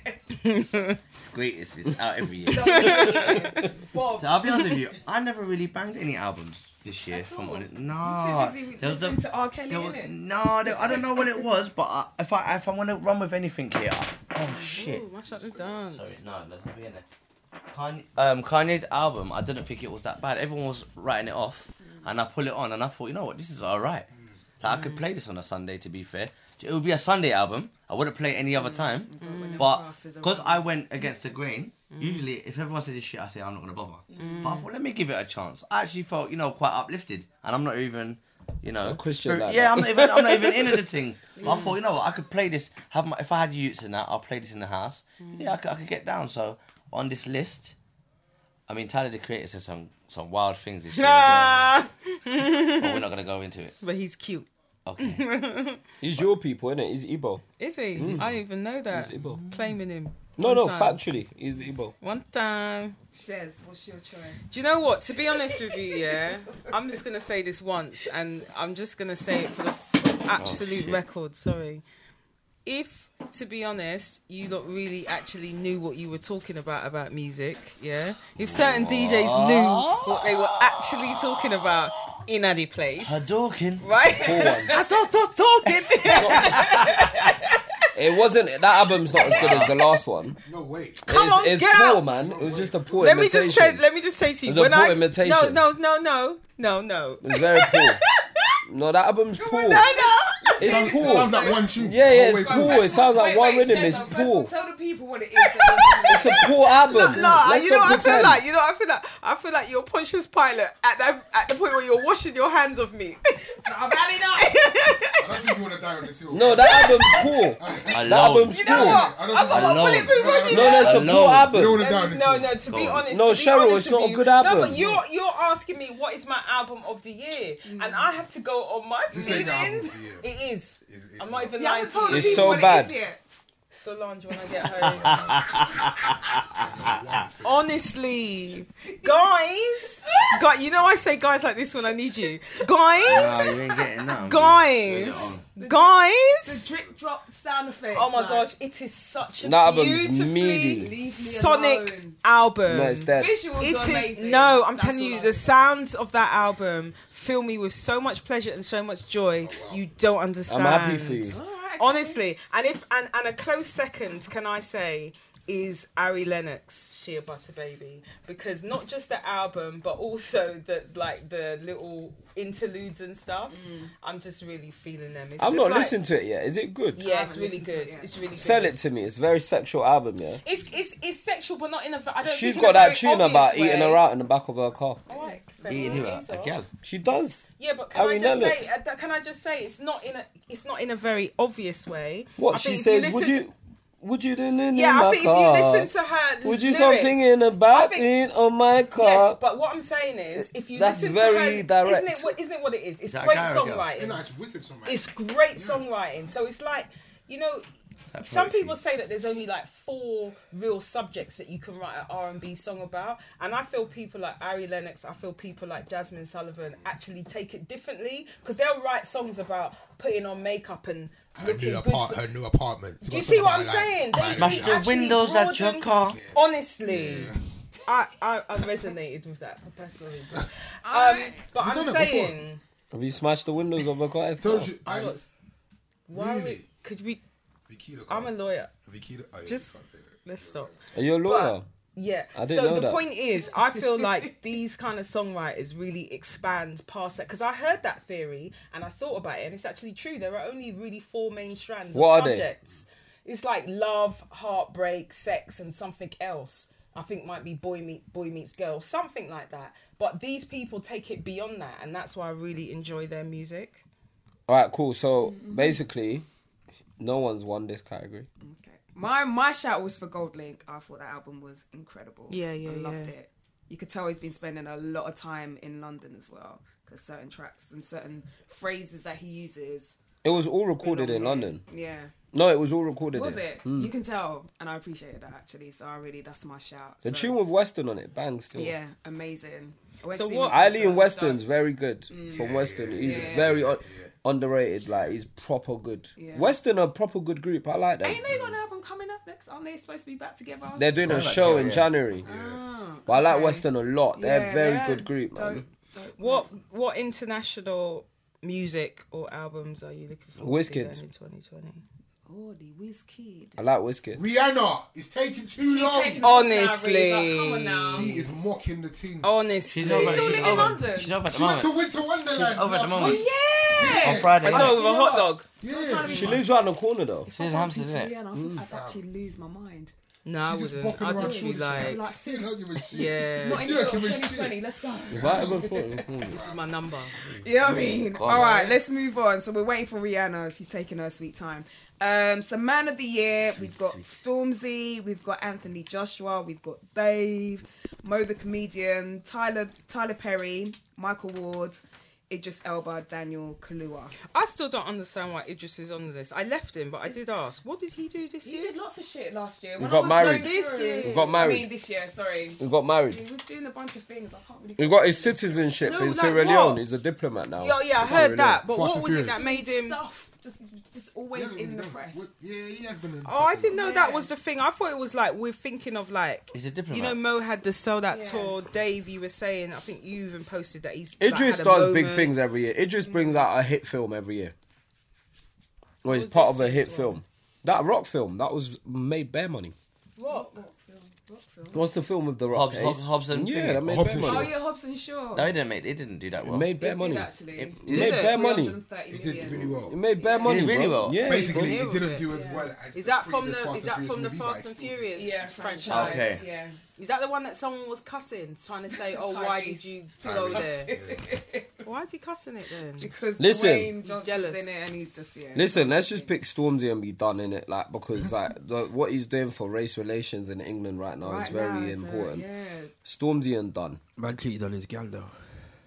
Speaker 3: It's greatest. It's out every year.
Speaker 8: Don't leave it. E. It's Bob.
Speaker 3: So I'll be honest with you. I never really banged any albums this year. From
Speaker 8: all.
Speaker 3: on it. No.
Speaker 8: Too busy with
Speaker 3: Ah, There was the-
Speaker 8: listening to R. Kelly,
Speaker 3: there was-
Speaker 8: innit?
Speaker 3: no, there- I don't know what it was, but I, if I if I want to run with anything here, I- oh shit.
Speaker 1: Ooh, mash up the dance.
Speaker 3: Sorry, no, there's nothing in there. Kanye, um, Kanye's album, I didn't think it was that bad. Everyone was writing it off, and I pull it on, and I thought, you know what, this is all right. Like, I could play this on a Sunday. To be fair, it would be a Sunday album. I wouldn't play it any other time, but
Speaker 8: passes
Speaker 3: because I went against the grain. Usually, if everyone says this shit, I say I'm not gonna bother. But I thought, let me give it a chance. I actually felt, you know, quite uplifted, and I'm not even, you know,
Speaker 2: A Christian like
Speaker 3: yeah,
Speaker 2: that.
Speaker 3: I'm not even, I'm not even into the thing. But I thought, you know what, I could play this. Have my, if I had youths and that, I'll play this in the house. Yeah, I could, I could get down. So on this list, I mean, Tyler the Creator said some some wild things this year. as
Speaker 1: Ah,
Speaker 3: well, but we're not gonna go into it.
Speaker 1: but he's cute.
Speaker 3: Okay.
Speaker 2: He's your people, innit? He's Igbo.
Speaker 1: Is he? I didn't even know that.
Speaker 2: Mm. He's Igbo.
Speaker 1: Claiming him.
Speaker 2: No,
Speaker 1: One
Speaker 2: no,
Speaker 1: time.
Speaker 2: factually, he's Igbo.
Speaker 1: One time.
Speaker 8: Shez, what's your choice?
Speaker 1: Do you know what? To be honest with you, yeah, I'm just gonna say this once, and I'm just gonna say it for the f- absolute
Speaker 2: Oh,
Speaker 3: shit.
Speaker 1: record. Sorry. If, to be honest, you lot really actually knew what you were talking about about music, yeah. If certain DJs knew what they were actually talking about in any place,
Speaker 3: Hadouken.
Speaker 1: right?
Speaker 2: Poor one.
Speaker 1: That's all, all talking.
Speaker 2: It wasn't that album's not as good as the last one.
Speaker 4: No way.
Speaker 1: Come
Speaker 2: it's,
Speaker 1: on,
Speaker 2: it's
Speaker 1: get
Speaker 2: poor,
Speaker 1: out.
Speaker 2: man. It was just a poor
Speaker 1: Let me
Speaker 2: imitation.
Speaker 1: just say. Let me just say to you.
Speaker 2: It was a
Speaker 1: When
Speaker 2: poor
Speaker 1: I
Speaker 2: imitation.
Speaker 1: no no no no no no.
Speaker 2: It was very poor. No, that album's poor.
Speaker 4: Sounds,
Speaker 2: It's
Speaker 4: cool.
Speaker 2: poor.
Speaker 4: sounds like one tune.
Speaker 2: Yeah, yeah,
Speaker 4: Always
Speaker 2: it's poor. It sounds like one rhythm is poor.
Speaker 8: Tell the people what it is. that
Speaker 2: It's a poor album.
Speaker 1: No,
Speaker 2: Let's
Speaker 1: you know
Speaker 2: not
Speaker 1: what I feel
Speaker 2: pretend.
Speaker 1: like. You know what I feel like. I feel like you're Pontius Pilate at that at the point where you're washing your hands of me.
Speaker 8: I've had enough.
Speaker 4: I don't think you want to die on this hill.
Speaker 2: No, that album's poor.
Speaker 3: Alone.
Speaker 2: That album's
Speaker 1: You know
Speaker 2: poor.
Speaker 1: what?
Speaker 4: I don't
Speaker 1: I've got
Speaker 4: think-
Speaker 1: one
Speaker 3: Alone.
Speaker 1: bulletproof on
Speaker 4: You
Speaker 2: No, no, it's a
Speaker 3: Alone.
Speaker 2: poor
Speaker 4: You
Speaker 2: album.
Speaker 4: don't want to die on this
Speaker 1: No,
Speaker 4: hill.
Speaker 1: no. To be
Speaker 3: Go on.
Speaker 1: honest,
Speaker 2: No,
Speaker 1: to be
Speaker 2: Cheryl,
Speaker 1: honest
Speaker 2: it's
Speaker 1: with
Speaker 2: not a
Speaker 1: you-
Speaker 2: good
Speaker 1: No,
Speaker 2: album.
Speaker 1: but you're you're asking me what is my album of the year,
Speaker 2: Mm.
Speaker 1: and I have to go on my
Speaker 4: This ain't your album of
Speaker 1: feelings.
Speaker 4: the year.
Speaker 1: It is.
Speaker 4: It's- it's
Speaker 1: I'm
Speaker 4: not.
Speaker 1: not even
Speaker 8: Yeah, I
Speaker 1: lying
Speaker 8: haven't told
Speaker 1: to
Speaker 8: the
Speaker 1: you.
Speaker 2: It's
Speaker 8: people
Speaker 2: so
Speaker 8: what
Speaker 2: bad.
Speaker 8: It is yet.
Speaker 1: Solange when I get home. Honestly, guys, God, you know I say guys like this when I need you. Guys,
Speaker 3: Nah, you ain't getting that.
Speaker 1: guys, guys.
Speaker 8: The drip drop sound effects.
Speaker 1: Oh my
Speaker 8: like,
Speaker 1: gosh, it is such a
Speaker 2: That album's
Speaker 1: beautifully
Speaker 2: meaty.
Speaker 8: Leave me
Speaker 1: sonic
Speaker 8: alone.
Speaker 1: album.
Speaker 2: No, it's dead.
Speaker 8: Visuals
Speaker 1: It
Speaker 8: are
Speaker 1: is
Speaker 8: amazing.
Speaker 1: no, I'm
Speaker 8: That's
Speaker 1: telling
Speaker 8: all
Speaker 1: you,
Speaker 8: I
Speaker 1: the
Speaker 8: would say.
Speaker 1: sounds of that album fill me with so much pleasure and so much joy. You don't
Speaker 2: Oh, I'm
Speaker 1: understand.
Speaker 2: happy for you.
Speaker 8: All right,
Speaker 1: Honestly, and if and, and a close second, can I say, is Ari Lennox, She a Butter Baby, because not just the album, but also the like the little interludes and stuff.
Speaker 8: Mm.
Speaker 1: I'm just really feeling them. It's
Speaker 2: I'm
Speaker 1: just
Speaker 2: not
Speaker 1: like-
Speaker 2: listening to it yet. Is it good?
Speaker 1: Yeah, it's
Speaker 8: I haven't
Speaker 1: really
Speaker 8: listened to it
Speaker 1: good.
Speaker 8: yet.
Speaker 1: It's really good.
Speaker 2: Sell it to me. It's a very sexual album, yeah.
Speaker 1: It's it's it's sexual, but not in a. I don't.
Speaker 2: She's
Speaker 1: think
Speaker 2: got
Speaker 1: in a
Speaker 2: that
Speaker 1: very
Speaker 2: tune about
Speaker 1: obvious
Speaker 2: eating
Speaker 1: way.
Speaker 2: her out in the back of her car.
Speaker 1: All right, fair
Speaker 3: Eating
Speaker 1: enough.
Speaker 3: you out,
Speaker 1: It is all.
Speaker 3: a gal.
Speaker 2: She does.
Speaker 1: Yeah, but can
Speaker 2: Irene
Speaker 1: I just
Speaker 2: Lennox.
Speaker 1: say? uh, Can I just say it's not in a it's not in a very obvious way.
Speaker 2: What
Speaker 1: I
Speaker 2: she
Speaker 1: think if
Speaker 2: says? would
Speaker 1: listen
Speaker 2: you? Would you do in
Speaker 1: Yeah,
Speaker 2: my
Speaker 1: I think
Speaker 2: car?
Speaker 1: if you listen to her,
Speaker 2: would you
Speaker 1: lyrics,
Speaker 2: something in the
Speaker 1: I
Speaker 2: back
Speaker 1: think-
Speaker 2: in on my
Speaker 1: Yes,
Speaker 2: car?
Speaker 1: but what I'm saying is, if you
Speaker 2: That's
Speaker 1: listen
Speaker 2: very
Speaker 1: to her, isn't it?
Speaker 2: direct.
Speaker 1: What, isn't it what it is? It's
Speaker 3: that
Speaker 1: great
Speaker 3: Gallagher?
Speaker 4: You know,
Speaker 1: songwriting.
Speaker 4: it's wicked song, man.
Speaker 1: It's great songwriting. So it's like, you know, some people say that there's only like four real subjects that you can write an R&B song about and I feel people like Ari Lennox I feel people like Jasmine Sullivan actually take it differently because they'll write songs about putting on makeup and
Speaker 4: her
Speaker 1: looking
Speaker 4: new,
Speaker 1: good
Speaker 4: apart,
Speaker 1: for-
Speaker 4: her new apartment.
Speaker 1: do you see what I'm saying They- they
Speaker 3: Smash the
Speaker 1: actually
Speaker 3: windows at your
Speaker 1: broaden-
Speaker 3: car.
Speaker 1: honestly I, I, I resonated with that for personal reasons um,
Speaker 8: Alright.
Speaker 1: but
Speaker 4: We've
Speaker 1: I'm
Speaker 4: done it before.
Speaker 1: saying
Speaker 2: Have you smashed the windows of her car? It's
Speaker 4: Told
Speaker 2: car.
Speaker 4: you, I,
Speaker 1: why
Speaker 4: Really?
Speaker 1: we, could we
Speaker 4: Vikita,
Speaker 1: I'm a lawyer
Speaker 4: Vikita, oh, yeah,
Speaker 1: just-
Speaker 4: you can't say that.
Speaker 1: let's stop
Speaker 2: Are you a lawyer?
Speaker 1: Yeah.
Speaker 2: I didn't
Speaker 1: so
Speaker 2: know
Speaker 1: the
Speaker 2: that.
Speaker 1: point is, I feel like these kind of songwriters really expand past that because I heard that theory and I thought about it, and it's actually true. There are only really four main strands
Speaker 2: What
Speaker 1: of
Speaker 2: are they?
Speaker 1: subjects. It's like love, heartbreak, sex, and something else. I think might be boy meet boy meets girl, something like that. But these people take it beyond that, and that's why I really enjoy their music.
Speaker 2: All right, cool. So basically, no one's won this category.
Speaker 8: Okay. My my shout was for Gold Link. I thought that album was incredible.
Speaker 1: Yeah, yeah,
Speaker 8: I loved
Speaker 1: yeah.
Speaker 8: it. You could tell he's been spending a lot of time in London as well, because certain tracks and certain phrases that he uses.
Speaker 2: It was all recorded in London.
Speaker 8: Yeah,
Speaker 2: No, it was all recorded.
Speaker 8: was
Speaker 2: there.
Speaker 8: it?
Speaker 1: Mm.
Speaker 8: You can tell, and I appreciated that actually. So I really, that's my shout.
Speaker 2: The
Speaker 8: so,
Speaker 2: tune with Weston on it, bang still.
Speaker 8: yeah, amazing. I went
Speaker 1: So
Speaker 8: to see
Speaker 1: what-
Speaker 8: him in
Speaker 2: Ali
Speaker 8: concert.
Speaker 2: and Weston's
Speaker 8: So-
Speaker 2: very good from Weston. He's
Speaker 8: Mm. Yeah.
Speaker 2: very un- underrated. Like he's proper good.
Speaker 8: Yeah.
Speaker 2: Weston are proper good group. I like them.
Speaker 8: Ain't they got an album coming up next? Aren't they supposed to be back together?
Speaker 2: They're doing a
Speaker 3: like
Speaker 2: show
Speaker 3: that,
Speaker 2: in
Speaker 3: yeah.
Speaker 2: January.
Speaker 8: Ah,
Speaker 2: But I like
Speaker 8: okay.
Speaker 2: Western a lot. They're
Speaker 8: Yeah,
Speaker 2: a very
Speaker 8: they're
Speaker 2: good group, man.
Speaker 8: dope, dope
Speaker 1: What what international music or albums are you looking for?
Speaker 2: Wizkid.
Speaker 1: in 2020?
Speaker 8: Oh, the whiskey.
Speaker 2: I like Whiskey.
Speaker 4: Rihanna is taking too long.
Speaker 1: Honestly.
Speaker 8: come on
Speaker 1: Oh.
Speaker 8: now.
Speaker 4: she is mocking the team.
Speaker 1: Honestly,
Speaker 3: She's
Speaker 8: She's
Speaker 3: over,
Speaker 8: still living in
Speaker 3: over-
Speaker 8: London.
Speaker 3: She's over at the
Speaker 4: she went to
Speaker 3: moment.
Speaker 4: Winter Wonderland.
Speaker 3: over at
Speaker 4: last
Speaker 3: the moment.
Speaker 4: week.
Speaker 8: Yeah.
Speaker 3: On Friday.
Speaker 1: I
Speaker 3: night.
Speaker 1: saw it with a hot dog.
Speaker 4: Yeah,
Speaker 2: She lives around the corner though.
Speaker 3: She's in Hampstead, isn't it?
Speaker 8: Yeah, and I think I'd actually lose my mind.
Speaker 1: No, I
Speaker 4: She's just
Speaker 1: wouldn't.
Speaker 4: walking
Speaker 1: I'd
Speaker 4: around
Speaker 1: just be
Speaker 4: Shoreditch.
Speaker 1: like,
Speaker 8: Like,
Speaker 4: She
Speaker 8: sis,
Speaker 4: don't give a shit.
Speaker 1: yeah,
Speaker 8: not in
Speaker 4: She
Speaker 8: New
Speaker 4: don't
Speaker 8: York
Speaker 4: give a
Speaker 8: 2020,
Speaker 4: shit.
Speaker 8: let's go.
Speaker 2: Right over the corner.
Speaker 1: this is my number.
Speaker 8: You know what I mean?
Speaker 3: on,
Speaker 8: All right,
Speaker 3: man.
Speaker 8: let's move on. So we're waiting for Rihanna. She's taking her sweet time. Um, so man of the year, we've got Stormzy, we've got Anthony Joshua, we've got Dave, Mo the comedian, Tyler Tyler Perry, Michael Ward, Idris Elba, Daniel Kaluuya.
Speaker 1: I still don't understand why Idris is on the list. I left him, but I did ask, what did he do this
Speaker 8: He
Speaker 1: year?
Speaker 8: did lots of shit last year. When
Speaker 2: got
Speaker 8: I was
Speaker 2: married.
Speaker 8: going through-
Speaker 1: This year.
Speaker 2: We got married.
Speaker 8: I mean, this year. Sorry.
Speaker 2: He got married.
Speaker 8: He was doing a bunch of things. I can't really.
Speaker 2: He got his citizenship
Speaker 1: No,
Speaker 2: in
Speaker 1: like
Speaker 2: Sierra
Speaker 1: what?
Speaker 2: Leone. He's a diplomat now.
Speaker 1: Yeah, yeah, I
Speaker 2: In
Speaker 1: heard
Speaker 2: Sierra
Speaker 1: that. But
Speaker 4: Fast
Speaker 1: what
Speaker 4: and
Speaker 1: was it
Speaker 4: Furious.
Speaker 1: that made him?
Speaker 8: stuff. Just, just always
Speaker 4: Yeah,
Speaker 8: in the
Speaker 4: no,
Speaker 8: press.
Speaker 4: what- Yeah, he has been in the
Speaker 1: Oh, I
Speaker 4: press.
Speaker 1: didn't know
Speaker 8: Yeah.
Speaker 1: that was the thing. I thought it was like we're thinking of like.
Speaker 3: He's a diplomat.
Speaker 1: You know, Mo had the sell that
Speaker 8: Yeah.
Speaker 1: tour. Dave, you were saying, I think you even posted that he's. like,
Speaker 2: Idris
Speaker 1: had a
Speaker 2: does big
Speaker 1: moment. Mm.
Speaker 2: things every year. Idris brings out a hit film every year. Or he's
Speaker 1: was
Speaker 2: part
Speaker 1: his
Speaker 2: of a hit
Speaker 1: sixth one?
Speaker 2: film. That rock film that was made bare money.
Speaker 8: Rock. film. Rock film.
Speaker 2: What's the film with the rock?
Speaker 3: Hobbs-
Speaker 2: Ace?
Speaker 3: Hobbs- Hobson
Speaker 2: Yeah,
Speaker 3: thingy.
Speaker 2: that made
Speaker 4: Hobson
Speaker 2: bare
Speaker 8: Oh
Speaker 2: money.
Speaker 8: yeah, Hobson Shaw.
Speaker 3: No, it didn't make. It didn't do that well.
Speaker 2: It made
Speaker 8: It
Speaker 2: bare
Speaker 8: did
Speaker 2: money. It
Speaker 8: actually.
Speaker 3: It
Speaker 2: made bare money.
Speaker 4: It did really
Speaker 2: It
Speaker 4: well.
Speaker 2: made bare money.
Speaker 3: did really
Speaker 2: bro.
Speaker 3: well.
Speaker 2: Yeah,
Speaker 4: Basically,
Speaker 1: Yeah.
Speaker 4: it didn't do as well as
Speaker 1: Is
Speaker 4: the
Speaker 1: that from
Speaker 4: previous
Speaker 1: the
Speaker 4: Fast
Speaker 1: is
Speaker 4: and
Speaker 1: that
Speaker 4: Furious
Speaker 1: from the
Speaker 4: movie, but
Speaker 1: Fast
Speaker 4: it's
Speaker 1: and
Speaker 4: still-
Speaker 1: Furious
Speaker 8: Yeah,
Speaker 1: franchise?
Speaker 8: franchise.
Speaker 3: Okay.
Speaker 8: Yeah.
Speaker 1: Is that the one that someone was cussing, trying to say, "Oh, why did
Speaker 8: Tyrese.
Speaker 1: you go there?
Speaker 4: Yeah.
Speaker 1: Why is he cussing it then?"
Speaker 8: Because
Speaker 2: Listen.
Speaker 8: Dwayne Johnson's
Speaker 1: jealous.
Speaker 8: in it and he's just yeah.
Speaker 2: Listen, let's just pick Stormzy and be done in it, like because like the, what he's doing for race relations in England right now is
Speaker 8: Right
Speaker 2: very
Speaker 8: now, so,
Speaker 2: important.
Speaker 8: yeah.
Speaker 2: Stormzy and done.
Speaker 5: Man cheated on his gal though.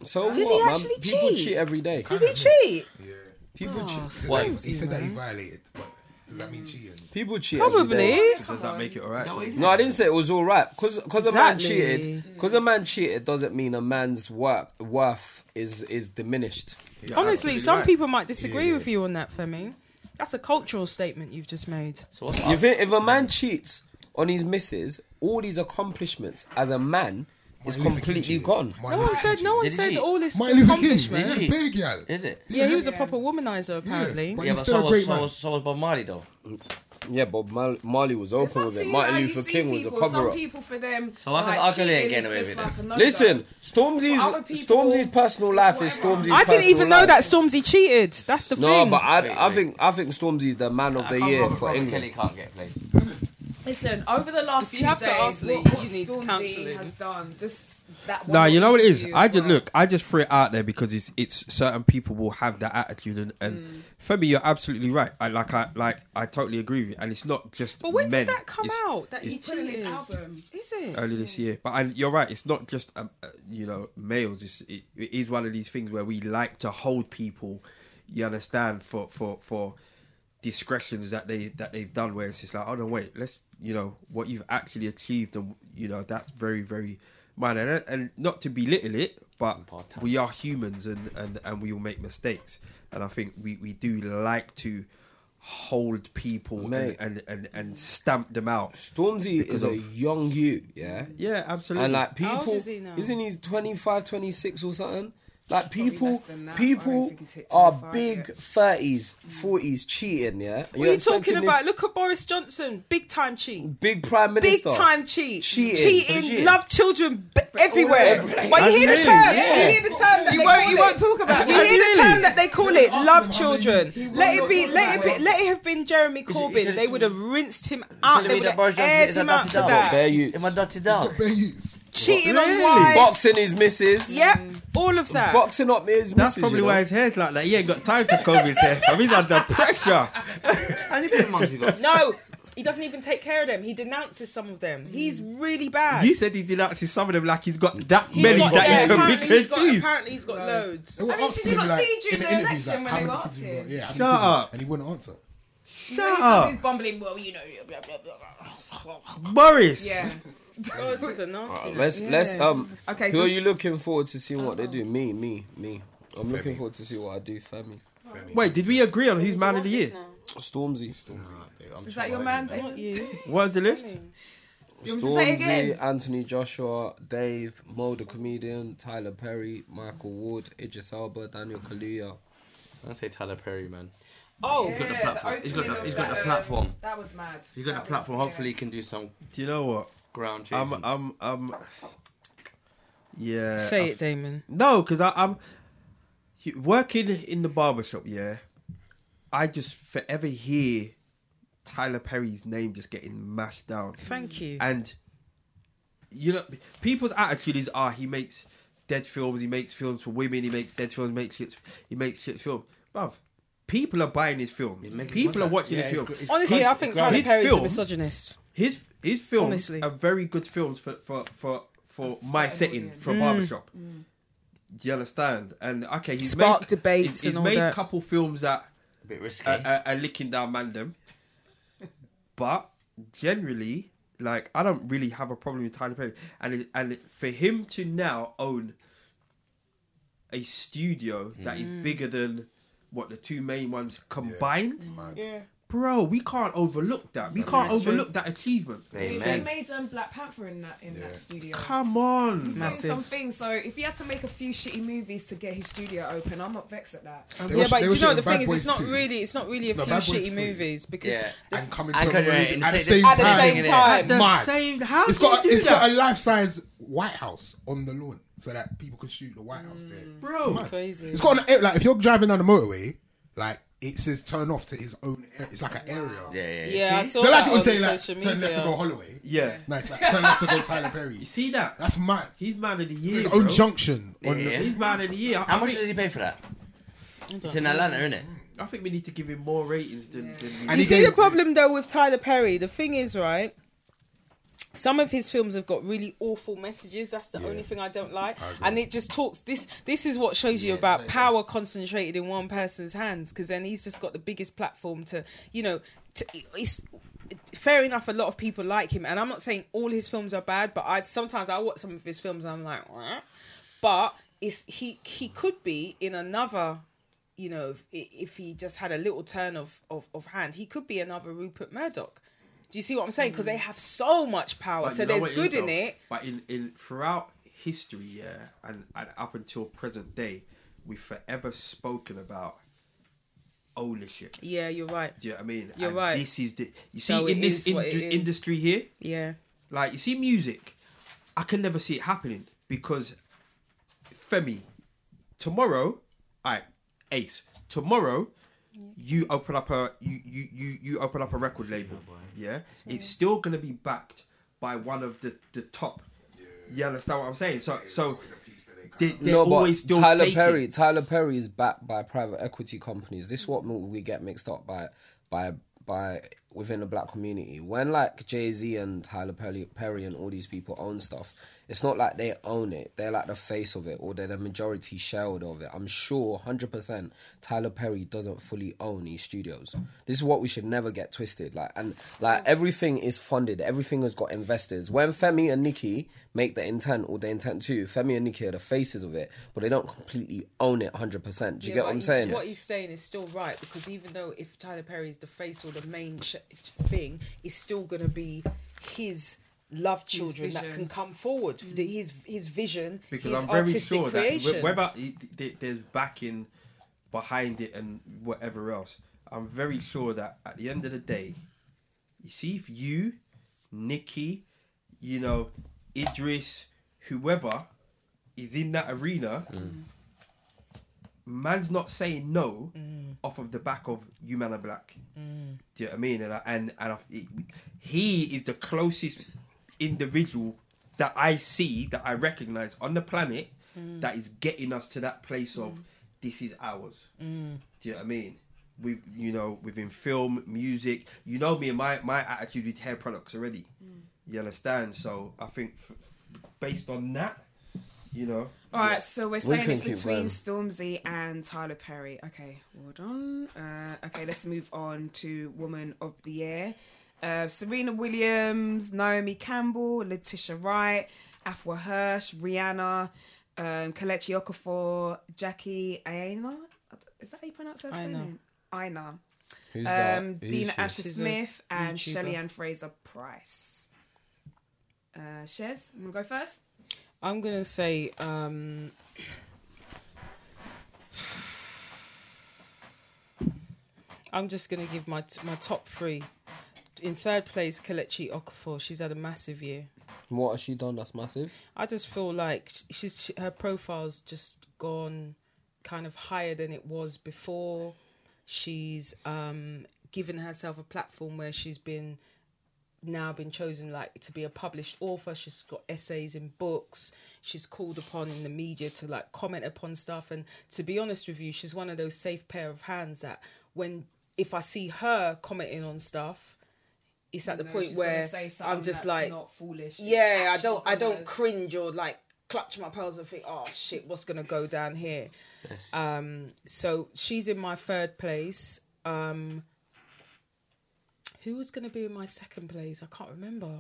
Speaker 2: So
Speaker 1: Does he
Speaker 2: what, man?
Speaker 1: actually
Speaker 2: People
Speaker 1: cheat?
Speaker 2: cheat every day.
Speaker 1: Did he cheat?
Speaker 4: Yeah. People
Speaker 1: Oh,
Speaker 4: cheat. He said
Speaker 3: What?
Speaker 4: that- He said that he violated, but does that mean cheating?
Speaker 2: People cheat. every
Speaker 1: Probably.
Speaker 2: day.
Speaker 5: Does that make it alright?
Speaker 2: No, I didn't say it was all right. Cause, 'cause a man
Speaker 1: Exactly.
Speaker 2: cheated. Cause a man cheated doesn't mean a man's work worth is is diminished.
Speaker 1: Honestly, some people might disagree
Speaker 4: Yeah.
Speaker 1: with you on that, Femi. That's a cultural statement you've just made.
Speaker 3: So what's
Speaker 2: You think if a man cheats on his missus, all these accomplishments as a man is
Speaker 4: Martin Luther King
Speaker 2: completely
Speaker 4: cheated.
Speaker 2: gone.
Speaker 1: No
Speaker 4: Martin
Speaker 1: one
Speaker 4: Luther King
Speaker 1: said. No one
Speaker 3: Did he
Speaker 1: said
Speaker 3: cheat?
Speaker 1: all this
Speaker 4: Martin Luther King,
Speaker 1: accomplishment.
Speaker 3: Did he?
Speaker 4: Big gal.
Speaker 3: Is it?
Speaker 1: Yeah, he was a
Speaker 8: Yeah.
Speaker 1: proper womanizer apparently.
Speaker 4: but
Speaker 3: Yeah,
Speaker 4: he's
Speaker 3: but
Speaker 4: still
Speaker 3: so
Speaker 4: a
Speaker 3: was,
Speaker 4: great
Speaker 3: so
Speaker 4: man.
Speaker 3: was so was Bob Marley though.
Speaker 2: Yeah, Bob Mal- Marley was
Speaker 8: It's up
Speaker 2: open
Speaker 8: to
Speaker 2: with it.
Speaker 8: you
Speaker 2: Martin
Speaker 8: how you
Speaker 2: Luther
Speaker 8: see
Speaker 2: King was a
Speaker 8: people.
Speaker 2: cover
Speaker 8: Some
Speaker 2: up.
Speaker 8: people for them.
Speaker 3: So I can
Speaker 8: like,
Speaker 3: argue
Speaker 8: cheating
Speaker 3: again
Speaker 8: is
Speaker 3: away
Speaker 8: just
Speaker 3: with
Speaker 8: like
Speaker 3: it.
Speaker 8: a no-go.
Speaker 2: Listen, Stormzy's
Speaker 8: Other people-
Speaker 2: Stormzy's personal life is
Speaker 8: whatever.
Speaker 2: Stormzy's.
Speaker 1: I didn't even
Speaker 2: personal
Speaker 1: know
Speaker 2: life.
Speaker 1: that Stormzy cheated. That's the
Speaker 2: No,
Speaker 1: thing.
Speaker 2: but I, I think I think Stormzy's the man of the year for England.
Speaker 3: Kelly can't get played.
Speaker 8: Listen, over the last
Speaker 1: If you
Speaker 8: two
Speaker 1: have to
Speaker 8: days,
Speaker 1: ask Lee,
Speaker 8: what, what
Speaker 1: you need
Speaker 8: Stormzy
Speaker 1: counselling.
Speaker 8: has done, just that.
Speaker 5: Nah,
Speaker 8: one
Speaker 5: you know what it is.
Speaker 8: interview
Speaker 5: I
Speaker 8: as
Speaker 5: just
Speaker 8: well.
Speaker 5: look. I just threw it out there because it's it's certain people will have that attitude, and, and
Speaker 1: Mm.
Speaker 5: Femi, you're absolutely right. I like I like I totally agree with you, and it's not just.
Speaker 1: But when
Speaker 5: men.
Speaker 1: did that come
Speaker 5: It's
Speaker 1: out? That he
Speaker 5: it's-
Speaker 8: Put in his
Speaker 1: cheated?
Speaker 8: album.
Speaker 1: Is it?
Speaker 5: Early this year, but I, you're right. It's not just um, uh, you know males. It's, it, it is one of these things where we like to hold people. You understand for for for discretions that they that they've done where it's just like oh no wait let's you know what you've actually achieved and you know that's very very minor and, and not to belittle it but
Speaker 3: Important.
Speaker 5: we are humans and and and we will make mistakes and i think we we do like to hold people and,
Speaker 2: Mate.
Speaker 5: and and and stamp them out
Speaker 2: Stormzy
Speaker 5: Because
Speaker 2: is a
Speaker 5: of-
Speaker 2: young you, yeah,
Speaker 5: yeah absolutely
Speaker 2: and like people,
Speaker 1: How old is he now?
Speaker 2: isn't he 25, 26 or something? Like people,
Speaker 8: less than that. I don't
Speaker 2: people
Speaker 8: think he's hit
Speaker 2: are
Speaker 8: 25
Speaker 2: big
Speaker 8: yet.
Speaker 2: thirties, forties cheating, yeah.
Speaker 1: What are you talking about? Look at Boris Johnson, big time cheat.
Speaker 2: big prime
Speaker 1: Big
Speaker 2: minister,
Speaker 1: time cheat.
Speaker 2: Cheating.
Speaker 1: Cheating,
Speaker 3: Cheating.
Speaker 1: love children b- everywhere. But you hear the term. You hear the term that
Speaker 8: You
Speaker 1: they
Speaker 8: won't.
Speaker 1: call
Speaker 8: You
Speaker 1: it.
Speaker 8: won't talk about
Speaker 1: You
Speaker 8: that.
Speaker 1: hear the term that they call it love children.
Speaker 8: will
Speaker 1: Let it
Speaker 8: not
Speaker 1: be,
Speaker 8: talk
Speaker 1: let it
Speaker 8: about
Speaker 1: be,
Speaker 8: it.
Speaker 1: let it have been Jeremy
Speaker 3: said-
Speaker 1: Corbyn. They would have rinsed him out.
Speaker 3: telling
Speaker 1: They
Speaker 3: me
Speaker 1: would
Speaker 3: that
Speaker 1: have
Speaker 3: Boris Johnson
Speaker 1: aired
Speaker 3: is
Speaker 1: him
Speaker 3: a
Speaker 1: out
Speaker 3: dirty
Speaker 1: for
Speaker 3: dog?
Speaker 2: Bare
Speaker 1: that.
Speaker 2: youths.
Speaker 3: Am I dotted down?
Speaker 4: Bare youths.
Speaker 1: Cheating on
Speaker 5: Really?
Speaker 1: wives.
Speaker 2: boxing his missus,
Speaker 1: Yep, all of that.
Speaker 2: boxing up his missus.
Speaker 5: That's probably
Speaker 2: you know?
Speaker 5: why his hair's like that. He ain't got time to comb his hair. fam. He's under pressure.
Speaker 3: Only two months ago.
Speaker 1: No, he doesn't even take care of them. He denounces some of them. He's
Speaker 4: Mm.
Speaker 1: really bad.
Speaker 5: You said he did that to some of them like he's got that
Speaker 1: He's
Speaker 5: many
Speaker 1: got- yeah,
Speaker 5: that he
Speaker 1: apparently
Speaker 5: can
Speaker 1: he's
Speaker 5: pick
Speaker 1: got-
Speaker 5: and choose.
Speaker 1: Apparently he's got loads.
Speaker 4: They were
Speaker 8: I mean,
Speaker 4: asking
Speaker 8: did you
Speaker 4: him,
Speaker 8: not
Speaker 4: like,
Speaker 8: see during
Speaker 4: in
Speaker 8: the
Speaker 4: interviews,
Speaker 8: election
Speaker 4: like,
Speaker 8: when
Speaker 4: how
Speaker 8: they
Speaker 4: many
Speaker 8: were
Speaker 4: kids you
Speaker 8: asking?
Speaker 4: got? Yeah, how many
Speaker 5: Shut
Speaker 4: kids you got?
Speaker 5: up.
Speaker 4: And he wouldn't answer.
Speaker 5: Shut
Speaker 8: He's
Speaker 5: up,
Speaker 8: bumbling. Well, you know. blah, blah, blah, blah."
Speaker 5: Boris.
Speaker 8: Yeah.
Speaker 1: Loads is a nasty one.
Speaker 2: Uh, Let's let's um.
Speaker 8: Okay,
Speaker 2: who
Speaker 8: so
Speaker 2: are you
Speaker 8: s-
Speaker 2: looking forward to seeing what they do? Me, me, me. I'm looking
Speaker 4: Femi.
Speaker 2: forward to see what I do, Femi.
Speaker 5: Wait, did we agree on who's man of the year?
Speaker 2: Stormzy,
Speaker 8: Is that your man? David?
Speaker 1: Not you.
Speaker 5: What's the list?
Speaker 8: You want me to say it again?
Speaker 2: Stormzy, Anthony Joshua, Dave, Mo the comedian, Tyler Perry, Michael Ward, Idris Elba, Daniel Kaluuya.
Speaker 3: I say Tyler Perry, man.
Speaker 1: Oh,
Speaker 3: He's got the
Speaker 8: Yeah,
Speaker 3: platform.
Speaker 8: the
Speaker 3: He's got the,
Speaker 8: opening
Speaker 3: he's
Speaker 8: of
Speaker 3: got
Speaker 8: that,
Speaker 3: the
Speaker 8: um,
Speaker 3: platform.
Speaker 8: That was mad.
Speaker 3: He's got
Speaker 8: That
Speaker 3: the platform.
Speaker 8: was-
Speaker 3: Hopefully, he can do some
Speaker 5: Do you know what?
Speaker 3: ground changing.
Speaker 5: I'm I'm I'm. Yeah.
Speaker 1: Say it, Damon.
Speaker 5: No, because I'm you- working in the barbershop, yeah. I just forever hear Tyler Perry's name just getting mashed down.
Speaker 1: Thank you.
Speaker 5: And you know, people's attitude is, ah, he makes dead films, he makes films for women, he makes dead films, makes shit, he makes shit film. Bruv, people are buying his film.
Speaker 3: making
Speaker 5: People are
Speaker 3: money.
Speaker 5: watching
Speaker 3: Yeah,
Speaker 5: his film.
Speaker 3: he's- he's-
Speaker 1: Honestly, I think Tyler
Speaker 5: His
Speaker 1: Perry's a
Speaker 5: films-
Speaker 1: misogynist.
Speaker 5: His his films
Speaker 1: Honestly.
Speaker 5: are very good films for for for, for my setting for
Speaker 1: Mm.
Speaker 5: a barbershop.
Speaker 3: Mm.
Speaker 5: Do you understand? And okay, he's
Speaker 1: Spark
Speaker 5: made,
Speaker 1: debates
Speaker 5: he's,
Speaker 1: and
Speaker 5: he's
Speaker 1: all
Speaker 5: made a
Speaker 1: that.
Speaker 5: couple films that
Speaker 3: a bit risky.
Speaker 5: are, are, are licking down mandem, but generally, like I don't really have a problem with Tyler Perry, and it, and it- for him to now own a studio that is bigger than what the two main ones combined
Speaker 4: Mad.
Speaker 1: Yeah.
Speaker 5: bro, we can't overlook that. We can't
Speaker 1: That's true.
Speaker 5: overlook that achievement.
Speaker 8: They, they
Speaker 3: Amen.
Speaker 8: made um, Black Panther in that in that
Speaker 4: Yeah.
Speaker 8: studio.
Speaker 5: Come on.
Speaker 8: Doing
Speaker 1: Massive.
Speaker 8: some things. So if he had to make a few shitty movies to get his studio open, I'm not vexed at that.
Speaker 4: They
Speaker 1: yeah,
Speaker 4: were-
Speaker 1: but
Speaker 4: they
Speaker 1: do
Speaker 4: were
Speaker 1: you know
Speaker 4: shooting
Speaker 1: the
Speaker 4: Bad
Speaker 1: thing is, it's
Speaker 4: Boys
Speaker 1: not
Speaker 4: 2
Speaker 1: really, it's not really a
Speaker 4: No,
Speaker 1: few
Speaker 4: Bad Boys
Speaker 1: shitty
Speaker 4: 3.
Speaker 1: movies because
Speaker 3: Yeah.
Speaker 1: the-
Speaker 4: and coming
Speaker 3: I
Speaker 4: to a
Speaker 3: couldn't
Speaker 4: movie
Speaker 3: even
Speaker 4: at the
Speaker 3: say
Speaker 4: same
Speaker 3: that.
Speaker 1: at the
Speaker 3: timing
Speaker 1: same
Speaker 4: time.
Speaker 3: innit?
Speaker 1: time.
Speaker 5: At the
Speaker 4: Mad.
Speaker 5: same, how
Speaker 4: It's
Speaker 5: can
Speaker 4: got
Speaker 5: you
Speaker 4: a,
Speaker 5: do
Speaker 4: it's
Speaker 5: that,
Speaker 4: got a life size White House on the lawn so that people can shoot the White House there.
Speaker 8: Mm.
Speaker 5: bro?
Speaker 1: Crazy.
Speaker 4: It's got an like if you're driving down the motorway, like it says turn off to his own. Area. It's like an area.
Speaker 3: Yeah, yeah, yeah.
Speaker 1: yeah, I saw
Speaker 4: So like
Speaker 1: that
Speaker 4: people
Speaker 1: on
Speaker 4: say like
Speaker 1: social
Speaker 4: turn left to go
Speaker 1: media.
Speaker 4: Holloway.
Speaker 5: Yeah.
Speaker 4: No, it's like turn left to go Tyler Perry.
Speaker 5: You see that?
Speaker 4: That's mad.
Speaker 5: He's man of the year.
Speaker 4: His
Speaker 5: bro.
Speaker 4: own junction on
Speaker 3: Yeah.
Speaker 4: the,
Speaker 5: He's man of the year. I,
Speaker 3: How
Speaker 5: I
Speaker 3: much
Speaker 5: think,
Speaker 3: did he pay for that? It's in Atlanta, isn't it?
Speaker 5: I think we need to give him more ratings than. than we
Speaker 4: And
Speaker 1: You
Speaker 4: he
Speaker 1: see
Speaker 4: gave-
Speaker 1: the problem though with Tyler Perry. The thing is, right? Some of his films have got really awful messages. That's the
Speaker 4: Yeah.
Speaker 1: only thing I don't like.
Speaker 4: I agree.
Speaker 1: and it just talks. This this is what shows you
Speaker 2: Yeah,
Speaker 1: about
Speaker 2: that's what I
Speaker 1: power concentrated in one person's hands. Because then he's just got the biggest platform to, you know, to, it's fair enough. A lot of people like him, and I'm not saying all his films are bad, but I sometimes I watch some of his films and I'm like, "Wah." but it's he he could be in another you know, if, if he just had a little turn of, of, of hand, he could be another Rupert Murdoch. Do you see what I'm saying? Because they have so much power.
Speaker 5: Mm. But
Speaker 1: so
Speaker 5: you know
Speaker 1: there's
Speaker 5: what
Speaker 1: good
Speaker 5: is,
Speaker 1: in
Speaker 5: though?
Speaker 1: it.
Speaker 5: But in, in throughout history, yeah, and, and up until present day, we've forever spoken about ownership.
Speaker 1: Yeah, you're right.
Speaker 5: Do you know what I mean?
Speaker 1: You're
Speaker 5: and
Speaker 1: right.
Speaker 5: This is the you see
Speaker 1: So it
Speaker 5: in this
Speaker 1: is what
Speaker 5: indu-
Speaker 1: it is.
Speaker 5: industry here,
Speaker 1: Yeah.
Speaker 5: like you see music, I can never see it happening because Femi, tomorrow, I Ace, tomorrow, you open up a you you you you open up a record label. Yeah, it's still gonna be backed by one of the the top. You understand what I'm saying? So so they, they're
Speaker 2: no,
Speaker 5: always
Speaker 2: but
Speaker 5: still
Speaker 2: Tyler
Speaker 5: taking-
Speaker 2: Perry. Tyler Perry is backed by private equity companies. This is what we get mixed up by by by within the black community. When like Jay Z and Tyler Perry, Perry and all these people own stuff, it's not like they own it. They're like the face of it, or they're the majority shareholder of it. I'm sure, hundred percent, Tyler Perry doesn't fully own these studios. This is what we should never get twisted. Like and like everything is funded. Everything has got investors. When Femi and Nikki make the intent or the intent too, Femi and Nikki are the faces of it, but they don't completely own it hundred percent. Do you
Speaker 1: Yeah,
Speaker 2: get
Speaker 1: but
Speaker 2: what I'm
Speaker 1: he's-
Speaker 2: saying?
Speaker 1: What he's saying is still right because even though if Tyler Perry is the face or the main sh- thing, it's still going to be his love children that
Speaker 8: vision.
Speaker 1: can come forward. The- His his vision,
Speaker 5: Mm. because
Speaker 1: his
Speaker 5: I'm very
Speaker 1: artistic
Speaker 5: sure
Speaker 1: creations.
Speaker 5: that wh- whether it- th- there's backing behind it and whatever else, I'm very sure that at the end of the day, you see if you, Nikki, you know, Idris, whoever is in that arena,
Speaker 1: Mm.
Speaker 5: man's not saying no
Speaker 1: Mm.
Speaker 5: off of the back of you man are black. Do you know what I mean? And I, and and I, he is the closest individual that I see that I recognize on the planet
Speaker 8: Mm.
Speaker 5: that is getting us to that place of this is ours.
Speaker 8: Mm.
Speaker 5: Do you know what I mean? We, you know, within film, music, you know me and my my attitude with hair products already.
Speaker 8: Mm.
Speaker 5: You understand? So I think f- f- based on that, you know,
Speaker 8: All right, so we're
Speaker 2: can
Speaker 8: saying it's
Speaker 2: keep
Speaker 8: between
Speaker 2: going.
Speaker 8: Stormzy and Tyler Perry. Okay, hold on. Uh, okay, let's move on to Woman of the Year. Uh, Serena Williams, Naomi Campbell, Letitia Wright, Afua Hirsch, Rihanna, um, Kelechi Okafor, Jackie Aina. Is that how you pronounce her
Speaker 1: Aina.
Speaker 8: surname? Aina.
Speaker 2: Who's that?
Speaker 8: Um,
Speaker 2: Who's
Speaker 8: Dina
Speaker 2: she?
Speaker 8: Asher
Speaker 1: She's a
Speaker 8: Smith and
Speaker 1: YouTuber.
Speaker 8: Shelly Ann Fraser Price. Uh, Shez, you want to go first?
Speaker 1: I'm gonna say um I'm just gonna give my t- my top three. In third place, Kelechi Okafor. She's had a massive year.
Speaker 2: What has she done that's massive?
Speaker 1: I just feel like sh- she's she, her profile's just gone kind of higher than it was before. She's um, given herself a platform where she's been now been chosen like to be a published author. She's got essays in books. She's called upon in the media to like comment upon stuff. And to be honest with you, she's one of those safe pair of hands that when if I see her commenting on stuff, it's at the
Speaker 8: No,
Speaker 1: point
Speaker 8: she's gonna
Speaker 1: where
Speaker 8: say something
Speaker 1: I'm just
Speaker 8: that's
Speaker 1: like
Speaker 8: not foolish.
Speaker 1: yeah, I
Speaker 8: Actually
Speaker 1: don't I
Speaker 8: gonna-
Speaker 1: don't cringe or like clutch my pearls and think, oh shit, what's gonna go down here? Um, so she's in my third place. Um, who was gonna be in my second place? I can't remember.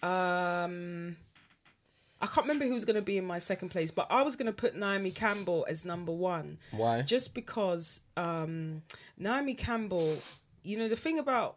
Speaker 1: Um, I can't remember who was gonna be in my second place, but I was gonna put Naomi Campbell as number one
Speaker 2: Why?
Speaker 1: just because um, Naomi Campbell you know, the thing about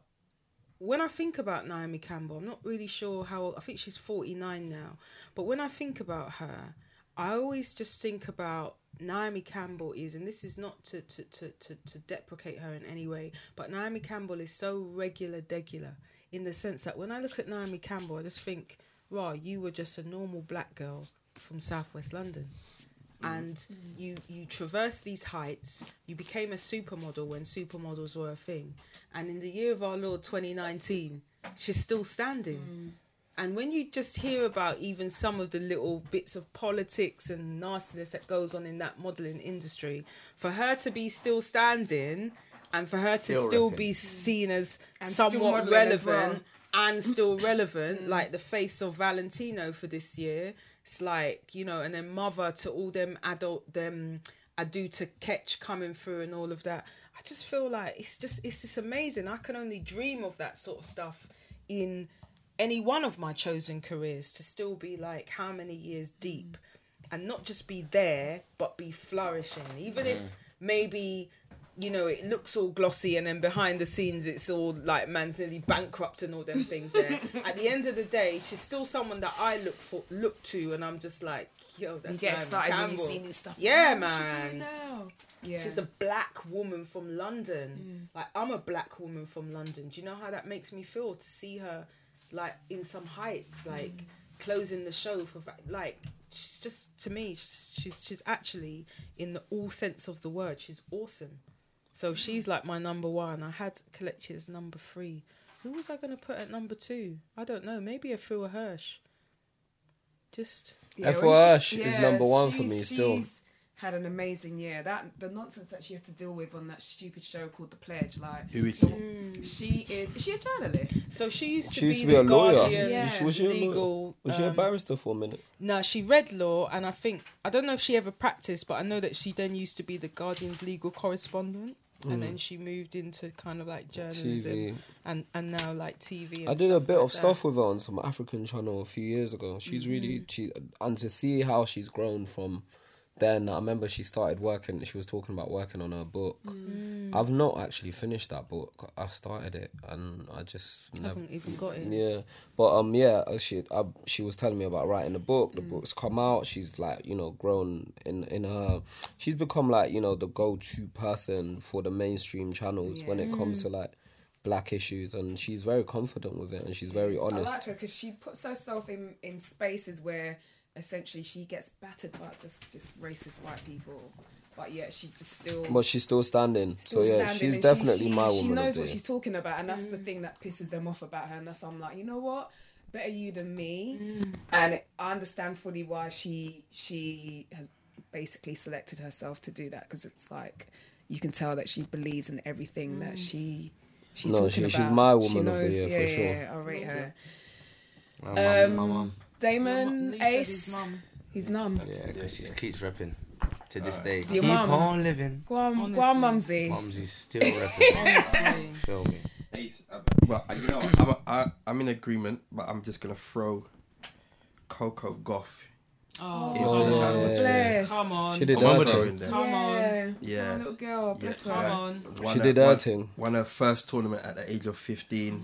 Speaker 1: when I think about Naomi Campbell, I'm not really sure how I think she's 49 now, but when I think about her, I always just think about Naomi Campbell is, and this is not to to, to, to, to deprecate her in any way, but Naomi Campbell is so regular degular in the sense that when I look at Naomi Campbell, I just think, "Wow, you were just a normal black girl from Southwest London." and you you traverse these heights. You became a supermodel when supermodels were a thing, and in the year of our Lord 2019, she's still standing.
Speaker 8: Mm.
Speaker 1: And when you just hear about even some of the little bits of politics and nastiness that goes on in that modeling industry, for her to be still standing and for her to still,
Speaker 3: Still
Speaker 1: be
Speaker 3: repping.
Speaker 1: seen as
Speaker 8: still
Speaker 1: somewhat
Speaker 8: modelling as
Speaker 1: relevant
Speaker 8: well.
Speaker 1: and still relevant, like the face of Valentino for this year. It's like, you know, and then mother to all them adult them I do to catch coming through and all of that. I just feel like it's just it's just amazing. I can only dream of that sort of stuff in any one of my chosen careers to still be like how many years deep and not just be there but be flourishing. Even
Speaker 8: Mm.
Speaker 1: if maybe you know, it looks all glossy, and then behind the scenes, it's all like man's nearly bankrupt and all them things. There, at the end of the day, she's still someone that I look for, look to, and I'm just like, yo, that's
Speaker 8: You get
Speaker 1: Naomi
Speaker 8: excited when you
Speaker 1: Campbell.
Speaker 8: see new stuff.
Speaker 1: Yeah,
Speaker 8: What's she doing
Speaker 1: man.
Speaker 8: now? Yeah. Mm.
Speaker 1: She's a black woman from London. Like I'm a black woman from London. Do you know how that makes me feel to see her, like in some
Speaker 8: Mm.
Speaker 1: heights, like closing the show for va- like she's just to me she's she's, she's actually in the all sense of the word she's awesome. So she's like my number one. I had Kelechi as number three. Who was I going to put at number two? I don't know. Maybe a Phil Hirsch. Just
Speaker 8: Yeah,
Speaker 2: F.O.
Speaker 8: when she-
Speaker 2: Ash is number one for
Speaker 8: she's-
Speaker 2: me still.
Speaker 8: she's had an amazing year. That the nonsense that she had to deal with on that stupid show called The Pledge, like
Speaker 5: Who is she?
Speaker 8: she is. Is she a journalist?
Speaker 1: so she used to
Speaker 2: She used
Speaker 1: be
Speaker 2: to be
Speaker 1: the
Speaker 2: a lawyer.
Speaker 1: Guardian
Speaker 8: Yeah.
Speaker 2: She- Was she a lawyer?
Speaker 1: legal.
Speaker 2: Was she a
Speaker 1: um,
Speaker 2: barrister for a minute?
Speaker 1: No, she read law, and I think I don't know if she ever practiced, but I know that she then used to be the Guardian's legal correspondent, and then she moved into kind of like journalism,
Speaker 2: TV.
Speaker 1: and and now like TV. And
Speaker 2: I did a
Speaker 1: stuff
Speaker 2: bit
Speaker 1: like
Speaker 2: of
Speaker 1: that.
Speaker 2: stuff with her on some African channel a few years ago. She's
Speaker 1: Mm-hmm.
Speaker 2: really she and to see how she's grown from then. I remember she started working. She was talking about working on her book.
Speaker 1: Mm.
Speaker 2: I've not actually finished that book. I started it and I just
Speaker 1: I
Speaker 2: never.
Speaker 1: haven't even got it.
Speaker 2: Yeah, but um, yeah, uh, she I, she was telling me about writing the book. The
Speaker 8: Mm.
Speaker 2: book's come out. She's like, you know, grown in in her. She's become like you know the go to person for the mainstream channels when it comes to like black issues, and she's very confident with it, and she's very honest.
Speaker 8: I like her because she puts herself in in spaces where essentially she gets battered by just just racist white people, but yet she just still.
Speaker 2: but she's still standing.
Speaker 8: still
Speaker 2: so yeah,
Speaker 8: standing
Speaker 2: she's
Speaker 8: and she-
Speaker 2: definitely
Speaker 8: she,
Speaker 2: my woman.
Speaker 8: She knows
Speaker 2: of the
Speaker 8: what
Speaker 2: year.
Speaker 8: she's talking about, and that's the thing that pisses them off about her. And that's I'm like, you know what? Better you than me. And I understand fully why she she has basically selected herself to do that because it's like you can tell that she believes in everything that she she's
Speaker 2: No,
Speaker 8: talking
Speaker 2: she-
Speaker 8: about.
Speaker 2: she's my woman of the year for
Speaker 8: yeah,
Speaker 2: sure.
Speaker 8: Yeah, I rate her.
Speaker 3: My mum, my mum.
Speaker 8: Damon
Speaker 1: Lee said his
Speaker 8: Ace,
Speaker 1: mum.
Speaker 8: he's numb.
Speaker 2: Yeah,
Speaker 3: Yeah, she keeps repping to this day.
Speaker 8: Your
Speaker 3: Keep
Speaker 8: mum.
Speaker 3: on living.
Speaker 8: Go on,
Speaker 1: Honestly.
Speaker 8: go on, mumsy.
Speaker 3: Mumsy's still repping. Feel me?
Speaker 5: Ace, I- Well, I- you know, I'm, a, I, I'm in agreement, but I'm just gonna throw Coco Goff.
Speaker 1: Oh,
Speaker 5: Yeah.
Speaker 1: come on.
Speaker 2: Yeah.
Speaker 8: Bless.
Speaker 1: come on,
Speaker 2: she did
Speaker 3: Remember
Speaker 2: her
Speaker 3: that.
Speaker 5: Throw
Speaker 2: thing.
Speaker 5: in there.
Speaker 1: Come on.
Speaker 8: Yeah.
Speaker 5: Yeah.
Speaker 8: Oh, little girl,
Speaker 5: Yeah,
Speaker 8: bless
Speaker 5: that-
Speaker 8: her.
Speaker 1: on.
Speaker 5: won
Speaker 2: She
Speaker 5: her-
Speaker 2: did her
Speaker 5: won-
Speaker 2: thing.
Speaker 5: Won her first tournament at the age of 15.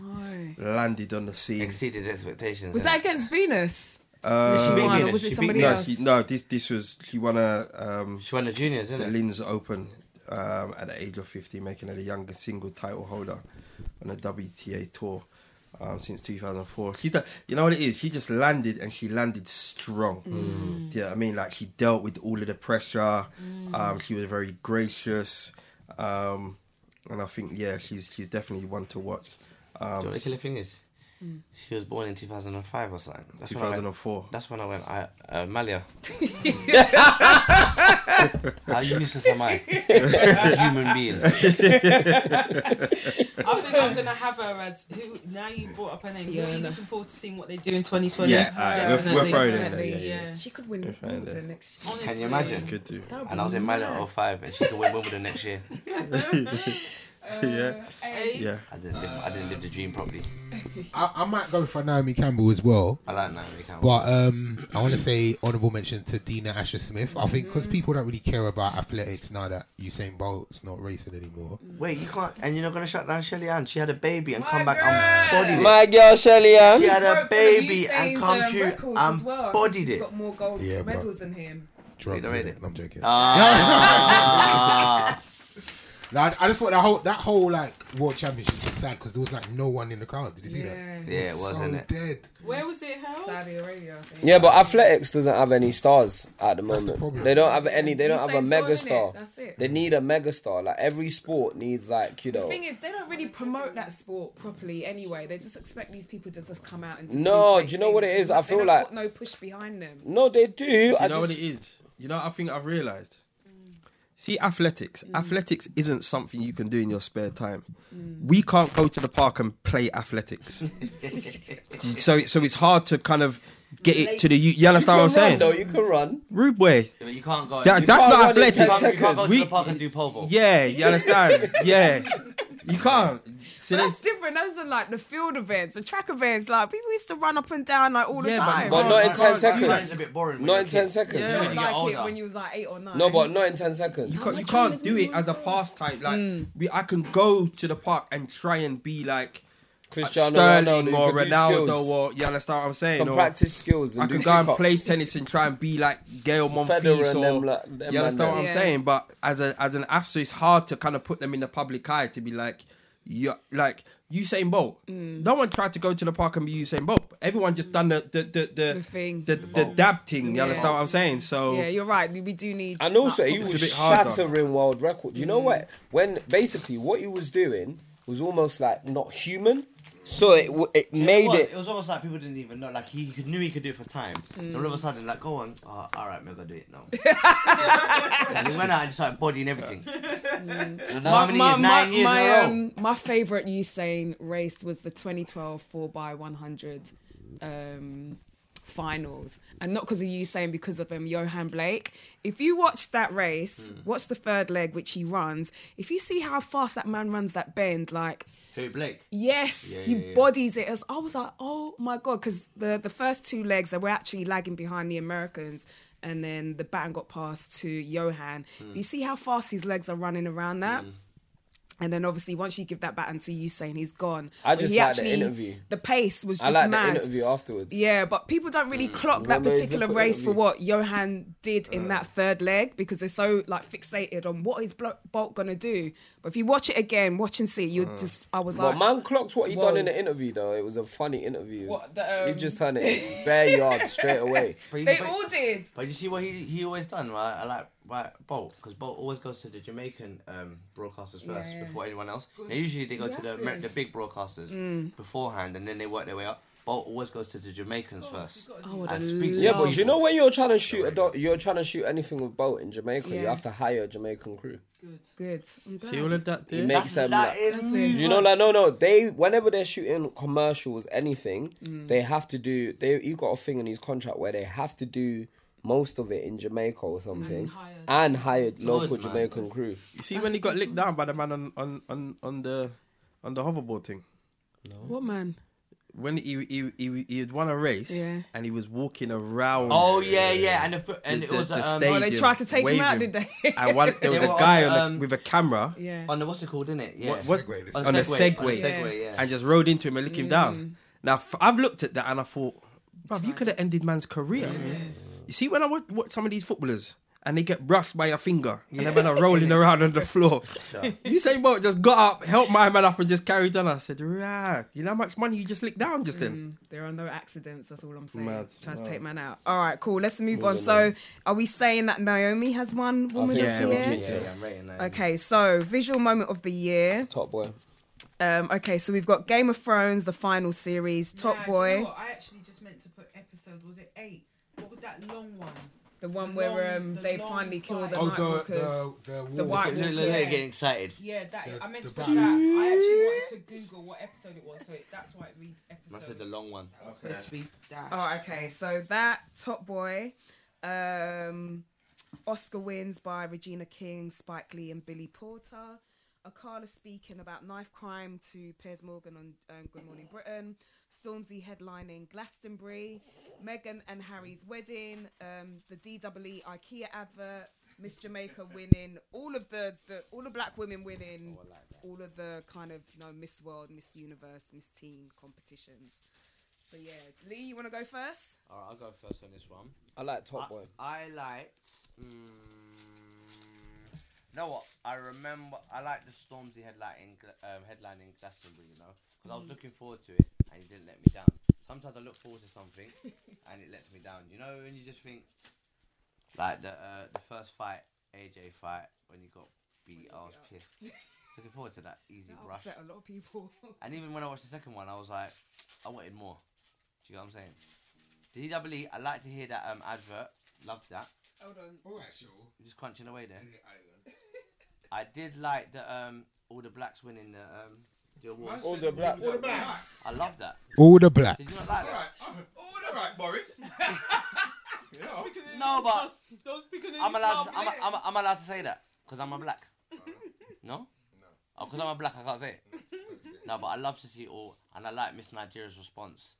Speaker 8: Oh.
Speaker 5: Landed on the scene.
Speaker 3: Exceeded expectations.
Speaker 8: Was
Speaker 3: innit?
Speaker 8: that against Venus?
Speaker 5: Uh,
Speaker 3: She beat
Speaker 8: Or
Speaker 3: Venus,
Speaker 8: was
Speaker 3: she
Speaker 8: it
Speaker 3: beat
Speaker 8: somebody
Speaker 5: no,
Speaker 8: else?
Speaker 5: she, no, this this was she won a um,
Speaker 3: She won the juniors,
Speaker 5: the
Speaker 3: isn't it?
Speaker 5: Linz Open um, at the age of 15, making her the youngest single title holder on the WTA tour um, since 2004. She, do- you know what it is? She just landed and she landed strong.
Speaker 3: Mm.
Speaker 5: Yeah, I mean, like she dealt with all of the pressure. Um, she was very gracious, um, and I think yeah, she's she's definitely one to watch.
Speaker 3: Do you know what
Speaker 5: Um,
Speaker 3: the killer thing is?
Speaker 8: Mm.
Speaker 3: She was born in 2005 or something. That's when I went-
Speaker 5: 2004.
Speaker 3: That's when I went I, uh, Malia. How useless am I? As a human being.
Speaker 8: Oh,
Speaker 1: I think I'm gonna have her as who. Now you brought up her name. Yeah,
Speaker 8: Yeah,
Speaker 1: are
Speaker 8: no.
Speaker 1: looking forward to seeing what they do in 2020.
Speaker 5: Yeah, alright, we're, we're
Speaker 1: Definitely.
Speaker 5: throwing it in there.
Speaker 8: Definitely,
Speaker 5: Yeah, yeah. yeah.
Speaker 8: She could win
Speaker 5: found it.
Speaker 8: Wimbledon next year.
Speaker 1: Honestly.
Speaker 3: Can you imagine?
Speaker 5: Good too.
Speaker 3: oh And I was in Malia 05 and she could win Wimbledon next year.
Speaker 5: yeah.
Speaker 8: Ace.
Speaker 5: Yeah.
Speaker 3: I didn't live, I didn't live the dream properly.
Speaker 4: I, I might go for Naomi Campbell as well.
Speaker 3: I like Naomi Campbell.
Speaker 4: But um, I want to say honourable mention to Dina Asher Smith. I think because people don't really care about athletics now that Usain Bolt's not racing anymore.
Speaker 3: Wait, you can't, and you're not gonna shut down Shelly Ann. She had a baby and
Speaker 8: My
Speaker 3: come back
Speaker 8: girl.
Speaker 3: and bodied it.
Speaker 2: My girl Shirley Ann.
Speaker 3: She had a
Speaker 8: Broke one of
Speaker 3: baby and
Speaker 8: Usain's,
Speaker 3: come
Speaker 8: um,
Speaker 3: through
Speaker 8: records as
Speaker 3: and
Speaker 8: well. I think
Speaker 3: bodied
Speaker 8: she's
Speaker 3: it.
Speaker 8: got more gold
Speaker 4: Yeah, but-
Speaker 8: medals than him.
Speaker 4: Drugs,
Speaker 3: Wait, wait,
Speaker 4: innit? No, I'm joking.
Speaker 3: Ah.
Speaker 4: No, I, I just thought that whole that whole like world championship was sad because there was like no one in the crowd. Did you see that?
Speaker 8: Yeah.
Speaker 3: yeah, it was,
Speaker 4: so
Speaker 3: not it?
Speaker 4: dead.
Speaker 1: Where was it held?
Speaker 8: Saudi Arabia. I think.
Speaker 2: Yeah, but athletics doesn't have any stars at
Speaker 4: That's
Speaker 2: the moment.
Speaker 4: the problem.
Speaker 2: they don't have any. They don't have a
Speaker 8: Usain's gone,
Speaker 2: mega
Speaker 8: innit?
Speaker 2: star.
Speaker 8: That's it.
Speaker 2: They need a mega star. Like every sport needs like you
Speaker 8: The
Speaker 2: know.
Speaker 8: thing is, they don't really promote that sport properly anyway. They just expect these people to just come out and just
Speaker 2: No,
Speaker 8: do, great
Speaker 2: do you know what
Speaker 8: things.
Speaker 2: it is? I
Speaker 8: Like, they
Speaker 2: feel
Speaker 8: don't
Speaker 2: like-
Speaker 8: put no push behind them.
Speaker 2: No, they do.
Speaker 5: Do
Speaker 2: I
Speaker 5: you know
Speaker 2: just,
Speaker 5: what it is? You know, I think I've realised. See, athletics.
Speaker 2: Mm.
Speaker 5: Athletics isn't something you can do in your spare time.
Speaker 2: Mm.
Speaker 5: We can't go to the park and play athletics. so, so it's hard to kind of get it to the. You, you understand what I'm
Speaker 2: you can
Speaker 5: saying?
Speaker 2: run, though. You can run.
Speaker 5: Rude boy.
Speaker 3: But you can't go.
Speaker 5: That-
Speaker 3: you
Speaker 5: that's
Speaker 3: can't,
Speaker 5: not
Speaker 2: run in
Speaker 3: you
Speaker 2: ten
Speaker 3: can't, you
Speaker 5: athletics.
Speaker 3: can't go to
Speaker 2: seconds.
Speaker 5: We-
Speaker 3: the park and do pole vault.
Speaker 5: Yeah, you understand? yeah, you can't. So
Speaker 8: But that's
Speaker 5: there's-
Speaker 8: different. Those are like the field events, the track events. Like people used to run up and down like all the
Speaker 5: Yeah, but-
Speaker 8: time.
Speaker 2: But not in
Speaker 3: Like,
Speaker 2: ten
Speaker 3: like,
Speaker 2: seconds.
Speaker 3: mine's a bit boring when
Speaker 2: Not
Speaker 3: you're
Speaker 2: in
Speaker 3: a
Speaker 2: ten
Speaker 3: kid.
Speaker 2: seconds.
Speaker 5: Yeah.
Speaker 8: you
Speaker 3: when
Speaker 8: didn't
Speaker 3: you get
Speaker 8: like it
Speaker 3: older.
Speaker 8: when you was like eight or nine.
Speaker 2: No, but not in ten seconds.
Speaker 5: you can't, you can't do it as a pastime. Like
Speaker 2: Mm.
Speaker 5: we, I can go to the park and try and be like
Speaker 2: Cristiano Ronaldo
Speaker 5: Sterling
Speaker 2: you
Speaker 5: or
Speaker 2: can do
Speaker 5: Ronaldo,
Speaker 2: skills.
Speaker 5: or you understand what I'm saying?
Speaker 2: Some
Speaker 5: or,
Speaker 2: practice skills. And
Speaker 5: I
Speaker 2: do
Speaker 5: can go and
Speaker 2: kick-ups.
Speaker 5: play tennis and try and be like Gail Monfils
Speaker 2: Federer and
Speaker 5: or
Speaker 2: them, like, them
Speaker 5: you
Speaker 2: man
Speaker 5: understand what
Speaker 2: them.
Speaker 5: I'm
Speaker 8: Yeah.
Speaker 5: saying. But as a as an athlete, it's hard to kind of put them in the public eye to be like, you like Usain Bolt.
Speaker 8: Mm.
Speaker 5: No one tried to go to the park and be Usain Bolt. Everyone just done the the the the,
Speaker 8: The thing.
Speaker 5: the, the dab thing. You
Speaker 8: Yeah.
Speaker 5: understand what I'm saying? So
Speaker 8: Yeah, you're right. We do need.
Speaker 2: And also,
Speaker 8: like,
Speaker 2: he
Speaker 5: It's a
Speaker 2: was
Speaker 5: bit harder.
Speaker 2: shattering world records. You know what? When basically what he was doing was almost like not human, so it w- it made
Speaker 3: was,
Speaker 2: it.
Speaker 3: was almost like people didn't even know. Like he could, knew he could do it for time. So all of a sudden, like, go on. Oh, all right, we're gonna do it now. and he went out and started bodying everything.
Speaker 2: Mm.
Speaker 3: And how many years? Nine years
Speaker 8: my,
Speaker 3: in a row.
Speaker 8: um, my favorite Usain race was the 2012 4x100 um, finals, and not because of Usain, because of um, Johan Blake. If you watch that race,
Speaker 3: Hmm.
Speaker 8: watch the third leg which he runs. If you see how fast that man runs that bend, like
Speaker 3: Who Blake?
Speaker 8: Yes,
Speaker 3: Yeah,
Speaker 8: he
Speaker 3: yeah, yeah.
Speaker 8: bodies it. As I was like, oh my god, because the the first two legs they were actually lagging behind the Americans, and then the baton got passed to Johan.
Speaker 2: Hmm.
Speaker 8: You see how fast his legs are running around that. And then obviously once you give that baton to Usain, he's gone.
Speaker 2: I
Speaker 8: But
Speaker 2: just
Speaker 8: he
Speaker 2: like the interview.
Speaker 8: The pace was
Speaker 2: I
Speaker 8: just
Speaker 2: like the
Speaker 8: mad.
Speaker 2: interview afterwards.
Speaker 8: Yeah, but people don't really clock that
Speaker 2: Remember his
Speaker 8: particular
Speaker 2: little
Speaker 8: race for
Speaker 2: interview? Uh.
Speaker 8: what Johan did in that third leg because they're so like fixated on what is Blo- Bolt gonna do. But if you watch it again, watch and see, you just I was
Speaker 2: Uh. But
Speaker 8: like,
Speaker 2: man clocked what he done in
Speaker 8: Whoa.
Speaker 2: the interview though. It was a funny interview.
Speaker 8: What, the,
Speaker 2: he
Speaker 8: um,
Speaker 2: just turned it bare yards straight away.
Speaker 3: But you-
Speaker 8: they
Speaker 3: but-
Speaker 8: all did.
Speaker 3: But you see what he he always done, right? I like right Bolt because Bolt always goes to the Jamaican um, broadcasters first
Speaker 8: yeah.
Speaker 3: before anyone else. Now, usually they go to
Speaker 8: You have
Speaker 3: the
Speaker 8: to.
Speaker 3: Amer- the big broadcasters
Speaker 8: Mm.
Speaker 3: beforehand, and then they work their way up. Bolt always goes to the Jamaicans first.
Speaker 8: I would
Speaker 3: And
Speaker 8: have
Speaker 3: speaks to
Speaker 2: Yeah,
Speaker 3: people.
Speaker 2: but do you know when you're trying to shoot a do- you're trying to shoot anything with boat in Jamaica, you
Speaker 8: Yeah.
Speaker 2: have to hire a Jamaican crew.
Speaker 8: Good. I'm
Speaker 5: see
Speaker 8: glad.
Speaker 5: all of that.
Speaker 2: It
Speaker 5: There?
Speaker 2: makes them. like-
Speaker 3: is-
Speaker 8: it.
Speaker 2: Do you know, like, no, no. They whenever they're shooting commercials, anything,
Speaker 3: Mm.
Speaker 2: they have to do. They you got a thing in his contract where they have to do most of it in Jamaica or something, and hired, local
Speaker 3: man.
Speaker 2: Jamaican crew.
Speaker 5: You see when he got licked down by the man on on on, on the on the hoverboard thing. Mm.
Speaker 8: What man?
Speaker 5: When he he, he he had won a race
Speaker 8: Yeah.
Speaker 5: and he was walking around.
Speaker 3: Oh yeah, yeah, and the, fo- and
Speaker 5: the-
Speaker 3: it was
Speaker 5: the
Speaker 3: um,
Speaker 5: stage.
Speaker 8: Oh, they
Speaker 5: Stadium,
Speaker 8: tried to take him out,
Speaker 5: waving.
Speaker 8: did they?
Speaker 5: And one, there was
Speaker 3: They
Speaker 5: a
Speaker 3: were
Speaker 5: guy
Speaker 3: on
Speaker 5: on
Speaker 3: the,
Speaker 5: a,
Speaker 3: um,
Speaker 5: with a camera
Speaker 8: yeah.
Speaker 3: on the what's it called, isn't it? Yeah.
Speaker 5: What- what-
Speaker 4: Segway, this-
Speaker 5: on a
Speaker 3: On a
Speaker 5: Segway
Speaker 3: Segway, yeah.
Speaker 5: and just rode into him and licked him down. Now f- I've looked at that and I thought, bruv, you could have ended man's career. You see, when I watch, watch some of these footballers and they get brushed by a finger and they're man are rolling around on the floor, you say, "Boy, just got up, helped my man up, and just carried on." I said, "Right, you know how much money you just licked down just then."
Speaker 8: There are no accidents. That's all I'm saying.
Speaker 5: Mad,
Speaker 8: Trying
Speaker 5: mad.
Speaker 8: to take man out. All right, cool. Let's move on. So, are we saying that Naomi has won Woman
Speaker 2: think
Speaker 5: so,
Speaker 8: of the
Speaker 5: yeah.
Speaker 8: Year?
Speaker 3: Yeah, yeah, I'm rating that.
Speaker 8: Okay, so visual moment of the year.
Speaker 2: Top boy.
Speaker 8: Um, okay, so we've got Game of Thrones, the final series, Top
Speaker 11: Nah, do you
Speaker 8: Boy,
Speaker 11: know what? I actually just meant to put episode. Was it eight? What was that long one?
Speaker 8: the one
Speaker 11: The
Speaker 8: where
Speaker 11: long-
Speaker 8: um,
Speaker 11: the
Speaker 8: they
Speaker 11: long
Speaker 8: finally kill
Speaker 11: fight.
Speaker 8: the
Speaker 4: Oh,
Speaker 8: Night
Speaker 4: the
Speaker 8: Walkers.
Speaker 4: the the,
Speaker 8: The
Speaker 4: wall.
Speaker 8: white-
Speaker 3: Look, look,
Speaker 11: Yeah.
Speaker 3: look, getting excited.
Speaker 11: Yeah, that
Speaker 4: The-
Speaker 11: I meant
Speaker 4: the
Speaker 11: to put
Speaker 4: battle.
Speaker 11: that. I actually wanted to Google what episode it was, so it, that's why it reads episode.
Speaker 3: Must have the long one.
Speaker 11: That was supposed to be that.
Speaker 8: Oh, okay. So that Top Boy, um, Oscar wins by Regina King, Spike Lee, and Billy Porter.
Speaker 1: Akala speaking about knife crime to Piers Morgan on um, Good Morning Britain, Stormzy headlining Glastonbury, Meghan and Harry's wedding, um, the DWE IKEA advert, Miss Jamaica winning, all of the, the all the black women winning, all of the kind of you know Miss World, Miss Universe, Miss Teen competitions. So yeah, Lee, you want to go first?
Speaker 3: All right, I'll go first on this one.
Speaker 2: I like Top
Speaker 3: Ah.
Speaker 2: Boy.
Speaker 3: I, I liked. Mm, you know what? I remember. I liked the Stormzy headlining um, headlining Glastonbury. You know, because I was looking forward to it, and he didn't let me down. Sometimes I look forward to something, and it lets me down. You know, when you just think, like the uh, the first fight, AJ fight, when he got beat, I was pissed. looking forward to that easy
Speaker 1: That
Speaker 3: rush.
Speaker 1: upset a lot of people.
Speaker 3: And even when I watched the second one, I was like, I wanted more. Do you know what I'm saying? The DWE, I like to hear that um, advert. Loved that.
Speaker 1: Hold on.
Speaker 4: All right, sure.
Speaker 3: Just crunching away there.
Speaker 4: Any island.
Speaker 3: I did like the um, all the blacks winning the um, the award.
Speaker 2: All the black.
Speaker 4: All the blacks.
Speaker 3: I love that.
Speaker 4: All the
Speaker 3: Did you not
Speaker 4: blacks.
Speaker 12: All
Speaker 3: like that?
Speaker 12: right, all right, Boris. yeah, I'm picking in-
Speaker 3: No, but
Speaker 12: those picking in
Speaker 3: I'm
Speaker 12: these
Speaker 3: allowed. To,
Speaker 12: small
Speaker 3: I'm,
Speaker 12: blacks.
Speaker 3: I'm, I'm allowed to say that because I'm a black. No.
Speaker 4: No.
Speaker 3: Oh, because I'm a black, I can't say it. No, but I love to see it all, and I like Miss Nigeria's response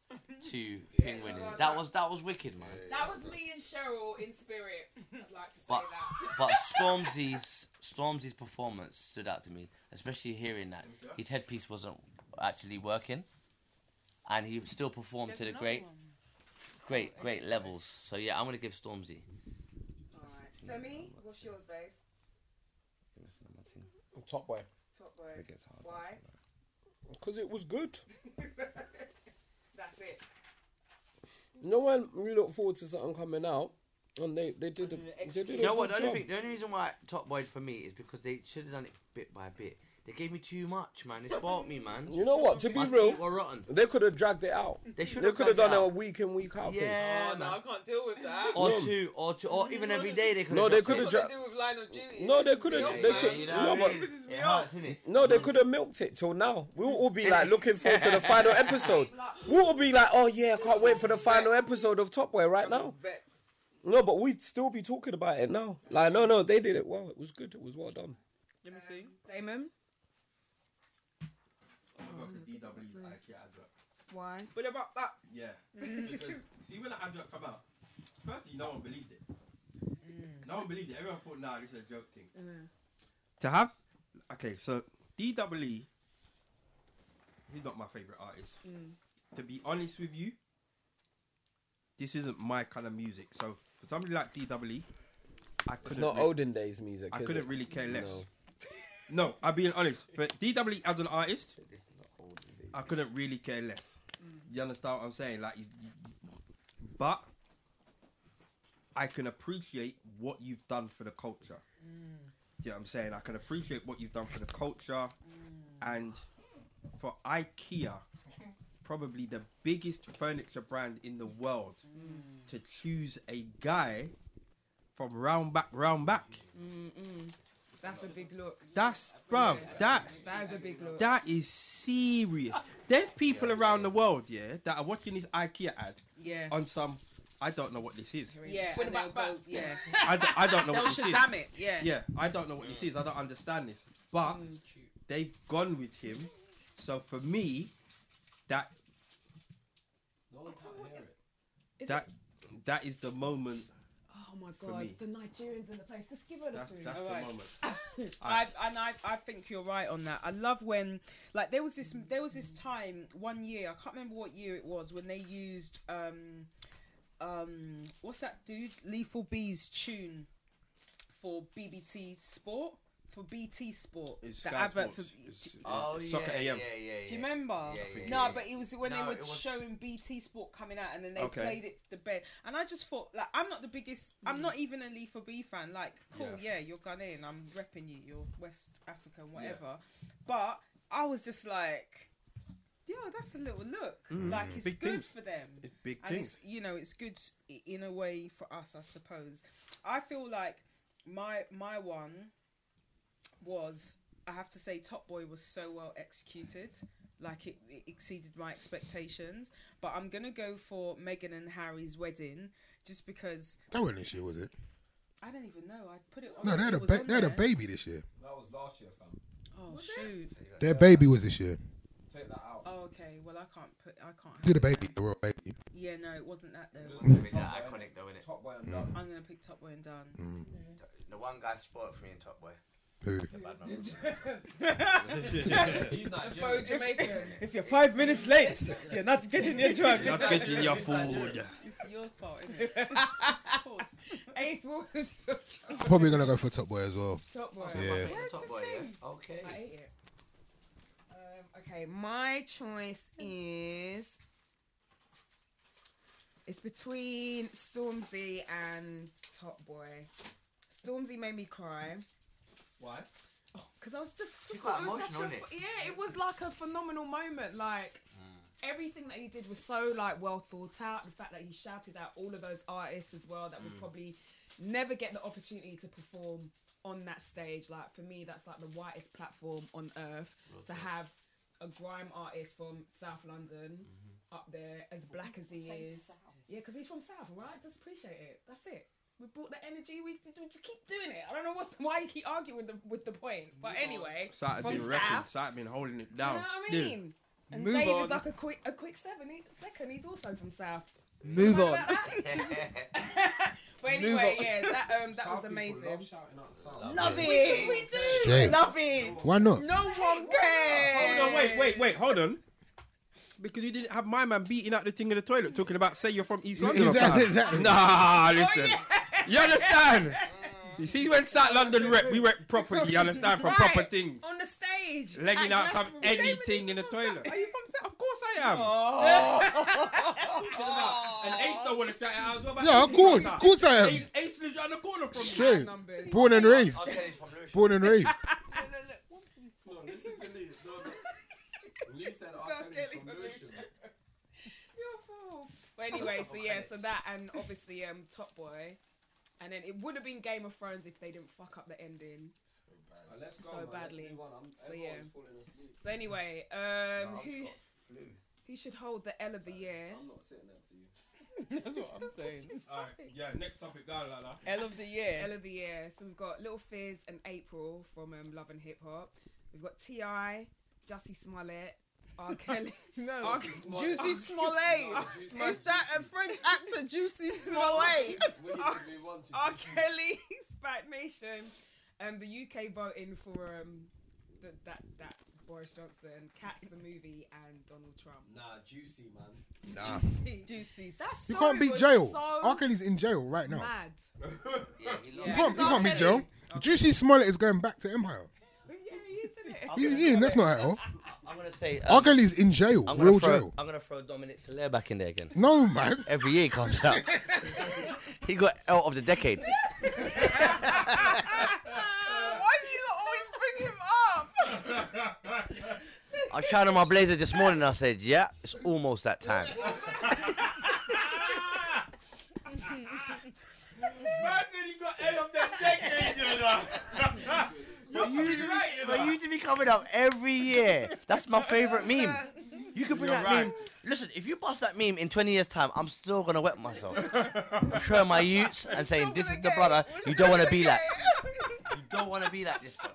Speaker 3: to thing winning. That was that was wicked, man.
Speaker 1: That was me and Cheryl in spirit. I'd like to say
Speaker 3: But
Speaker 1: that.
Speaker 3: but Stormzy's Stormzy's performance stood out to me, especially hearing that his headpiece wasn't actually working, and he still performed to the great, great, great levels. So yeah, I'm gonna give Stormzy.
Speaker 1: All right. Femi, what's yours, babes?
Speaker 2: Top Boy.
Speaker 1: Top boy. Why?
Speaker 2: Because it was good.
Speaker 1: That's it.
Speaker 2: You know when we look forward to something coming out, and they they did a, they did
Speaker 3: You know
Speaker 2: a
Speaker 3: what? The
Speaker 2: good
Speaker 3: only,
Speaker 2: job.
Speaker 3: thing, the only reason why Top Boy for me is because they should have done it bit by bit. They gave me too much, man. It spoiled me, man.
Speaker 2: You know what? To be
Speaker 3: My
Speaker 2: real,
Speaker 3: feet were rotten.
Speaker 2: they could have dragged it out.
Speaker 3: They
Speaker 2: They
Speaker 3: should have
Speaker 2: could have done
Speaker 3: it
Speaker 2: a
Speaker 3: out.
Speaker 2: week in week out thing.
Speaker 3: Yeah,
Speaker 8: Oh no, I
Speaker 3: man.
Speaker 8: can't deal with that.
Speaker 3: Or two, or two, or even every day they could.
Speaker 2: No, they could have
Speaker 8: That's what
Speaker 2: dra-
Speaker 8: they do with line of duty.
Speaker 2: No,
Speaker 8: It
Speaker 2: they
Speaker 8: pisses me
Speaker 2: couldn't-
Speaker 8: off,
Speaker 2: they
Speaker 8: man.
Speaker 2: couldn't-
Speaker 3: You
Speaker 2: no,
Speaker 3: know what I mean?
Speaker 8: Pisses me
Speaker 3: It
Speaker 8: off.
Speaker 3: hurts, innit?
Speaker 2: No, they could have milked it till now. We'll all be like looking forward to the final episode. We'll all be like, oh yeah, I can't wait for the final episode of Top Boy right now.
Speaker 8: Vexed.
Speaker 2: No, but we'd still be talking about it now. Like, no, no, they did it well. It was good. It was well done.
Speaker 8: Let me see.
Speaker 1: Um, Damon, why?
Speaker 8: But about that,
Speaker 12: Yeah. because, see, when the advert come out, firstly, no one believed it. No one believed it. Everyone thought, nah, this is a joke thing.
Speaker 5: To have okay, so DWE, he's not my favorite artist. To be honest with you, this isn't my kind of music. So for somebody like DWE, I couldn't.
Speaker 2: It's not
Speaker 5: re-
Speaker 2: olden days music.
Speaker 5: I
Speaker 2: is
Speaker 5: couldn't
Speaker 2: it?
Speaker 5: really care less. No, I'm being honest. But DWE as an artist, I couldn't really care less. You understand what I'm saying? Like, you, you, but I can appreciate what you've done for the culture. Do you know what I'm saying? I can appreciate what you've done for the culture, and for IKEA, probably the biggest furniture brand in the world, to choose a guy from round back, round back.
Speaker 1: That's a big look.
Speaker 5: That's bruv. That
Speaker 1: That is a big look.
Speaker 5: that is serious. There's people around the world, yeah, that are watching this IKEA ad
Speaker 8: yeah,
Speaker 5: on some. I don't know what this is.
Speaker 8: yeah,
Speaker 1: With
Speaker 8: and
Speaker 1: the
Speaker 8: they'll
Speaker 1: back-
Speaker 8: go, yeah,
Speaker 5: I, d- I don't know
Speaker 8: they'll
Speaker 5: what this is.
Speaker 8: shazam it, yeah. Mm.
Speaker 5: Yeah, I don't know what this is. I don't understand this. But they've gone with him. So for me, that
Speaker 1: Is
Speaker 5: that that is the moment.
Speaker 1: Oh my
Speaker 5: For me.
Speaker 1: god, the Nigerians in the place. Just give her the
Speaker 5: That's
Speaker 1: food.
Speaker 5: that's the
Speaker 8: Alright.
Speaker 5: moment.
Speaker 8: I, and I, I think you're right on that. I love when like there was this there was this time one year I can't remember what year it was when they used um um what's that dude Lethal B's tune for BBC Sport for BT Sport
Speaker 5: It's
Speaker 8: the
Speaker 5: Sky
Speaker 8: advert
Speaker 5: Sports.
Speaker 8: for
Speaker 5: It's, uh,
Speaker 3: Oh
Speaker 5: Soccer
Speaker 3: yeah,
Speaker 5: AM.
Speaker 3: yeah, yeah, yeah.
Speaker 8: Do you remember?
Speaker 3: Yeah, yeah,
Speaker 8: no,
Speaker 3: yeah.
Speaker 8: but it was when
Speaker 3: No,
Speaker 8: they were
Speaker 3: it was-
Speaker 8: showing BT Sport coming out, and then they
Speaker 5: Okay.
Speaker 8: played it to the bed. And I just thought, like, I'm not the biggest.
Speaker 3: Mm.
Speaker 8: I'm not even a Leaf B fan. Like, cool, yeah, you're Ghanaian. I'm repping you. You're West African, whatever. But I was just like, yo, that's a little look. Like, it's
Speaker 5: Big
Speaker 8: good
Speaker 5: things.
Speaker 8: for them
Speaker 5: It's big
Speaker 8: and
Speaker 5: things.
Speaker 8: it's you know it's good i- in a way for us i suppose i feel like my my one was i have to say top boy was so well executed like it, it exceeded my expectations but i'm gonna go for megan and harry's wedding just because
Speaker 4: That wasn't this year, was it?
Speaker 8: i don't even know i put it on
Speaker 4: No, they had
Speaker 8: it
Speaker 4: a
Speaker 8: was
Speaker 4: ba-
Speaker 8: on
Speaker 4: they had a
Speaker 8: there.
Speaker 4: baby this year.
Speaker 2: That was last year, fam.
Speaker 1: Oh shoot.
Speaker 4: Their baby was this year.
Speaker 2: Take that out.
Speaker 1: Oh okay. Well, I can't put. I can't.
Speaker 4: Did a baby, the royal baby.
Speaker 1: Yeah, no, it wasn't that though.
Speaker 4: Mm.
Speaker 1: was it?
Speaker 4: It's
Speaker 13: that iconic though, innit?
Speaker 2: Top boy and
Speaker 4: Mm.
Speaker 2: done.
Speaker 1: I'm gonna pick Top Boy and Done.
Speaker 4: Mm.
Speaker 13: The one guy spoiled for me in Top Boy.
Speaker 4: Who?
Speaker 13: The bad man.
Speaker 2: He's
Speaker 8: Faux
Speaker 2: Nigerian.
Speaker 8: Jamaican.
Speaker 1: If you're five minutes late, you're not getting your drugs.
Speaker 5: Not getting your food.
Speaker 1: It's your fault, isn't it? of course.
Speaker 8: Ace Walker's
Speaker 4: Probably gonna go for top boy as well.
Speaker 8: top one.
Speaker 4: Yeah.
Speaker 8: Where's
Speaker 2: Top
Speaker 8: the
Speaker 2: boy,
Speaker 8: thing?
Speaker 2: yeah. Okay.
Speaker 8: I ate it. Um, okay, my choice is it's between Stormzy and Top Boy. Stormzy made me cry
Speaker 7: Why?
Speaker 8: because Oh, I was just
Speaker 3: It's
Speaker 8: just
Speaker 3: quite
Speaker 8: thought it was such
Speaker 3: emotional,
Speaker 8: a yeah, it was like a phenomenal moment. Like
Speaker 3: Mm.
Speaker 8: everything that he did was so like well thought out. The fact that he shouted out all of those artists as well that would
Speaker 3: Mm.
Speaker 8: probably never get the opportunity to perform on that stage. Like for me, that's like the whitest platform on earth to have a grime artist from South London up there as black as he is. Yeah, because he's from South, right? Just appreciate it. That's it. We brought the energy. We, we just keep doing it. I don't know what's why you keep arguing with the with the point. But anyway,
Speaker 5: Saturday
Speaker 8: from
Speaker 5: been wrecking.
Speaker 8: South,
Speaker 5: Saturday been holding it
Speaker 8: do you know
Speaker 5: down.
Speaker 8: what I
Speaker 5: still.
Speaker 8: mean? And
Speaker 5: Move
Speaker 8: Dave
Speaker 5: on.
Speaker 8: is like a quick a quick seven he, second. He's also from South.
Speaker 5: Move
Speaker 8: Right
Speaker 5: on.
Speaker 8: about that?
Speaker 5: Move
Speaker 8: but anyway,
Speaker 5: on.
Speaker 8: yeah, that um that
Speaker 2: South
Speaker 8: was
Speaker 2: people
Speaker 8: amazing.
Speaker 2: Love shouting out South.
Speaker 1: Love
Speaker 8: We,
Speaker 1: it.
Speaker 8: we do.
Speaker 4: Straight.
Speaker 1: Love it.
Speaker 4: Why not?
Speaker 1: No one cares.
Speaker 5: Hold on, wait, wait, wait, hold on. Because you didn't have my man beating out the thing in the toilet, talking about say you're from East London. or
Speaker 4: Exactly,
Speaker 5: something.
Speaker 4: exactly.
Speaker 8: Oh,
Speaker 5: Nah, listen. You understand?
Speaker 8: Mm.
Speaker 5: You see, when South London rep, we rep properly. You understand from proper
Speaker 8: Right.
Speaker 5: things.
Speaker 8: On the stage.
Speaker 5: Legging
Speaker 8: And
Speaker 5: out
Speaker 8: that's
Speaker 5: some
Speaker 8: what we-
Speaker 5: anything in the toilet. Are you from South? Of course I am.
Speaker 8: Oh.
Speaker 5: And Ace don't want to shout it out as well. but
Speaker 4: Yeah,
Speaker 5: Ace
Speaker 4: of
Speaker 5: is
Speaker 4: course.
Speaker 5: from
Speaker 4: Of course I
Speaker 5: South.
Speaker 4: am.
Speaker 5: Ace Ace lives around the corner from me.
Speaker 4: Straight.
Speaker 8: Numbers.
Speaker 4: Born and raised.
Speaker 13: I'll tell you from Lewisham.
Speaker 4: Born and raised.
Speaker 2: This is the news. Lee said R.
Speaker 8: Kelly's Kelly from from Lewisham. Beautiful. But anyway, so yeah, so that and obviously um Top Boy. And then it would have been Game of Thrones if they didn't fuck up the ending.
Speaker 2: Let's go,
Speaker 8: So
Speaker 2: man. Let's
Speaker 8: badly.
Speaker 2: move on. I'm-
Speaker 8: So, yeah.
Speaker 2: everyone's falling asleep.
Speaker 8: So anyway, um
Speaker 3: I've
Speaker 8: who
Speaker 3: got flu.
Speaker 8: who should hold the L of the year?
Speaker 2: I'm not sitting next to you.
Speaker 1: That's what I'm saying.
Speaker 7: Alright, yeah, next topic, go like that.
Speaker 1: L of the
Speaker 8: L
Speaker 1: year.
Speaker 8: of the year. So we've got Little Fizz and April from um, Love and Hip Hop. We've got T.I., Jussie Smollett, R. Kelly.
Speaker 1: No.
Speaker 8: R. Kelly.
Speaker 1: Juicy
Speaker 8: Ah,
Speaker 1: Smollett. Is that a French actor, Juicy Smollett?
Speaker 2: We need to move on to
Speaker 8: R. Kelly, Spat Nation, and the UK voting for um th- that that Boris Johnson, Cats the movie, and Donald Trump.
Speaker 2: Nah, juicy man.
Speaker 4: Nah.
Speaker 8: See,
Speaker 1: Ah. Juicy.
Speaker 8: That's
Speaker 4: You
Speaker 8: so
Speaker 4: can't beat
Speaker 8: was
Speaker 4: jail.
Speaker 8: so
Speaker 4: R. Kelly's in jail right now.
Speaker 8: Mad.
Speaker 3: Yeah, he loves
Speaker 4: You
Speaker 8: Yeah.
Speaker 4: can't, you can't beat jail. Juicy Smollett is going back to Empire.
Speaker 8: But yeah, isn't it?
Speaker 4: He's in. That's not at all.
Speaker 3: I'm gonna say.
Speaker 4: R.
Speaker 3: Um,
Speaker 4: Kelly's in jail.
Speaker 3: I'm gonna
Speaker 4: Real
Speaker 3: throw.
Speaker 4: jail.
Speaker 3: I'm gonna throw Dominic Soler back in there again.
Speaker 4: No, man.
Speaker 3: Every year he comes out. he got out of the decade.
Speaker 1: Why do you always bring him up?
Speaker 3: I was trying on my blazer this morning. I said, "Yeah, it's almost that time."
Speaker 7: Man said he got L of the decade, you know.
Speaker 3: But you, to be,
Speaker 7: right, you
Speaker 3: but
Speaker 7: know.
Speaker 3: you to be coming out every year. That's my favorite meme. You could bring
Speaker 7: You're
Speaker 3: that
Speaker 7: right.
Speaker 3: meme. Listen, if you bust that meme in 20 years' time, I'm still gonna wet myself. I'm showing my youths and saying, "This is the brother you don't want to be like. You don't want to be like this brother."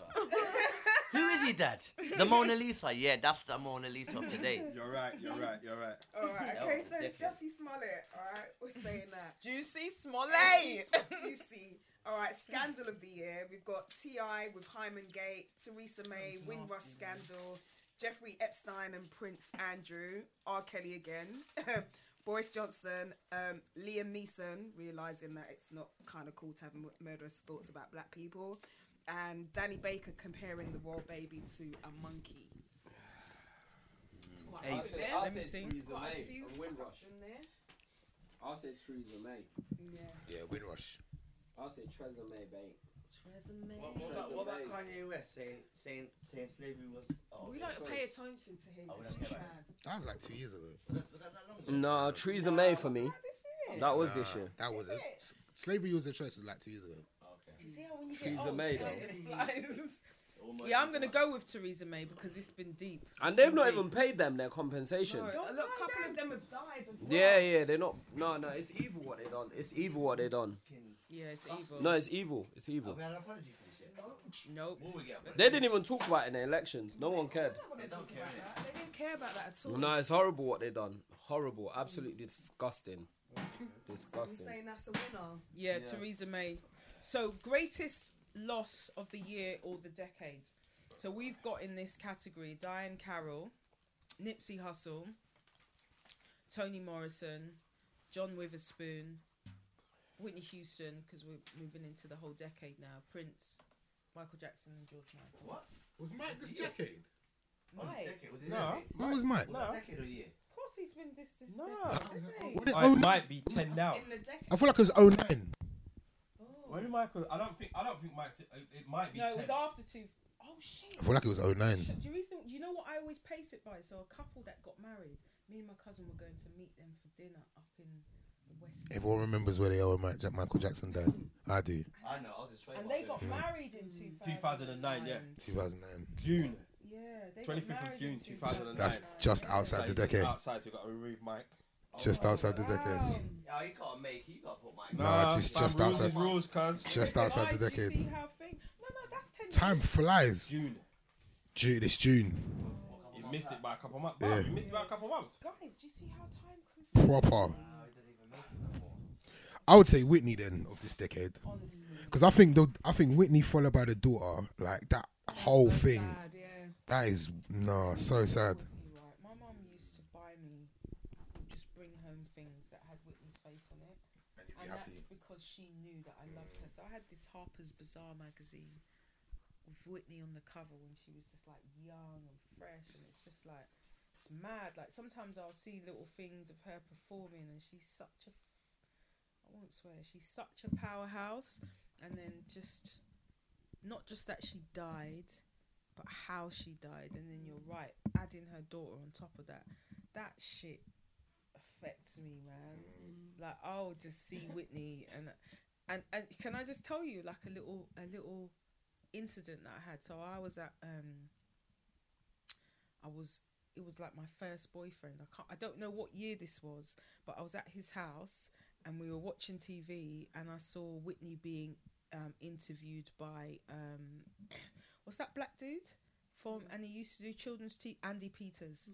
Speaker 3: Who is he, Dad? The Mona Lisa. Yeah, that's the Mona Lisa of today.
Speaker 7: You're right, you're right, you're right.
Speaker 8: All right,
Speaker 3: That
Speaker 8: okay,
Speaker 3: was
Speaker 8: so
Speaker 3: different.
Speaker 8: Jussie Smollett, all right, we're saying that.
Speaker 1: Juicy Smollett.
Speaker 8: Juicy. All right, scandal of the year. We've got T.I. with Hyman Gate, Theresa May, Windrush scandal, Jeffrey Epstein and Prince Andrew, R. Kelly again, Boris Johnson, um, Liam Neeson, realizing that it's not kind of cool to have mu- murderous thoughts about black people, and Danny Baker comparing the royal baby to a monkey. Quite a
Speaker 2: I'll
Speaker 8: few
Speaker 2: say,
Speaker 8: there.
Speaker 2: I'll
Speaker 1: Let
Speaker 2: say
Speaker 1: me see.
Speaker 2: Theresa
Speaker 8: Quite a
Speaker 2: May
Speaker 8: few
Speaker 2: and Windrush.
Speaker 8: in there.
Speaker 2: I'll say Theresa May.
Speaker 8: Yeah.
Speaker 4: Yeah, Windrush.
Speaker 2: I'll say Theresa May, babe.
Speaker 8: Resume.
Speaker 3: What, what, about, what about Kanye West saying saying saying slavery was? Oh,
Speaker 8: We
Speaker 3: yeah.
Speaker 8: don't pay attention to him.
Speaker 3: Oh,
Speaker 8: It's
Speaker 3: that's
Speaker 8: too
Speaker 3: right.
Speaker 8: bad.
Speaker 4: That was like two years ago.
Speaker 3: Was that- was that that long ago?
Speaker 2: Nah, Theresa May for me. That was this year.
Speaker 4: That was it. S- Slavery was a choice. Was like two years ago.
Speaker 3: Okay.
Speaker 1: You see how when you
Speaker 2: She's
Speaker 1: get old,
Speaker 2: amazing.
Speaker 1: it flies.
Speaker 3: Almost
Speaker 1: Yeah, I'm
Speaker 3: done.
Speaker 1: gonna go with Theresa May because it's been deep.
Speaker 2: And
Speaker 1: It's
Speaker 2: they've
Speaker 1: been
Speaker 2: not
Speaker 1: deep.
Speaker 2: even paid them their compensation.
Speaker 8: No, a lot, couple of them have died as well.
Speaker 2: Yeah, yeah, they're not. No, no, it's evil what they done. It's evil what they done.
Speaker 1: Yeah, it's evil.
Speaker 2: No, it's evil. It's evil.
Speaker 3: Have Oh, we had an apology for this yet?
Speaker 1: Nope.
Speaker 14: They didn't even talk about it in the elections. No one cared.
Speaker 8: They don't care. They didn't care about that at all.
Speaker 14: No, it's horrible what they done. Horrible. Absolutely disgusting.
Speaker 8: We're
Speaker 14: Disgusting.
Speaker 8: saying that's the winner.
Speaker 1: Yeah,
Speaker 14: Yeah.
Speaker 1: Theresa May. So, greatest loss of the year or the decade. So, we've got in this category Diane Carroll, Nipsey Hussle, Toni Morrison, John Witherspoon, Whitney Houston, because we're moving into the whole decade now, Prince, Michael Jackson, and George Michael.
Speaker 3: What?
Speaker 4: Was Mike this decade?
Speaker 1: Mike?
Speaker 3: Decade, was it
Speaker 4: No.
Speaker 3: decade?
Speaker 4: What was Mike?
Speaker 3: Was it decade or year?
Speaker 1: Of course, he's been this, this
Speaker 5: No.
Speaker 1: decade, hasn't he?
Speaker 4: What did
Speaker 5: Oh, it
Speaker 4: 09
Speaker 5: might be ten now.
Speaker 8: In the oh. decade.
Speaker 4: I feel like it was 09.
Speaker 5: When did Michael?
Speaker 7: I don't think. I don't think Mike's. It, it might be.
Speaker 1: No, it
Speaker 7: 10.
Speaker 1: was after two. Oh shit!
Speaker 4: I feel like it was 09.
Speaker 1: Shit, Do you, reason, do you know what I always pace it by? So a couple that got married, me and my cousin were going to meet them for dinner up in the west. End.
Speaker 4: Everyone remembers where they are when Mike, Jack, Michael Jackson died. I do.
Speaker 3: I know. I was just
Speaker 1: And they got married in 2009.
Speaker 7: 2009, yeah.
Speaker 4: 2009.
Speaker 5: June.
Speaker 1: Yeah, they
Speaker 5: 25th
Speaker 1: got
Speaker 5: of
Speaker 1: married
Speaker 5: June,
Speaker 1: in
Speaker 5: 2009.
Speaker 4: That's just outside the decade.
Speaker 5: Outside, so we got to remove Mike.
Speaker 4: Just outside the decade.
Speaker 3: Yeah, you gotta make. You gotta put Mike.
Speaker 4: Nah, just-
Speaker 5: fam,
Speaker 4: just
Speaker 5: rules
Speaker 4: outside-
Speaker 5: is Rules, cuz.
Speaker 4: Just outside the
Speaker 1: Guys, you see
Speaker 4: decade.
Speaker 1: how thing- No, no, that's 10
Speaker 4: Time
Speaker 1: years.
Speaker 4: flies.
Speaker 5: June.
Speaker 4: June, it's June.
Speaker 5: You missed it by a couple months.
Speaker 4: Yeah.
Speaker 5: You missed it by a couple months.
Speaker 1: Guys, do you see how time can
Speaker 4: Proper. I would say Whitney then of this decade.
Speaker 1: honestly?
Speaker 4: Because I think the, I think Whitney followed by the daughter, like that whole
Speaker 8: So
Speaker 4: thing.
Speaker 8: sad, yeah.
Speaker 4: That is no, so sad.
Speaker 1: You right. My mum used to buy me, just bring home things that had Whitney's face on it. and that's because she knew that I loved her. So I had this Harper's Bazaar magazine with Whitney on the cover when she was just like young and fresh, and it's just like it's mad. Like sometimes I'll see little things of her performing, and she's such a I won't swear she's such a powerhouse, and then just not just that she died, but how she died, and then you're right, adding her daughter on top of that, that shit affects me, man like I'll just see Whitney and and and can I just tell you like a little a little incident that I had. So I was at um I was it was like my first boyfriend. I can't I don't know what year this was, but I was at his house and we were watching TV and I saw Whitney being um, interviewed by um what's that black dude from and he used to do children's TV Andy Peters.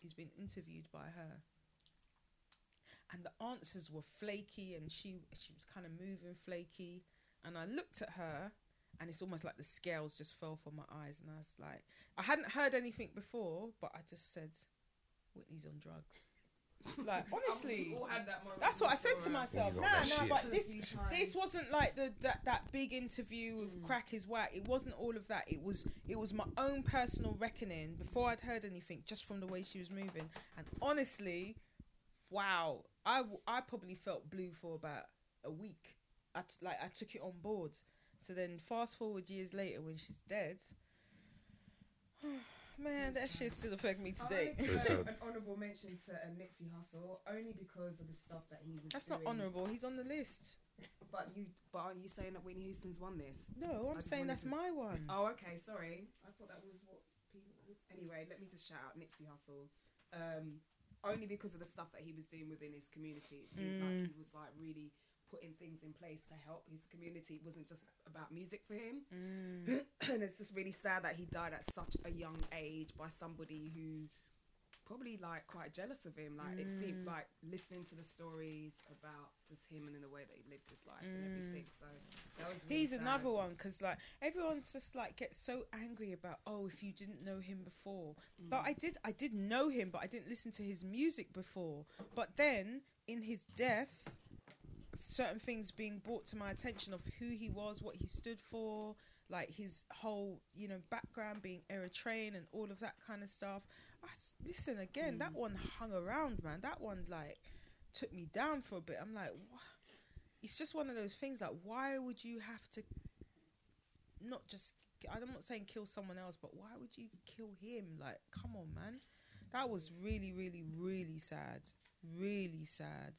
Speaker 1: He's been interviewed by her and the answers were flaky and she she was kind of moving flaky and I looked at her and it's almost like the scales just fell from my eyes and I was like I hadn't heard anything before but I just said Whitney's on drugs like honestly
Speaker 8: We all had that moment.
Speaker 1: that's what I said to
Speaker 8: Alright.
Speaker 1: myself.
Speaker 4: He's on
Speaker 1: Nah,
Speaker 4: that
Speaker 1: nah,
Speaker 4: shit.
Speaker 1: but this
Speaker 8: Cookie time.
Speaker 1: this wasn't like the that, that big interview with
Speaker 8: Mm.
Speaker 1: crack is whack. It wasn't all of that. It was it was my own personal reckoning before I'd heard anything, just from the way she was moving. And honestly, wow, I w- I probably felt blue for about a week. I t- like I took it on board. So then, fast forward years later, when she's dead, man, that shit still affect me today.
Speaker 8: I wanna
Speaker 4: Very
Speaker 8: give
Speaker 4: sad.
Speaker 8: an honourable mention to uh, Nipsey Hussle only because of the stuff that he was
Speaker 1: That's not
Speaker 8: doing.
Speaker 1: honourable. He's on the list.
Speaker 8: But you, but are you saying that Whitney Houston's won this?
Speaker 1: No,
Speaker 8: I
Speaker 1: I'm
Speaker 8: just
Speaker 1: saying
Speaker 8: wanted
Speaker 1: that's
Speaker 8: to-
Speaker 1: my one.
Speaker 8: Oh, okay. Sorry, I thought that was what people. Anyway, let me just shout out Nipsey Hussle. Um, only because of the stuff that he was doing within his community, it seemed like
Speaker 1: Mm.
Speaker 8: he was like really putting things in place to help his community. It wasn't just about music for him,
Speaker 1: Mm.
Speaker 8: and it's just really sad that he died at such a young age by somebody who probably like quite jealous of him. Like it seemed
Speaker 1: Mm.
Speaker 8: like listening to the stories about just him and in the way that he lived his life and everything. So that was really
Speaker 1: Mm. He's
Speaker 8: sad.
Speaker 1: another one because like everyone's just like gets so angry about oh if you didn't know him before, but
Speaker 8: Mm.
Speaker 1: I did I did know him but I didn't listen to his music before. But then in his death, certain things being brought to my attention of who he was, what he stood for, like his whole you know background being Eritrean and all of that kind of stuff. I s- listen again, that
Speaker 8: Mm.
Speaker 1: one hung around, man. That one like took me down for a bit. I'm like. What? it's just one of those things like why would you have to not just i'm not saying kill someone else but why would you kill him like come on man that was really really really sad really sad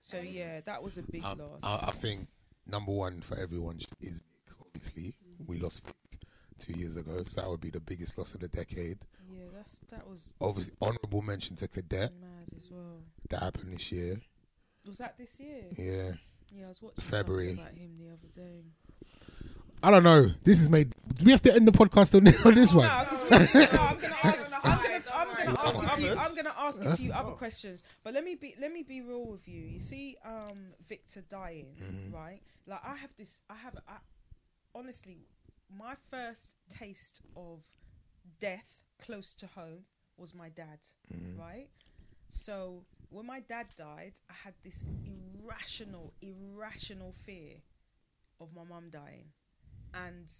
Speaker 1: so yeah that was a big
Speaker 4: I,
Speaker 1: loss
Speaker 4: Um, I, I think number one for everyone sh- is Vic. Obviously, we lost Vic two years ago, so that would be the biggest loss of the decade.
Speaker 1: yeah that's that was
Speaker 4: Obviously, honourable mention to Cadet
Speaker 1: mad as well
Speaker 4: that happened this year.
Speaker 1: was that this year
Speaker 4: Yeah,
Speaker 1: yeah i was watching something
Speaker 4: February.
Speaker 1: about him the other day
Speaker 4: I don't know. This is made. Do we have to end the podcast on, on this one?
Speaker 1: I'm gonna ask if you- I'm going to ask a few other questions, but let me be let me be real with you. You see, um, Victor dying,
Speaker 15: Mhm.
Speaker 1: right? Like I have this, I have, I, honestly, my first taste of death close to home was my dad,
Speaker 15: Mhm.
Speaker 1: right? So when my dad died, I had this irrational, irrational fear of my mum dying, and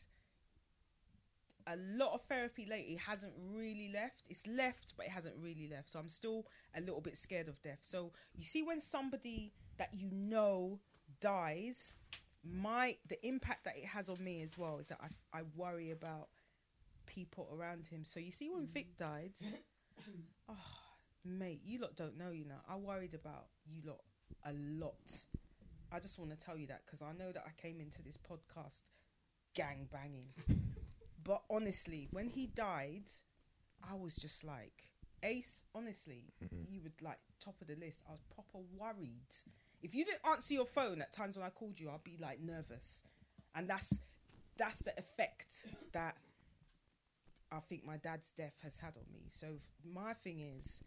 Speaker 1: a lot of therapy lately hasn't really left. It's left, but it hasn't really left. So I'm still a little bit scared of death. So you see, when somebody that you know dies, my the impact that it has on me as well is that I, I worry about people around him. So you see, when Vic died, oh mate, you lot don't know. You know, I worried about you lot a lot. I just want to tell you that because I know that I came into this podcast gang banging. But honestly, when he died, I was just like, Ace, honestly, you would like top of the list. I was proper worried. If you didn't answer your phone at times when I called you, I'd be like nervous. And that's that's the effect that I think my dad's death has had on me. So my thing is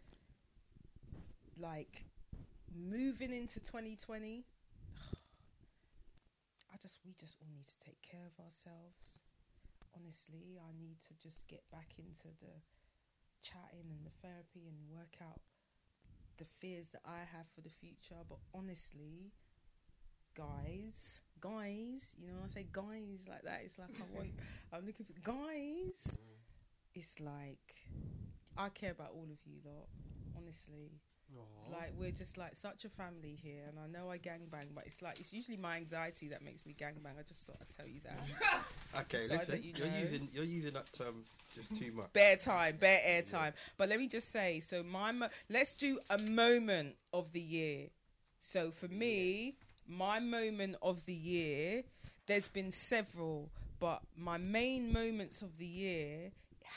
Speaker 1: like moving into 2020 I just we just all need to take care of ourselves. Honestly, I need to just get back into the chatting and the therapy and work out the fears that I have for the future. But honestly, guys, guys, you know when I say guys like that, it's like I want I'm looking for guys. It's like I care about all of you lot, honestly.
Speaker 15: Aw.
Speaker 1: Like we're just like such a family here, and I know I gangbang, but it's like it's usually my anxiety that makes me gangbang. I just thought I'd tell you that. Just
Speaker 5: Okay,
Speaker 1: so I
Speaker 5: listen.
Speaker 1: let you
Speaker 5: You are
Speaker 1: know.
Speaker 5: using you're using that term just too much.
Speaker 1: Bare time, bare air time. But let me just say, so my mo- let's do a moment of the year. So for me, my moment of the year, there's been several, but my main moments of the year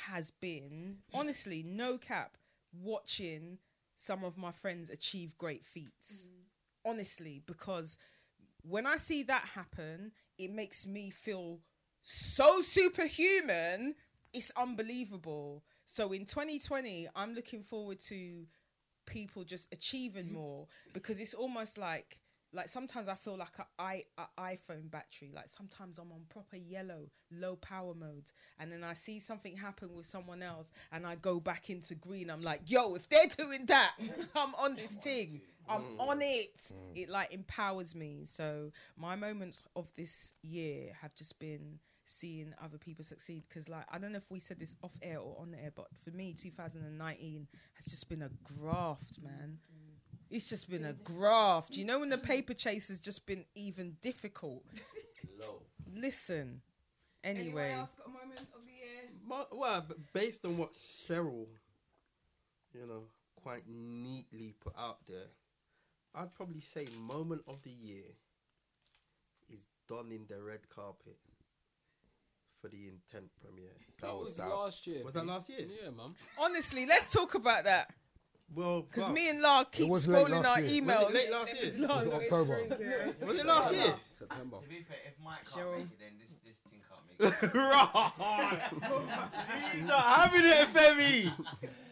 Speaker 1: has been honestly no cap watching some of my friends achieve great feats. Honestly, because when I see that happen, it makes me feel so superhuman. It's unbelievable. So in 2020, I'm looking forward to people just achieving more because it's almost like like sometimes I feel like a i a iPhone battery. Like sometimes I'm on proper yellow, low power mode, and then I see something happen with someone else, and I go back into green. I'm like, yo, if they're doing that, I'm on this thing. I'm
Speaker 15: Mm.
Speaker 1: on it.
Speaker 15: Mm.
Speaker 1: It like empowers me. So my moments of this year have just been seeing other people succeed because like i don't know if we said this off air or on air but for me 2019 has just been a graft man it's just been a graft. You know when the paper chase has just been even difficult. Listen. Anyway,
Speaker 8: Anyone else got a moment of the year?
Speaker 5: My, well, b- based on what Cheryl, you know, quite neatly put out there, I'd probably say moment of the year is donning the red carpet for the intent premiere.
Speaker 14: That was was that- last year,
Speaker 5: Was that
Speaker 14: babe.
Speaker 5: last year?
Speaker 14: Yeah, mum.
Speaker 1: honestly, let's talk about that.
Speaker 5: Well,
Speaker 1: because
Speaker 5: well,
Speaker 1: me and La
Speaker 5: it
Speaker 1: keep
Speaker 5: was late
Speaker 1: scrolling
Speaker 5: last
Speaker 1: our
Speaker 5: year.
Speaker 1: emails.
Speaker 5: Was it late last year?
Speaker 1: La-
Speaker 5: Was it October? Was it last year?
Speaker 14: September.
Speaker 13: To be fair, if Mike can't make it, then this, this thing can't make it.
Speaker 15: Right.
Speaker 13: He's
Speaker 14: not having it,
Speaker 5: Femi.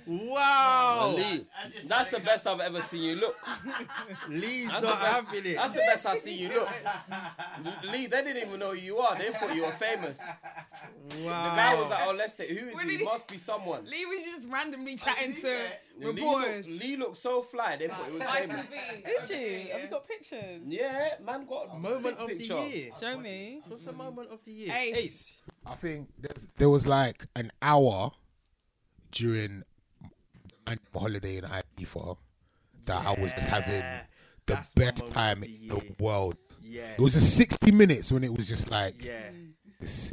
Speaker 14: Wow. Lee,
Speaker 13: I just-
Speaker 14: that's the best I've ever seen you look.
Speaker 5: Lee's
Speaker 14: That's the
Speaker 5: not
Speaker 14: best-
Speaker 5: having it.
Speaker 14: That's the best I've seen you look. Lee, they didn't even know who you are. They thought you were famous. The guy was like, oh, let's take, who is
Speaker 8: What
Speaker 14: he?
Speaker 8: did he-
Speaker 14: Must be someone.
Speaker 8: Lee was just randomly chatting to
Speaker 14: Lee
Speaker 8: reporters.
Speaker 14: looked, Lee looked so fly, they thought it was famous.
Speaker 1: Did you? Have you got pictures?
Speaker 14: Yeah, man got a
Speaker 5: Moment
Speaker 14: sick
Speaker 5: of the
Speaker 14: picture.
Speaker 5: year.
Speaker 1: Show me.
Speaker 5: So what's the moment of the year?
Speaker 1: Ace.
Speaker 4: I think there's, there was like an hour during my holiday in Ibiza that I was just having the best time in the world.
Speaker 5: Yeah.
Speaker 4: It was just 60 minutes when it was just like,
Speaker 5: Yeah.
Speaker 4: this-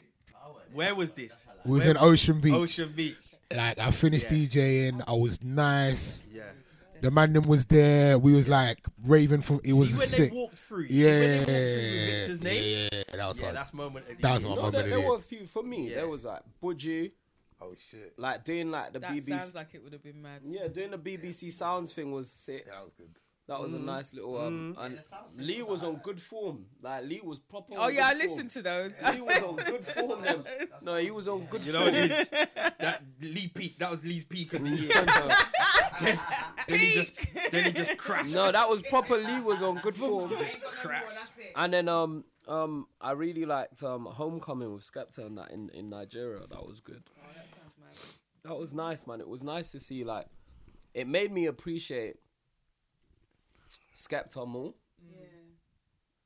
Speaker 5: Where was this?
Speaker 4: it was
Speaker 5: Where-
Speaker 4: in Ocean Beach.
Speaker 5: Ocean Beach.
Speaker 4: Like I finished DJing, I was nice.
Speaker 5: Yeah.
Speaker 4: The man them was there. We was like raving for. It was
Speaker 5: when they
Speaker 4: sick.
Speaker 5: walked through- see
Speaker 4: Yeah,
Speaker 5: when they walked through Victor's
Speaker 4: yeah,
Speaker 5: name?
Speaker 4: yeah, yeah, That was
Speaker 5: Yeah,
Speaker 4: hard.
Speaker 5: that's moment of the
Speaker 4: That was
Speaker 5: year.
Speaker 4: my
Speaker 5: No,
Speaker 14: No,
Speaker 4: moment
Speaker 14: there,
Speaker 4: of the
Speaker 14: there
Speaker 4: year.
Speaker 14: were a few for me. There was like Budgie.
Speaker 4: Oh shit!
Speaker 14: Like doing like the
Speaker 1: That
Speaker 14: BBC.
Speaker 1: sounds like it would have been mad.
Speaker 14: yeah, doing the BBC sounds thing was sick.
Speaker 4: that was good.
Speaker 2: That was a nice little. Um,
Speaker 1: Mm.
Speaker 2: and
Speaker 1: Yeah, the sound system
Speaker 2: Lee was on good form. Like Lee was proper.
Speaker 1: Oh,
Speaker 2: on
Speaker 1: yeah,
Speaker 2: good
Speaker 1: I listened to
Speaker 2: form.
Speaker 1: those.
Speaker 2: Lee was on good form. Then. No, he was on good.
Speaker 5: You know
Speaker 2: form.
Speaker 5: what it is? That Lee peak. That was Lee's peak of the year. then, then he just then he just crashed.
Speaker 2: No, that was proper. Lee was on good form.
Speaker 5: just crashed.
Speaker 2: And then um um I really liked um Homecoming with Skepta and that in, in Nigeria. That was good. that was nice, man. It was nice to see like it made me appreciate Skepta more.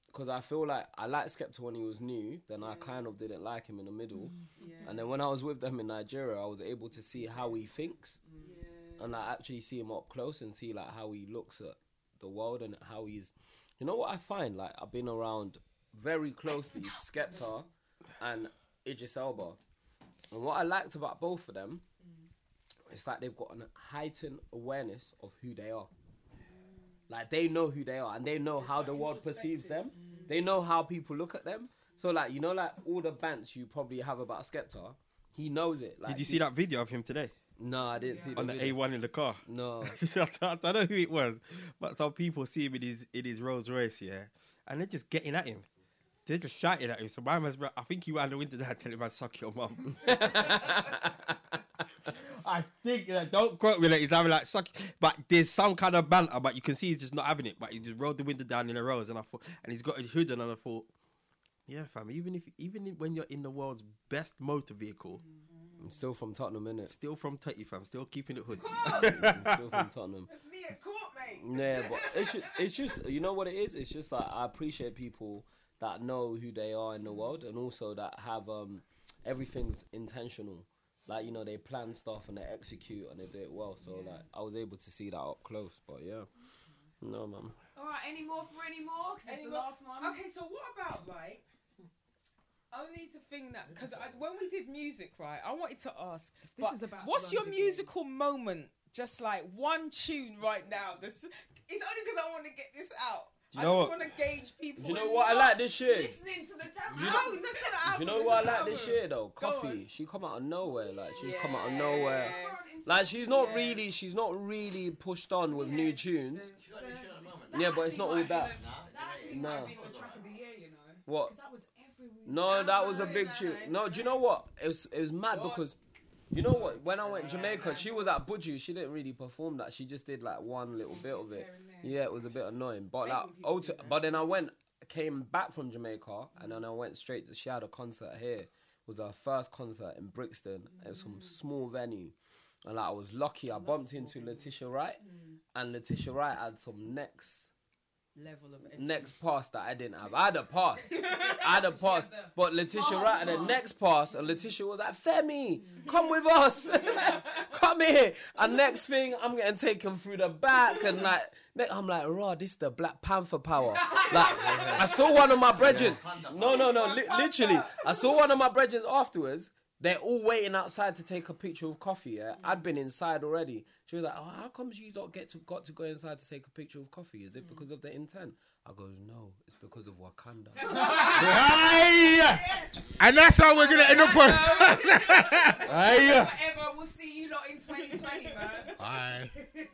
Speaker 2: Because I feel like I liked Skepta when he was new, then I kind of didn't like him in the middle. And then when I was with them in Nigeria, I was able to see how he thinks and like actually see him up close and see like how he looks at the world and how he's you know what I find like I've been around very closely Skepta and Idris Elba and what I liked about both of them is that they've got an heightened awareness of who they are like they know who they are and they know how the world perceives them they know how people look at them so like you know like all the bants you probably have about Skepta he knows it like
Speaker 5: Did you
Speaker 2: he-
Speaker 5: see that video of him today?
Speaker 2: no I didn't see
Speaker 5: on the
Speaker 2: video.
Speaker 5: A1 in the car.
Speaker 2: No,
Speaker 5: I don't know who it was, but some people see him in his in his Rolls Royce, yeah, and they're just getting at him. They're just shouting at him. So my man's, I think you out the window there and tell him, "Man, suck your mum." I think that don't quote me. Like, he's having like suck, but there's some kind of banter. But you can see he's just not having it. But he just rolled the window down in the Rolls, and I thought, and he's got his hood on, and I thought, yeah, fam. Even if even when you're in the world's best motor vehicle,
Speaker 1: Mm.
Speaker 2: I'm still from Tottenham, innit?
Speaker 5: Still from Tutty, fam. Still keeping it hood.
Speaker 2: still from Tottenham.
Speaker 8: It's me at court, mate.
Speaker 2: Yeah, but it's just, it's just you know what it is. It's just like I appreciate people that know who they are in the world, and also that have um everything's intentional. Like you know, they plan stuff and they execute and they do it well. So like I was able to see that up close. But yeah, no man.
Speaker 14: All right, any more for any more? Because it's the
Speaker 1: Any more?
Speaker 14: last one.
Speaker 1: Okay, so what about like only the thing that because when we did music, right, I wanted to ask.
Speaker 14: This
Speaker 1: but
Speaker 14: is about
Speaker 1: what's your
Speaker 14: Solange again.
Speaker 1: musical moment? Just like one tune right now. This it's only because I want to get this out.
Speaker 2: Do you
Speaker 1: I
Speaker 2: know
Speaker 1: just
Speaker 2: what-
Speaker 1: want to gauge people.
Speaker 2: you know what I like this year?
Speaker 1: Listening to the damn
Speaker 2: You know-
Speaker 1: album. That's not an
Speaker 2: Do
Speaker 1: album,
Speaker 2: you know
Speaker 1: it's
Speaker 2: what
Speaker 1: an
Speaker 2: I like
Speaker 1: album.
Speaker 2: this year though?
Speaker 1: Go on.
Speaker 2: Coffee. She come out of nowhere. Like she's come out of nowhere. Like she's not really, she's not really pushed on with new tunes. Yeah, but it's not all that.
Speaker 14: That actually
Speaker 2: No.
Speaker 14: might have been the track of the year, you know.
Speaker 2: What?
Speaker 14: 'Cause that was every week.
Speaker 2: No, that was a big tune. No, do you know what? It was it was mad because you know what? When I went Jamaica, she was at Budju. She didn't really perform that. She just did like one little bit of it. Yeah, it was a bit annoying. But like, ulti- but then I went, came back from Jamaica, and then I went straight. to She had a concert here. It was her first concert in Brixton. It was some small venue, and like I was lucky. I bumped into Letitia Wright, and Letitia Wright had some necks
Speaker 1: Level of
Speaker 2: next pass that I didn't have. I had a pass. I had a pass. But Letitia
Speaker 1: pass,
Speaker 2: right at the
Speaker 1: pass.
Speaker 2: next pass, and Letitia was like, Femi, come with us. come here. And next thing, I'm getting taken through the back. And like, ne- I'm like, raw, this is the Black Panther power. Like, I saw one of my brethren. No, no, no, li- literally. I saw one of my brethren afterwards. They're all waiting outside to take a picture of coffee. Yeah? I'd been inside already. She was like, "Oh, how comes you not get to got to go inside to take a picture of coffee? Is it because of the intent?" I goes, "No, it's because of Wakanda."
Speaker 4: And that's how we're gonna end up on.
Speaker 14: Whatever, we'll see you lot in 2020, man.
Speaker 4: Aye.